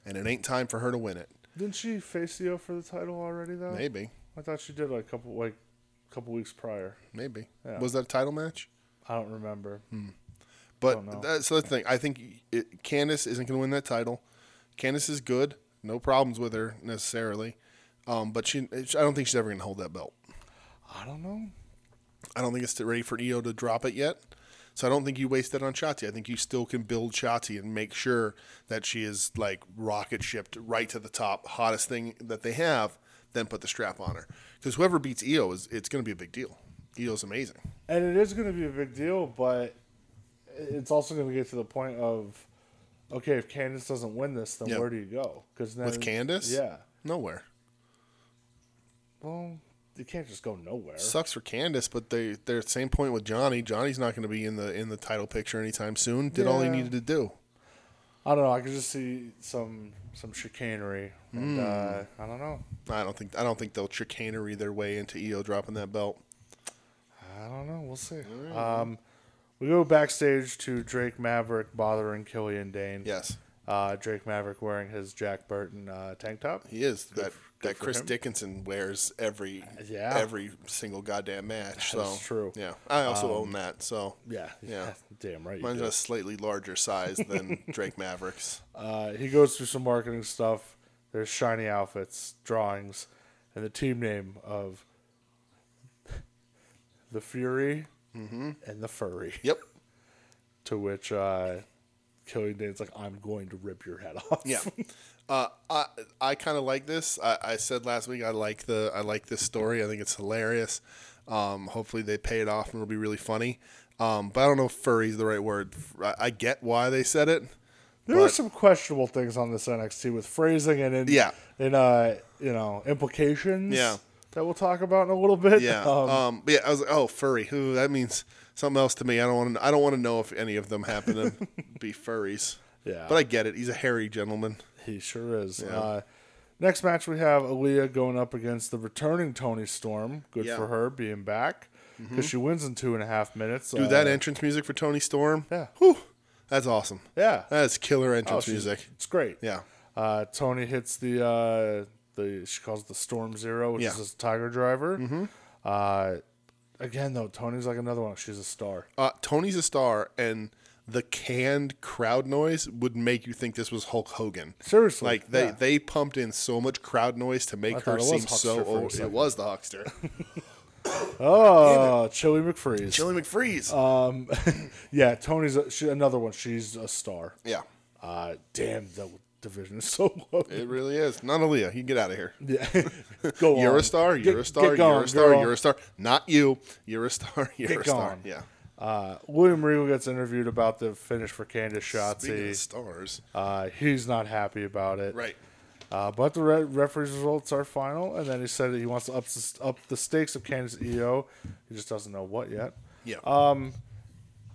Speaker 1: And it ain't time for her to win it.
Speaker 2: Didn't she face Io for the title already though?
Speaker 1: Maybe.
Speaker 2: I thought she did like a couple like, couple weeks prior.
Speaker 1: Maybe. Was that a title match?
Speaker 2: I don't remember.
Speaker 1: Hmm.
Speaker 2: know.
Speaker 1: But that's the thing. I think it, Candace isn't going to win that title. Candace is good. No problems with her necessarily. Um, but she, I don't think she's ever going to hold that belt.
Speaker 2: I don't know.
Speaker 1: I don't think it's ready for EO to drop it yet. So I don't think you waste that on Shotzi. I think you still can build Shotzi and make sure that she is like rocket shipped right to the top, hottest thing that they have. Then put the strap on her because whoever beats EO is it's going to be a big deal. EO's amazing.
Speaker 2: And it is going to be a big deal, but it's also going to get to the point of, okay, if Candace doesn't win this, then
Speaker 1: Yeah.
Speaker 2: where do you go? Because
Speaker 1: With Candace?
Speaker 2: yeah.
Speaker 1: Nowhere.
Speaker 2: Well, you can't just go nowhere.
Speaker 1: Sucks for Candace, but they they're at the same point with Johnny. Johnny's not going to be in the in the title picture anytime soon. Did all he
Speaker 2: Yeah.
Speaker 1: needed to do.
Speaker 2: I don't know. I could just see some some chicanery, and
Speaker 1: Hmm.
Speaker 2: uh, I don't know.
Speaker 1: I don't think I don't think they'll chicanery their way into EO dropping that belt.
Speaker 2: I don't know. We'll see. Um, we go backstage to Drake Maverick bothering Killian Dane.
Speaker 1: Yes,
Speaker 2: Uh, Drake Maverick wearing his Jack Burton uh, tank top.
Speaker 1: he is that
Speaker 2: good
Speaker 1: that
Speaker 2: for
Speaker 1: Chris
Speaker 2: him.
Speaker 1: Dickinson wears every
Speaker 2: Yeah.
Speaker 1: every single goddamn match. So
Speaker 2: That's true. Um,
Speaker 1: Yeah, I also own that. So
Speaker 2: Yeah.
Speaker 1: Yeah.
Speaker 2: Damn right. you
Speaker 1: mine's
Speaker 2: do.
Speaker 1: a slightly larger size than Drake Mavericks.
Speaker 2: Uh, he goes through some marketing stuff. There's shiny outfits, drawings, and the team name of the Fury
Speaker 1: Mm-hmm.
Speaker 2: and the Furry.
Speaker 1: Yep.
Speaker 2: To which uh, Killing Dane's like, "I'm going to rip your head off."
Speaker 1: Yeah. Uh, I I kind of like this. I, I said last week I like the I like this story. I think it's hilarious. Um, hopefully they pay it off and it'll be really funny. Um, but I don't know if "furry" is the right word. I, I get why they said it.
Speaker 2: There were
Speaker 1: But-
Speaker 2: some questionable things on this NXT with phrasing and in,
Speaker 1: Yeah.
Speaker 2: and uh, you know implications.
Speaker 1: Yeah.
Speaker 2: That we'll talk about in a little bit.
Speaker 1: Yeah. Um,
Speaker 2: Um,
Speaker 1: but yeah, I was like, oh, furry. Who? That means something else to me. I don't want to. I don't want to know if any of them happen to be furries.
Speaker 2: Yeah.
Speaker 1: But I get it. He's a hairy gentleman.
Speaker 2: He sure is. Uh, next match, we have Aaliyah going up against the returning Tony Storm. Good
Speaker 1: Yeah. Mm-hmm.
Speaker 2: for her being back because she wins in two and a half minutes. Uh,
Speaker 1: Dude, that entrance music for Tony Storm.
Speaker 2: Yeah.
Speaker 1: Whew, that's awesome.
Speaker 2: Yeah.
Speaker 1: That's killer
Speaker 2: Oh,
Speaker 1: entrance
Speaker 2: she's-
Speaker 1: music.
Speaker 2: It's great.
Speaker 1: Yeah.
Speaker 2: Uh, Tony hits the uh, the she calls it the Storm Zero, which
Speaker 1: Yeah. Mm-hmm.
Speaker 2: is his Tiger Driver. Uh, again, though, Tony's like another one. She's a star.
Speaker 1: Uh, Tony's a star, and the canned crowd noise would make you think this was Hulk Hogan.
Speaker 2: Seriously,
Speaker 1: Like they,
Speaker 2: yeah.
Speaker 1: they pumped in so much crowd noise to make
Speaker 2: I
Speaker 1: her
Speaker 2: thought it was
Speaker 1: seem
Speaker 2: Huckster
Speaker 1: so.
Speaker 2: for a
Speaker 1: Old. It
Speaker 2: second.
Speaker 1: was the Huckster,
Speaker 2: Oh, Chili McFreeze.
Speaker 1: Chili McFreeze.
Speaker 2: Um, yeah, Tony's a, she, another one. She's a star.
Speaker 1: yeah,
Speaker 2: Uh, damn, the division is so loaded.
Speaker 1: it really is. Not Aaliyah, you get out of here.
Speaker 2: Yeah. Go
Speaker 1: You're
Speaker 2: on.
Speaker 1: a star.
Speaker 2: Get-
Speaker 1: You're a
Speaker 2: get
Speaker 1: star.
Speaker 2: gone,
Speaker 1: You're a star.
Speaker 2: girl.
Speaker 1: You're a star. Not you. You're a star. You're
Speaker 2: Get
Speaker 1: a star.
Speaker 2: gone.
Speaker 1: Yeah.
Speaker 2: Uh, William Regal gets interviewed about the finish for Candace
Speaker 1: Speaking of
Speaker 2: Shotzi.
Speaker 1: stars,
Speaker 2: Uh, he's not happy about it.
Speaker 1: right?
Speaker 2: Uh, but the re- referee's results are final, and then he said that he wants to up, s- up the stakes of Candace EO. He just doesn't know what yet.
Speaker 1: Yeah.
Speaker 2: Uh,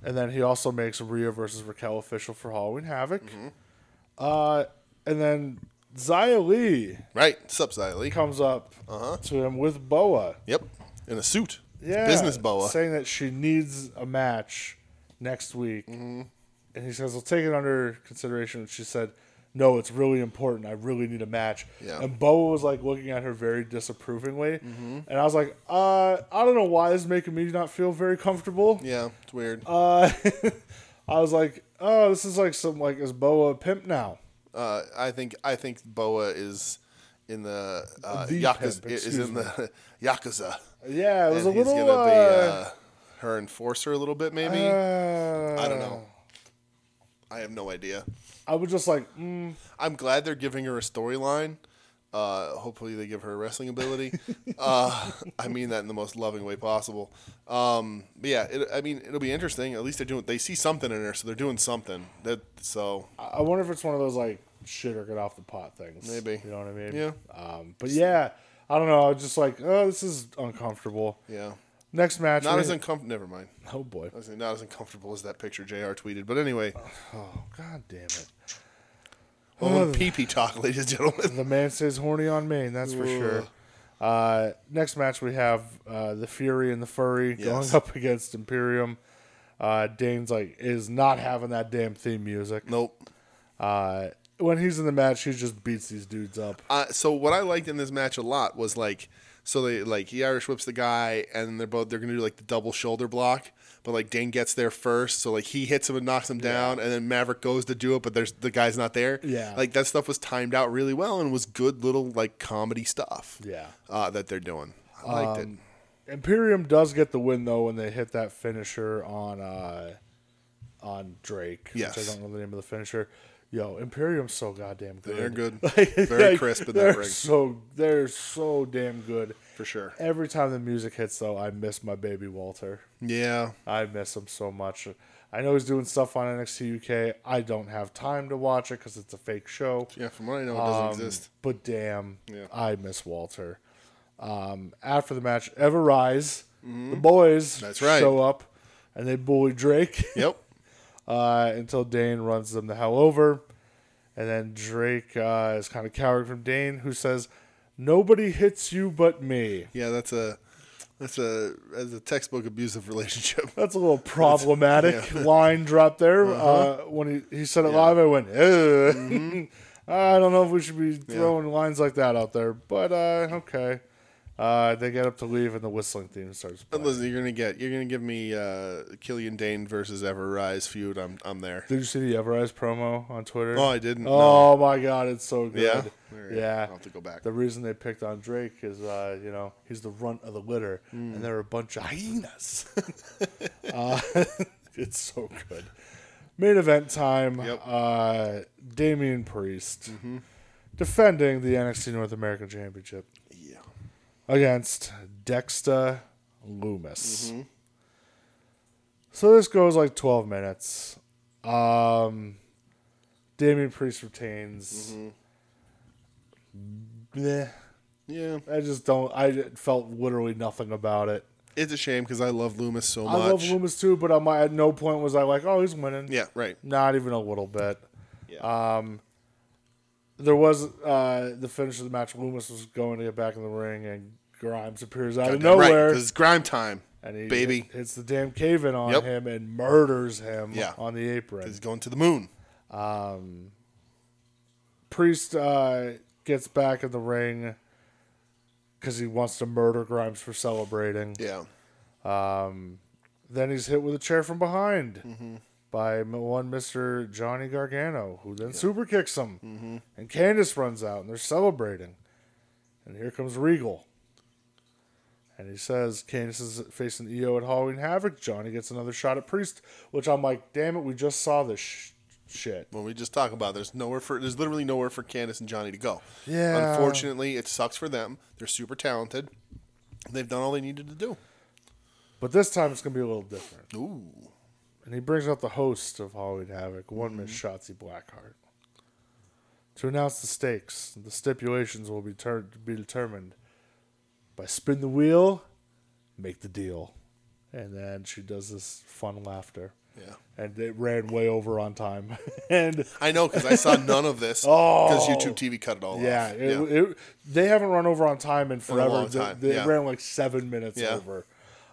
Speaker 2: And then he also makes Rhea versus Raquel official for Halloween Havoc.
Speaker 1: Mm-hmm.
Speaker 2: Uh, and then Zia Lee
Speaker 1: right. Sup, Xylee.
Speaker 2: comes up
Speaker 1: Uh-huh.
Speaker 2: to him with Boa.
Speaker 1: Yep. In a suit.
Speaker 2: yeah,
Speaker 1: Business boa.
Speaker 2: saying that she needs a match next week,
Speaker 1: Mm-hmm.
Speaker 2: and he says, "We'll take it under consideration." And she said, "No, it's really important. I really need a match."
Speaker 1: Yeah. Mm-hmm.
Speaker 2: And Boa was like looking at her very disapprovingly, and I was like, "Uh, I don't know why this is making me not feel very comfortable."
Speaker 1: yeah. It's weird.
Speaker 2: Uh, I was like, "Oh, this is like some like is Boa a pimp now?"
Speaker 1: Uh, I think I think Boa is in the, uh,
Speaker 2: The
Speaker 1: yakuza,
Speaker 2: pimp,
Speaker 1: is in the yakuza.
Speaker 2: Yeah, it was
Speaker 1: and
Speaker 2: a little.
Speaker 1: he's gonna be
Speaker 2: uh,
Speaker 1: uh, her enforcer a little bit, maybe. I don't know. I have no idea.
Speaker 2: I was just like, mm,
Speaker 1: I'm glad they're giving her a storyline. Uh, hopefully, they give her a wrestling ability. uh, I mean that in the most loving way possible. Um, but yeah, it, I mean it'll be interesting. At least they're doing. They see something in her, so they're doing something. That so
Speaker 2: I I wonder if it's one of those like shit or get off the pot things.
Speaker 1: Maybe.
Speaker 2: You know what I mean?
Speaker 1: Yeah.
Speaker 2: Um, but yeah, I don't know. I was just like, oh, this is uncomfortable.
Speaker 1: yeah,
Speaker 2: Next match.
Speaker 1: not
Speaker 2: we-
Speaker 1: as Uh. uncomfortable. Never mind.
Speaker 2: oh boy.
Speaker 1: I was not as uncomfortable as that picture Jr. tweeted. But anyway,
Speaker 2: Oh god damn it.
Speaker 1: well, pee pee talk, ladies and gentlemen.
Speaker 2: The man stays horny on Maine. That's for sure. Uh, next match we have uh, the Fury and the Furry
Speaker 1: Yes.
Speaker 2: going up against Imperium. Uh, Dane's like is not having that damn theme music.
Speaker 1: Nope.
Speaker 2: Uh, when he's in the match, he just beats these dudes up.
Speaker 1: Uh, so what I liked in this match a lot was like, so they like he Irish whips the guy, and they're both they're gonna do like the double shoulder block, but like Dane gets there first, so like he hits him and knocks him down, and then Maverick goes to do it, but there's the guy's not there.
Speaker 2: Yeah.
Speaker 1: like that stuff was timed out really well and was good little like comedy stuff.
Speaker 2: Yeah. Um,
Speaker 1: uh, that they're doing. I liked it.
Speaker 2: Imperium does get the win though when they hit that finisher on uh on Drake. Which
Speaker 1: Yes.
Speaker 2: I don't know the name of the finisher. Yo, Imperium's so goddamn good.
Speaker 1: They're good,
Speaker 2: Like-
Speaker 1: very
Speaker 2: like,
Speaker 1: crisp in
Speaker 2: they're
Speaker 1: that ring
Speaker 2: So they're so damn good.
Speaker 1: for sure.
Speaker 2: Every time the music hits though, I miss my baby Walter.
Speaker 1: Yeah,
Speaker 2: I miss him so much. I know he's doing stuff on NXT UK. I don't have time to watch it because it's a fake show.
Speaker 1: Yeah, from what I know, it doesn't
Speaker 2: Um,
Speaker 1: exist.
Speaker 2: But damn,
Speaker 1: Yeah.
Speaker 2: I miss Walter. Um, after the match, Ever Rise, the boys
Speaker 1: Mm-hmm. That's right.
Speaker 2: show up and they bully Drake
Speaker 1: Yep.
Speaker 2: uh, until Dane runs them the hell over. And then Drake uh, is kind of cowering from Dane, who says, Nobody hits you but me.
Speaker 1: Yeah, that's a that's a that's a textbook abusive relationship.
Speaker 2: That's a little problematic line drop there.
Speaker 1: Uh-huh.
Speaker 2: uh when he, he said it live, I went, "Ugh."
Speaker 1: Mm-hmm.
Speaker 2: I don't know if we should be throwing lines like that out there, but uh, okay. Uh, they get up to leave, and the whistling theme starts.
Speaker 1: But
Speaker 2: Playing.
Speaker 1: listen, you're gonna get you're gonna give me uh, Killian Dane versus Ever Rise feud. I'm I'm there.
Speaker 2: Did you see the Everrise promo on Twitter?
Speaker 1: Oh, I didn't. no.
Speaker 2: Oh my god, it's so
Speaker 1: Yeah.
Speaker 2: good.
Speaker 1: All
Speaker 2: Yeah.
Speaker 1: right, I'll have to go back.
Speaker 2: The reason they picked on Drake is uh, you know, he's the runt of the litter and they're a bunch of hyenas. uh, it's so good. Main event time.
Speaker 1: Yep.
Speaker 2: Uh Damian Priest defending the NXT North American Championship
Speaker 1: Yeah.
Speaker 2: against Dexter Loomis. So this goes like 12 minutes. Um, Damian Priest retains. Bleh.
Speaker 1: Yeah.
Speaker 2: I just don't. I felt literally nothing about it.
Speaker 1: It's a shame because I love Loomis so
Speaker 2: I love
Speaker 1: much.
Speaker 2: Loomis too, but I'm, at no point was I like, oh, he's winning.
Speaker 1: Yeah. Right.
Speaker 2: Not even a little bit. Um,
Speaker 1: Yeah.
Speaker 2: There was uh, the finish of the match. Loomis was going to get back in the ring, and Grimes appears out of nowhere.
Speaker 1: Because it's grime time.
Speaker 2: and he
Speaker 1: Baby.
Speaker 2: hit- hits the damn cave in on
Speaker 1: Yep.
Speaker 2: him and murders him
Speaker 1: Yeah.
Speaker 2: on the apron.
Speaker 1: He's going to the moon.
Speaker 2: Priest uh, gets back in the ring because he wants to murder Grimes for celebrating.
Speaker 1: Yeah.
Speaker 2: Then he's hit with a chair from behind by m- one Mister Johnny Gargano, who then super kicks him, and Candice runs out and they're celebrating. And here comes Regal. And he says Candice is facing EO at Halloween Havoc. Johnny gets another shot at Priest, which I'm like, damn it, we just saw this sh- shit.
Speaker 1: When we just talk about, there's nowhere for there's literally nowhere for Candace and Johnny to go.
Speaker 2: Yeah.
Speaker 1: Unfortunately, it sucks for them. They're super talented. They've done all they needed to do.
Speaker 2: But this time it's going to be a little different.
Speaker 1: Ooh.
Speaker 2: And he brings out the host of Halloween Havoc, one
Speaker 1: Mm-hmm.
Speaker 2: Miss Shotzi Blackheart, to announce the stakes. The stipulations will be, ter- be determined by spin the wheel, make the deal. And then she does this fun laughter.
Speaker 1: Yeah.
Speaker 2: And it ran way over on time. and
Speaker 1: I know because I saw none of this because
Speaker 2: Oh.
Speaker 1: YouTube TV cut it all
Speaker 2: yeah,
Speaker 1: off.
Speaker 2: it, It, they haven't run over on time in forever.
Speaker 1: long
Speaker 2: They-
Speaker 1: time,
Speaker 2: They,
Speaker 1: yeah.
Speaker 2: ran like seven minutes
Speaker 1: Yeah.
Speaker 2: over.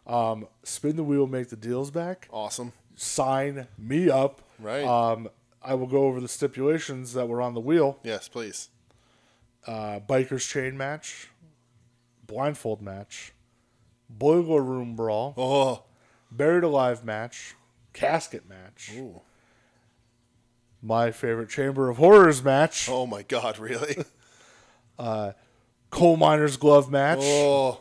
Speaker 2: Um, spin the wheel, make the deals back.
Speaker 1: awesome.
Speaker 2: sign me up.
Speaker 1: Right.
Speaker 2: Um, I will go over the stipulations that were on the wheel:
Speaker 1: Yes, please.
Speaker 2: uh, bikers chain match, blindfold match, boiler room brawl,
Speaker 1: Oh,
Speaker 2: buried alive match, casket match,
Speaker 1: Ooh.
Speaker 2: my favorite chamber of horrors match,
Speaker 1: oh my God, really?
Speaker 2: coal miner's glove match,
Speaker 1: Oh,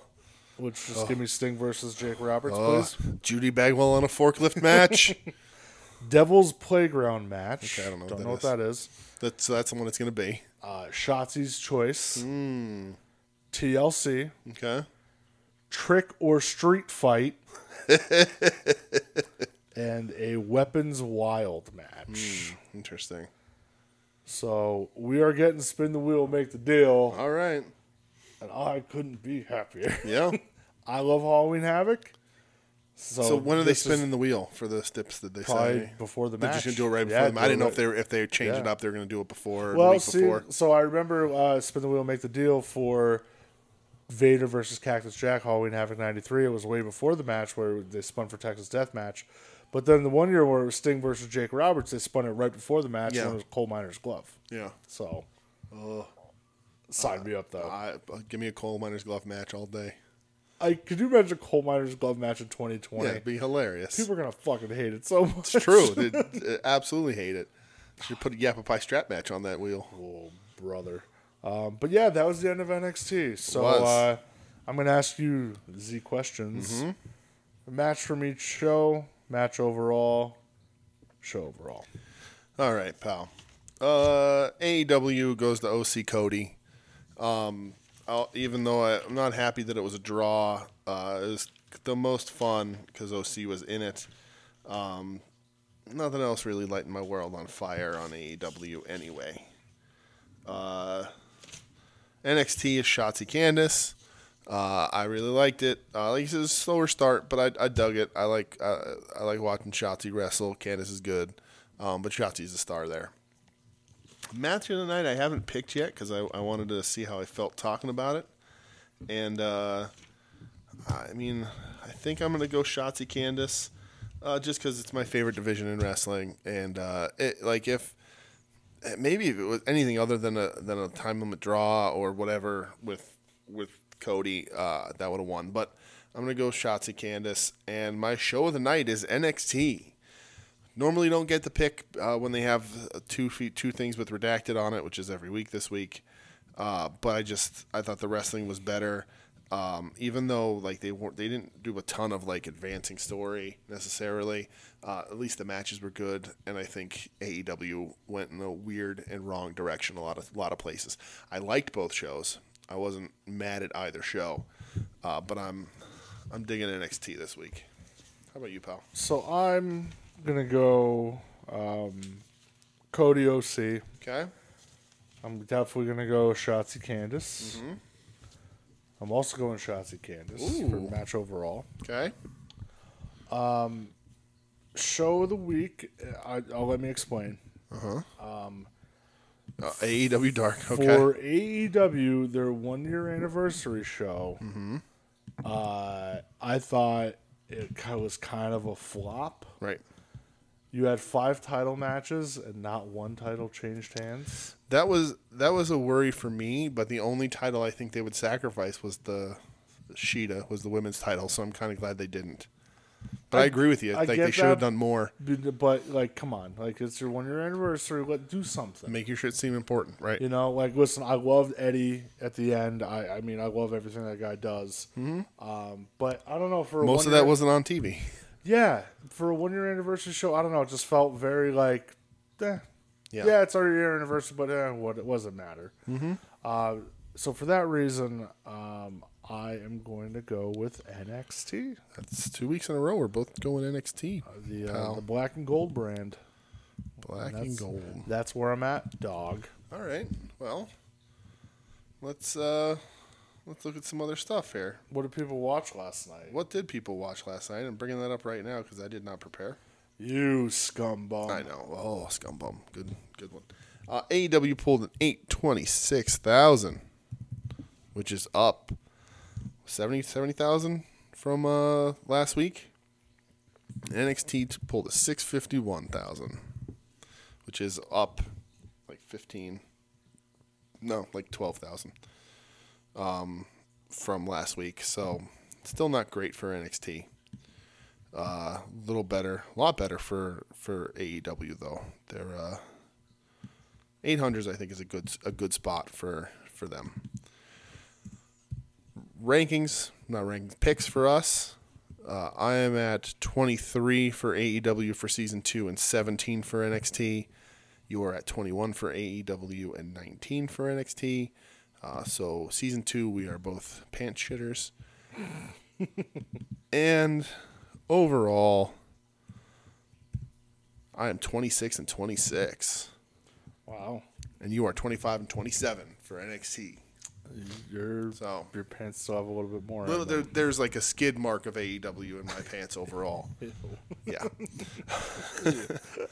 Speaker 2: which just give me Sting versus Jake Roberts, please.
Speaker 1: Uh, Judy Bagwell on a forklift match.
Speaker 2: Devil's playground match.
Speaker 1: Okay, I don't know what that
Speaker 2: know what
Speaker 1: is.
Speaker 2: that is.
Speaker 1: that's so that's the one it's gonna be.
Speaker 2: Uh, Shotzi's choice.
Speaker 1: Hmm.
Speaker 2: TLC.
Speaker 1: Okay.
Speaker 2: trick or street fight, and a weapons wild match.
Speaker 1: Interesting.
Speaker 2: So we are getting spin the wheel, make the deal,
Speaker 1: All right.
Speaker 2: and I couldn't be happier.
Speaker 1: Yeah.
Speaker 2: I love Halloween Havoc. So,
Speaker 1: So when are they
Speaker 2: this is
Speaker 1: spinning the wheel for the steps that they
Speaker 2: Probably
Speaker 1: say?
Speaker 2: before the
Speaker 1: They're
Speaker 2: match.
Speaker 1: just gonna do it right before
Speaker 2: Yeah,
Speaker 1: the match. I
Speaker 2: do it
Speaker 1: didn't know if
Speaker 2: right-
Speaker 1: they were, if they change it
Speaker 2: Yeah.
Speaker 1: up. They're gonna do it before. or the
Speaker 2: Well,
Speaker 1: week
Speaker 2: see,
Speaker 1: before.
Speaker 2: so I remember uh, spin the wheel, make the deal for Vader versus Cactus Jack Halloween Havoc '93. It was way before the match where they spun for Texas Death Match, but then the one year where it was Sting versus Jake Roberts, they spun it right before the match
Speaker 1: Yeah.
Speaker 2: and it was Coal Miner's Glove.
Speaker 1: Yeah.
Speaker 2: So, sign me up though.
Speaker 1: I, uh, give me a coal miner's glove match all day.
Speaker 2: I could you imagine a Coal Miner's Glove match in 2020?
Speaker 1: Yeah, it'd be hilarious.
Speaker 2: People are gonna fucking hate it so much.
Speaker 1: It's true. They- they absolutely hate it. Should put a Yapapie strap match on that wheel.
Speaker 2: Oh, brother. Um, but yeah, that was the end of NXT. So
Speaker 1: was.
Speaker 2: uh, I'm going to ask you Z questions.
Speaker 1: Mm-hmm.
Speaker 2: Match from each show, match overall, show overall.
Speaker 1: All right, pal. Uh, AEW goes to OC Cody. Um, I'll, even though I, I'm not happy that it was a draw, uh, it was the most fun because OC was in it. Um, nothing else really lighting my world on fire on AEW anyway. Uh, NXT is Shotzi Candice. Uh, I really liked it. Uh, like you said, it was a slower start, but I, I dug it. I like uh, I like watching Shotzi wrestle. Candice is good, um, but Shotzi's a star there. Match of the night I haven't picked yet because I, I wanted to see how I felt talking about it, and uh, I mean I think I'm gonna go Shotzi Candice, uh, just because it's my favorite division in wrestling, and uh, it like if eh, maybe if it was anything other than a than a time limit draw or whatever with with Cody, uh, that would have won. But I'm gonna go Shotzi Candice, and my show of the night is NXT. Normally, don't get the pick uh, when they have uh, two feet, two things with redacted on it, which is every week this week. Uh, but I just I thought the wrestling was better, um, even though like they weren't they didn't do a ton of like advancing story necessarily. Uh, at least the matches were good, and I think AEW went in a weird and wrong direction a lot of a lot of places. I liked both shows. I wasn't mad at either show, uh, but I'm I'm digging NXT this week. How about you, pal?
Speaker 2: So I'm gonna go um, Cody OC.
Speaker 1: Okay.
Speaker 2: I'm definitely gonna go Shotzi Candice.
Speaker 1: Mm-hmm.
Speaker 2: I'm also going Shotzi Candice for
Speaker 1: Ooh.
Speaker 2: match overall.
Speaker 1: Okay.
Speaker 2: Show of the week. uh, I, I'll let me explain.
Speaker 1: Uh, AEW Dark. Okay.
Speaker 2: For AEW, their one year anniversary show,
Speaker 1: Mm-hmm.
Speaker 2: uh, I thought it ki- was kind of a flop.
Speaker 1: right.
Speaker 2: You had five title matches and not one title changed hands.
Speaker 1: That was that was a worry for me, but the only title I think they would sacrifice was the Sheeta was the women's title, so I'm kind of glad they didn't. But I, agree with you.
Speaker 2: I
Speaker 1: like they
Speaker 2: get
Speaker 1: should have
Speaker 2: that.
Speaker 1: done more.
Speaker 2: But, but, like, come on, like it's your one year anniversary. Let do something.
Speaker 1: Make your shit seem important, right?
Speaker 2: You know, like listen, I loved Eddie at the end. I, I mean, I love everything that guy does. Um, but I don't know for a
Speaker 1: Mm-hmm. Most of
Speaker 2: one-year-
Speaker 1: that wasn't on TV.
Speaker 2: yeah for a one year anniversary show. I don't know. It just felt very like, eh.
Speaker 1: Yeah.
Speaker 2: yeah, it's our year anniversary, but eh, what it doesn't matter. Mm-hmm. Uh, so for that reason, um, I am going to go with NXT,
Speaker 1: That's two weeks in a row. We're both going NXT.
Speaker 2: the uh,
Speaker 1: Pal.
Speaker 2: the black and gold brand.
Speaker 1: Black and
Speaker 2: That's-
Speaker 1: gold.
Speaker 2: That's where I'm at, dog.
Speaker 1: All right. Well, let's uh let's look at some other stuff here.
Speaker 2: What did people watch last night?
Speaker 1: What did people watch last night? I'm bringing that up right now because I did not prepare.
Speaker 2: You scumbum.
Speaker 1: I know. Oh, scumbum. Good, good one. Uh, AEW pulled an eight twenty six thousand, which is up 70 70,000 from uh, last week. NXT t- pulled a six fifty one thousand, which is up like fifteen. No, like twelve thousand. Um, from last week, so still not great for NXT uh, little better, a lot better for for AEW though. They're uh, 800s I think is a good a good spot for for them. Rankings, not rankings, picks for us. Uh, I am at 23 for AEW for season two and 17 for NXT. You are at 21 for AEW and 19 for NXT. Uh, so season two, we are both pants shitters. And overall, I am 26 and 26,
Speaker 2: Wow.
Speaker 1: and you are 25 and 27 for NXT.
Speaker 2: Your
Speaker 1: So-
Speaker 2: your pants still have a little bit more.
Speaker 1: Little,
Speaker 2: in them.
Speaker 1: there, there's like a skid mark of AEW in my pants overall. Yeah,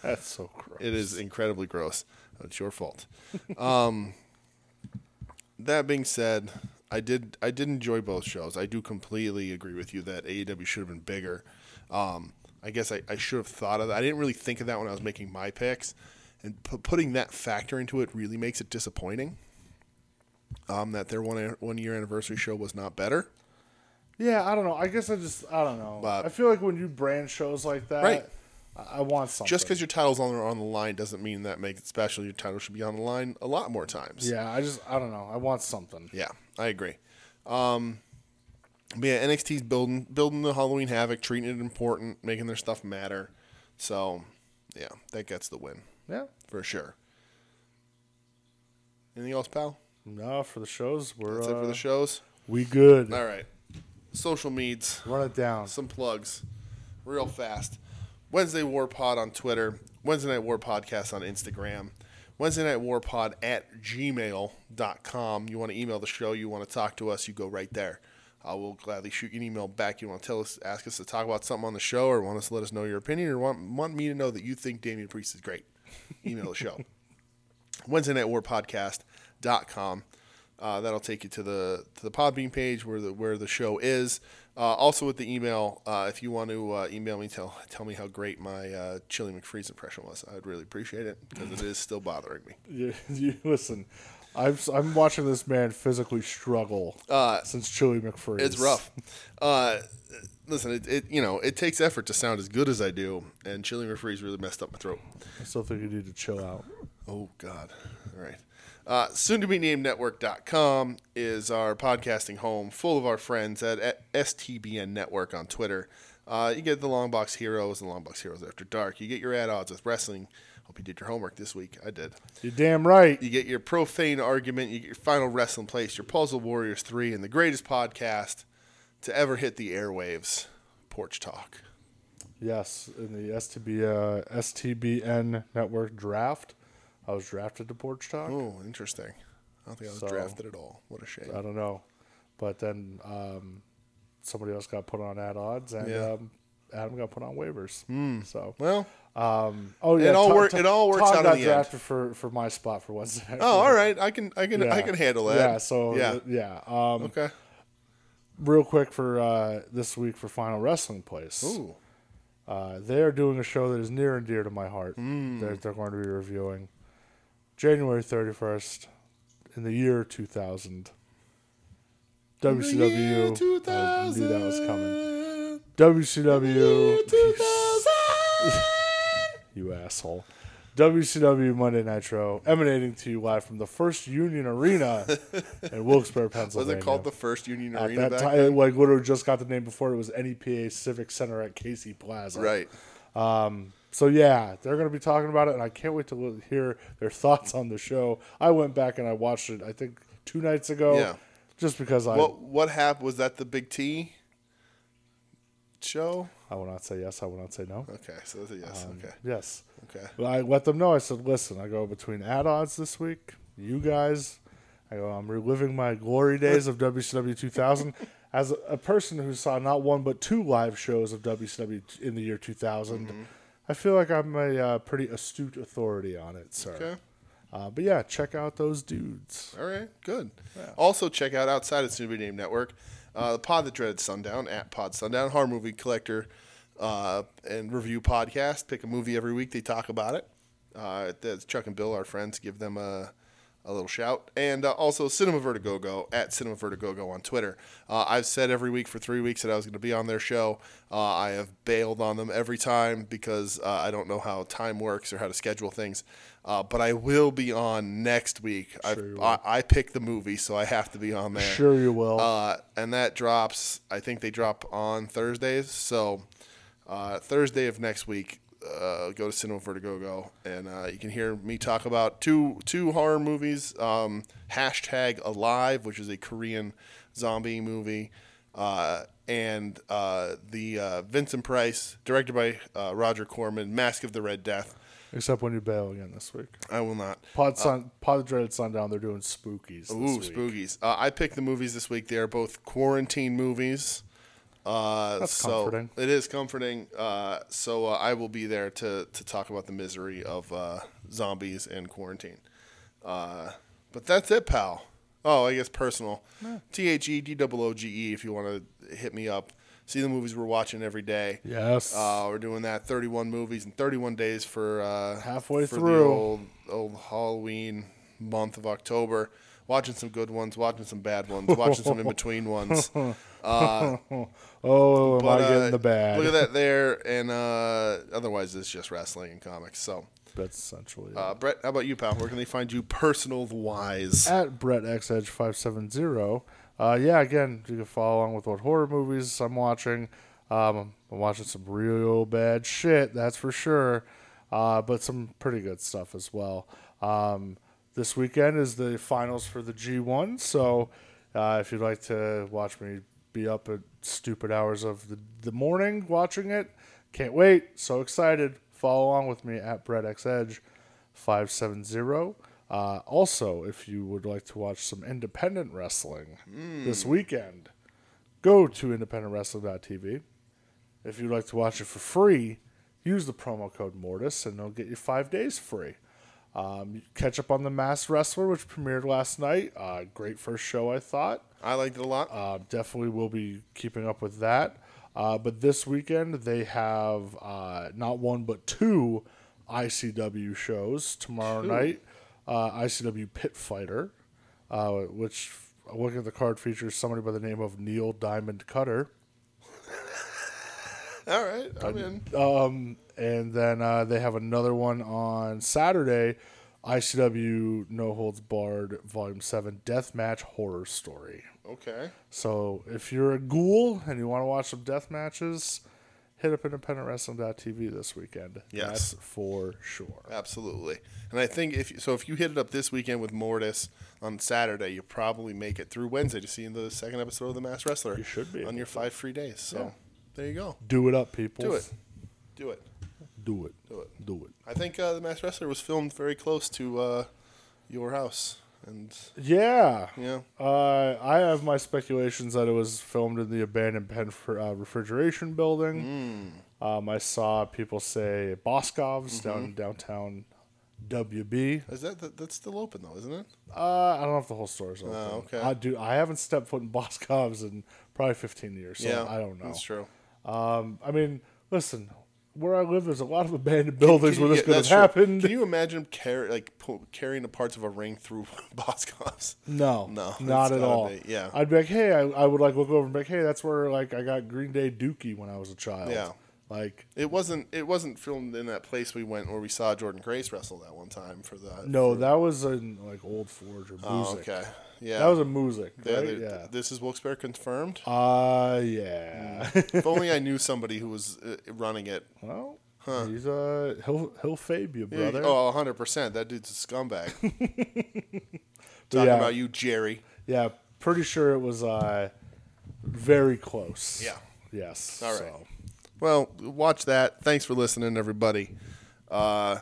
Speaker 2: That's so gross.
Speaker 1: it is incredibly gross. It's your fault. Um, that being said, I did I did enjoy both shows. I do completely agree with you that AEW should have been bigger. Um, I guess I, I should have thought of that. I didn't really think of that when I was making my picks, and pu- putting that factor into it really makes it disappointing. Um, that their one one year anniversary show was not better.
Speaker 2: yeah, I don't know. I guess I just I don't know.
Speaker 1: But-
Speaker 2: I feel like when you brand shows like that,
Speaker 1: Right.
Speaker 2: I, I want something.
Speaker 1: Just because your title's on the, on the line doesn't mean that makes it special. Your title should be on the line a lot more times.
Speaker 2: yeah, I just I don't know. I want something.
Speaker 1: Yeah, I agree. Um, but yeah, NXT's building building the Halloween Havoc, treating it important, making their stuff matter. So, yeah, that gets the win
Speaker 2: Yeah.
Speaker 1: for sure. Anything else, pal?
Speaker 2: No, for the shows we're
Speaker 1: That's it for
Speaker 2: uh,
Speaker 1: the shows.
Speaker 2: we good.
Speaker 1: All right, social meds,
Speaker 2: Run it down.
Speaker 1: some plugs, real fast. Wednesday War Pod on Twitter, Wednesday Night War Podcast on Instagram, Wednesday Night War Pod at gmail.com. You want to email the show, you want to talk to us, you go right there. I will gladly shoot you an email back. You want to tell us, ask us to talk about something on the show, or want us to let us know your opinion, or want, want me to know that you think Damian Priest is great. Email the show. Wednesday Night War Podcast.com. Uh, that'll take you to the to the Podbean page where the where the show is. Uh, also with the email, uh, if you want to uh, email me, tell tell me how great my uh, Chili McFreeze impression was. I'd really appreciate it because it is still bothering me.
Speaker 2: You, you listen. I'm s- I'm watching this man physically struggle since Chili McFreeze.
Speaker 1: Uh, It's rough. Uh, listen, it, it you know it takes effort to sound as good as I do, and Chili McFreeze really messed up my throat.
Speaker 2: I still think you need to chill out.
Speaker 1: Oh, God. All right. Uh, soon to be named network.com is our podcasting home full of our friends at, at STBN Network on Twitter. Uh, you get the Long Box Heroes and Long Box Heroes After Dark. You get your ad odds with wrestling. Hope you did your homework this week. I did.
Speaker 2: You're damn right.
Speaker 1: You get your profane argument. You get your final wrestling place, your Puzzle Warriors 3, and the greatest podcast to ever hit the airwaves Porch Talk.
Speaker 2: Yes, in the STB uh, STBN network draft, I was drafted to Porch Talk.
Speaker 1: Oh, interesting. I don't think I was
Speaker 2: So-
Speaker 1: drafted at all. What a shame.
Speaker 2: I don't know, but then um, somebody else got put on at odds, and
Speaker 1: Yeah. Hmm.
Speaker 2: um, Adam got put on waivers. So,
Speaker 1: Well,
Speaker 2: um, oh yeah,
Speaker 1: all
Speaker 2: Todd-
Speaker 1: work-
Speaker 2: Todd-
Speaker 1: it all works out
Speaker 2: Todd
Speaker 1: in
Speaker 2: got
Speaker 1: the end.
Speaker 2: drafted for for my spot for Wednesday. night.
Speaker 1: Oh, all right. I can I can I can handle that.
Speaker 2: Yeah. So
Speaker 1: yeah.
Speaker 2: yeah, yeah. Um,
Speaker 1: okay.
Speaker 2: real quick for uh, this week for Final Wrestling Place.
Speaker 1: Ooh.
Speaker 2: Uh, they are doing a show that is near and dear to my heart.
Speaker 1: Hmm.
Speaker 2: They're, they're going to be reviewing January 31st in the year 2000. WCW.
Speaker 1: Year 2000.
Speaker 2: I knew that was coming.
Speaker 1: Year
Speaker 2: WCW.
Speaker 1: 2000.
Speaker 2: you asshole. WCW Monday Nitro, emanating to you live from the First Union Arena in Wilkes-Barre,
Speaker 1: Was
Speaker 2: Pennsylvania.
Speaker 1: it called the first Union
Speaker 2: At
Speaker 1: Arena
Speaker 2: that
Speaker 1: back?
Speaker 2: time, it, like literally just got the name before it was NEPA Civic Center at Casey Plaza.
Speaker 1: Right.
Speaker 2: So yeah, they're going to be talking about it, and I can't wait to li- hear their thoughts on the show. I went back and I watched it. I think two nights ago.
Speaker 1: Yeah.
Speaker 2: Just because I,
Speaker 1: What what happened? Was that the Big T show?
Speaker 2: I will not say yes. I will not say no.
Speaker 1: Okay. So that's a yes.
Speaker 2: Um,
Speaker 1: okay.
Speaker 2: Yes.
Speaker 1: Okay.
Speaker 2: Well, I let them know. I said, listen, I go between add ons this week, you guys. I go, I'm reliving my glory days of WCW 2000. As a, a person who saw not one but two live shows of WCW t- in the year 2000,
Speaker 1: Mm-hmm.
Speaker 2: I feel like I'm a uh, pretty astute authority on it, sir.
Speaker 1: Okay.
Speaker 2: Uh, but yeah, check out those dudes.
Speaker 1: All right, good. Also, check out outside of Soon to Be Named Network, uh, the Pod That Dreaded Sundown at Pod Sundown Horror Movie Collector uh, and Review Podcast. Pick a movie every week; they talk about it. Uh, that's Chuck and Bill, our friends. Give them a a little shout. And uh, also Cinema Vertigogo at Cinema Vertigogo on Twitter. Uh, I've said every week for three weeks that I was going to be on their show. Uh, I have bailed on them every time because uh, I don't know how time works or how to schedule things. Uh, but I will be on next week. I've, I, I pick the movie, so I have to be on there.
Speaker 2: Sure, you will.
Speaker 1: Uh, and that drops. I think they drop on Thursdays. So uh, Thursday of next week, uh, go to Cinema Vertigogo, and uh, you can hear me talk about two two horror movies. Um, hashtag Alive, which is a Korean zombie movie, uh, and uh, the uh, Vincent Price, directed by uh, Roger Corman, Mask of the Red Death.
Speaker 2: Except when you bail again this week.
Speaker 1: I will not.
Speaker 2: Pod, sun, Pod Dreaded Sundown, they're doing spookies.
Speaker 1: Uh, Ooh,
Speaker 2: this week.
Speaker 1: spookies. Uh, I picked the movies this week. They are both quarantine movies. Uh,
Speaker 2: That's
Speaker 1: so
Speaker 2: comforting.
Speaker 1: It is comforting. Uh, so uh, I will be there to, to talk about the misery of uh, zombies and quarantine. Uh, but that's it, pal. Oh, I guess personal. T H E D O O G E if you want to hit me up. See the movies we're watching every day.
Speaker 2: Yes.
Speaker 1: Uh, we're doing that 31 movies in 31 days for uh,
Speaker 2: Halfway
Speaker 1: for the
Speaker 2: through.
Speaker 1: old, old Halloween month of October. Watching some good ones, watching some bad ones, watching some in between ones. Uh,
Speaker 2: oh, am
Speaker 1: but,
Speaker 2: I getting
Speaker 1: uh,
Speaker 2: the bad?
Speaker 1: Look at that there, and uh, otherwise it's just wrestling and comics. So,
Speaker 2: That's essentially it.
Speaker 1: uh, Brett, how about you, pal? Where can they find you personal wise?
Speaker 2: at Brett X Edge five seven zero. Uh, yeah, again, you can follow along with what horror movies I'm watching. Um, I'm watching some real bad shit, that's for sure. Uh, but some pretty good stuff as well. Um, this weekend is the finals for the G1, so uh, if you'd like to watch me be up at stupid hours of the, the morning watching it, Can't wait. So excited. Follow along with me at BrettXEdge 570. Uh, also, if you would like to watch some independent wrestling this weekend, go to independentwrestling.tv. If you'd like to watch it for free, use the promo code Mortis and they'll get you five days free. Um, catch up on The Mass Wrestler, which premiered last night. Uh, great first show, I thought.
Speaker 1: I liked it a lot.
Speaker 2: Uh, definitely will be keeping up with that. Uh, but this weekend they have uh, not one but two ICW shows tomorrow night. Uh, ICW Pit Fighter, uh, which looking at the card features somebody by the name of Neil Diamond Cutter.
Speaker 1: All right, I'm in.
Speaker 2: Um, and then uh, they have another one on Saturday, ICW No Holds Barred Volume Seven Deathmatch Horror Story.
Speaker 1: Okay.
Speaker 2: So if you're a ghoul and you want to watch some death matches, hit up independentwrestling.tv this weekend.
Speaker 1: Yes.
Speaker 2: That's for sure.
Speaker 1: Absolutely. And I think if so, if you hit it up this weekend with Mortis on Saturday, you probably make it through Wednesday to see the second episode of The Mass Wrestler. You
Speaker 2: should be
Speaker 1: on your five free days. So there you go.
Speaker 2: Do it up, people.
Speaker 1: Do it. Do it.
Speaker 2: Do it.
Speaker 1: Do it.
Speaker 2: Do it.
Speaker 1: I think uh, The Mass Wrestler was filmed very close to uh, your house, and
Speaker 2: Yeah.
Speaker 1: yeah,
Speaker 2: Uh, I have my speculations that it was filmed in the abandoned pen for, uh, refrigeration building.
Speaker 1: Mm.
Speaker 2: Um, I saw people say Boscov's
Speaker 1: Mm-hmm.
Speaker 2: down in downtown WB.
Speaker 1: is that, that that's still open though, isn't it?
Speaker 2: Uh, I don't know if the whole store's open.
Speaker 1: Oh, okay.
Speaker 2: I do. I haven't stepped foot in Boscov's in probably 15 years, so I don't know.
Speaker 1: That's true.
Speaker 2: Um, I mean, listen, where I live, there's a lot of abandoned buildings
Speaker 1: Can you-
Speaker 2: where this
Speaker 1: yeah,
Speaker 2: could have
Speaker 1: that's true.
Speaker 2: happened.
Speaker 1: Can you imagine carry like pu- carrying the parts of a ring through Boscov's?
Speaker 2: No,
Speaker 1: No,
Speaker 2: not
Speaker 1: it's
Speaker 2: at
Speaker 1: gotta
Speaker 2: all.
Speaker 1: be- yeah.
Speaker 2: I'd be like, hey, I, I would like look over and be like, hey, that's where like I got Green Day Dookie when I was a child.
Speaker 1: Yeah.
Speaker 2: like
Speaker 1: It wasn't. It wasn't filmed in that place we went where we saw Jordan Grace wrestle that one time for the.
Speaker 2: no, that was in like Old Forge or music.
Speaker 1: Oh, okay. Yeah.
Speaker 2: That was a music,
Speaker 1: Yeah,
Speaker 2: right?
Speaker 1: they-
Speaker 2: yeah.
Speaker 1: This is Wilkes-Barre confirmed.
Speaker 2: Uh yeah.
Speaker 1: if only I knew somebody who was uh, running it.
Speaker 2: well, he's a he'll he'll fabe you,
Speaker 1: Oh,
Speaker 2: brother.
Speaker 1: 100 percent. That dude's a scumbag. Talking
Speaker 2: yeah.
Speaker 1: about you, Jerry.
Speaker 2: Yeah, pretty sure it was uh very close.
Speaker 1: Yeah.
Speaker 2: Yes.
Speaker 1: All right.
Speaker 2: so.
Speaker 1: Well, watch that. Thanks for listening, everybody. Uh,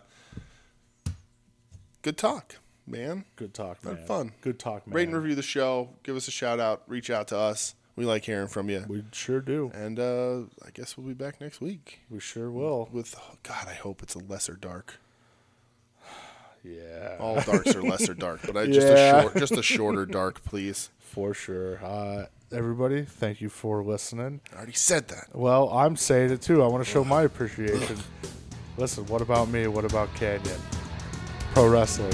Speaker 1: good talk, man.
Speaker 2: Good talk, man.
Speaker 1: Had fun.
Speaker 2: Good talk, man.
Speaker 1: Rate and review the show. Give us a shout out. Reach out to us. We like hearing from you.
Speaker 2: We sure do.
Speaker 1: And uh, I guess we'll be back next week
Speaker 2: We sure will.
Speaker 1: with oh, God. I hope it's a lesser dark.
Speaker 2: Yeah.
Speaker 1: All darks are lesser dark, but I just a
Speaker 2: Yeah.
Speaker 1: short, just a shorter dark, please.
Speaker 2: For sure. Uh, everybody, thank you for listening.
Speaker 1: I already said that.
Speaker 2: Well, I'm saying it too. I want to show my appreciation. Listen, what about me? What about Canyon? Pro wrestling.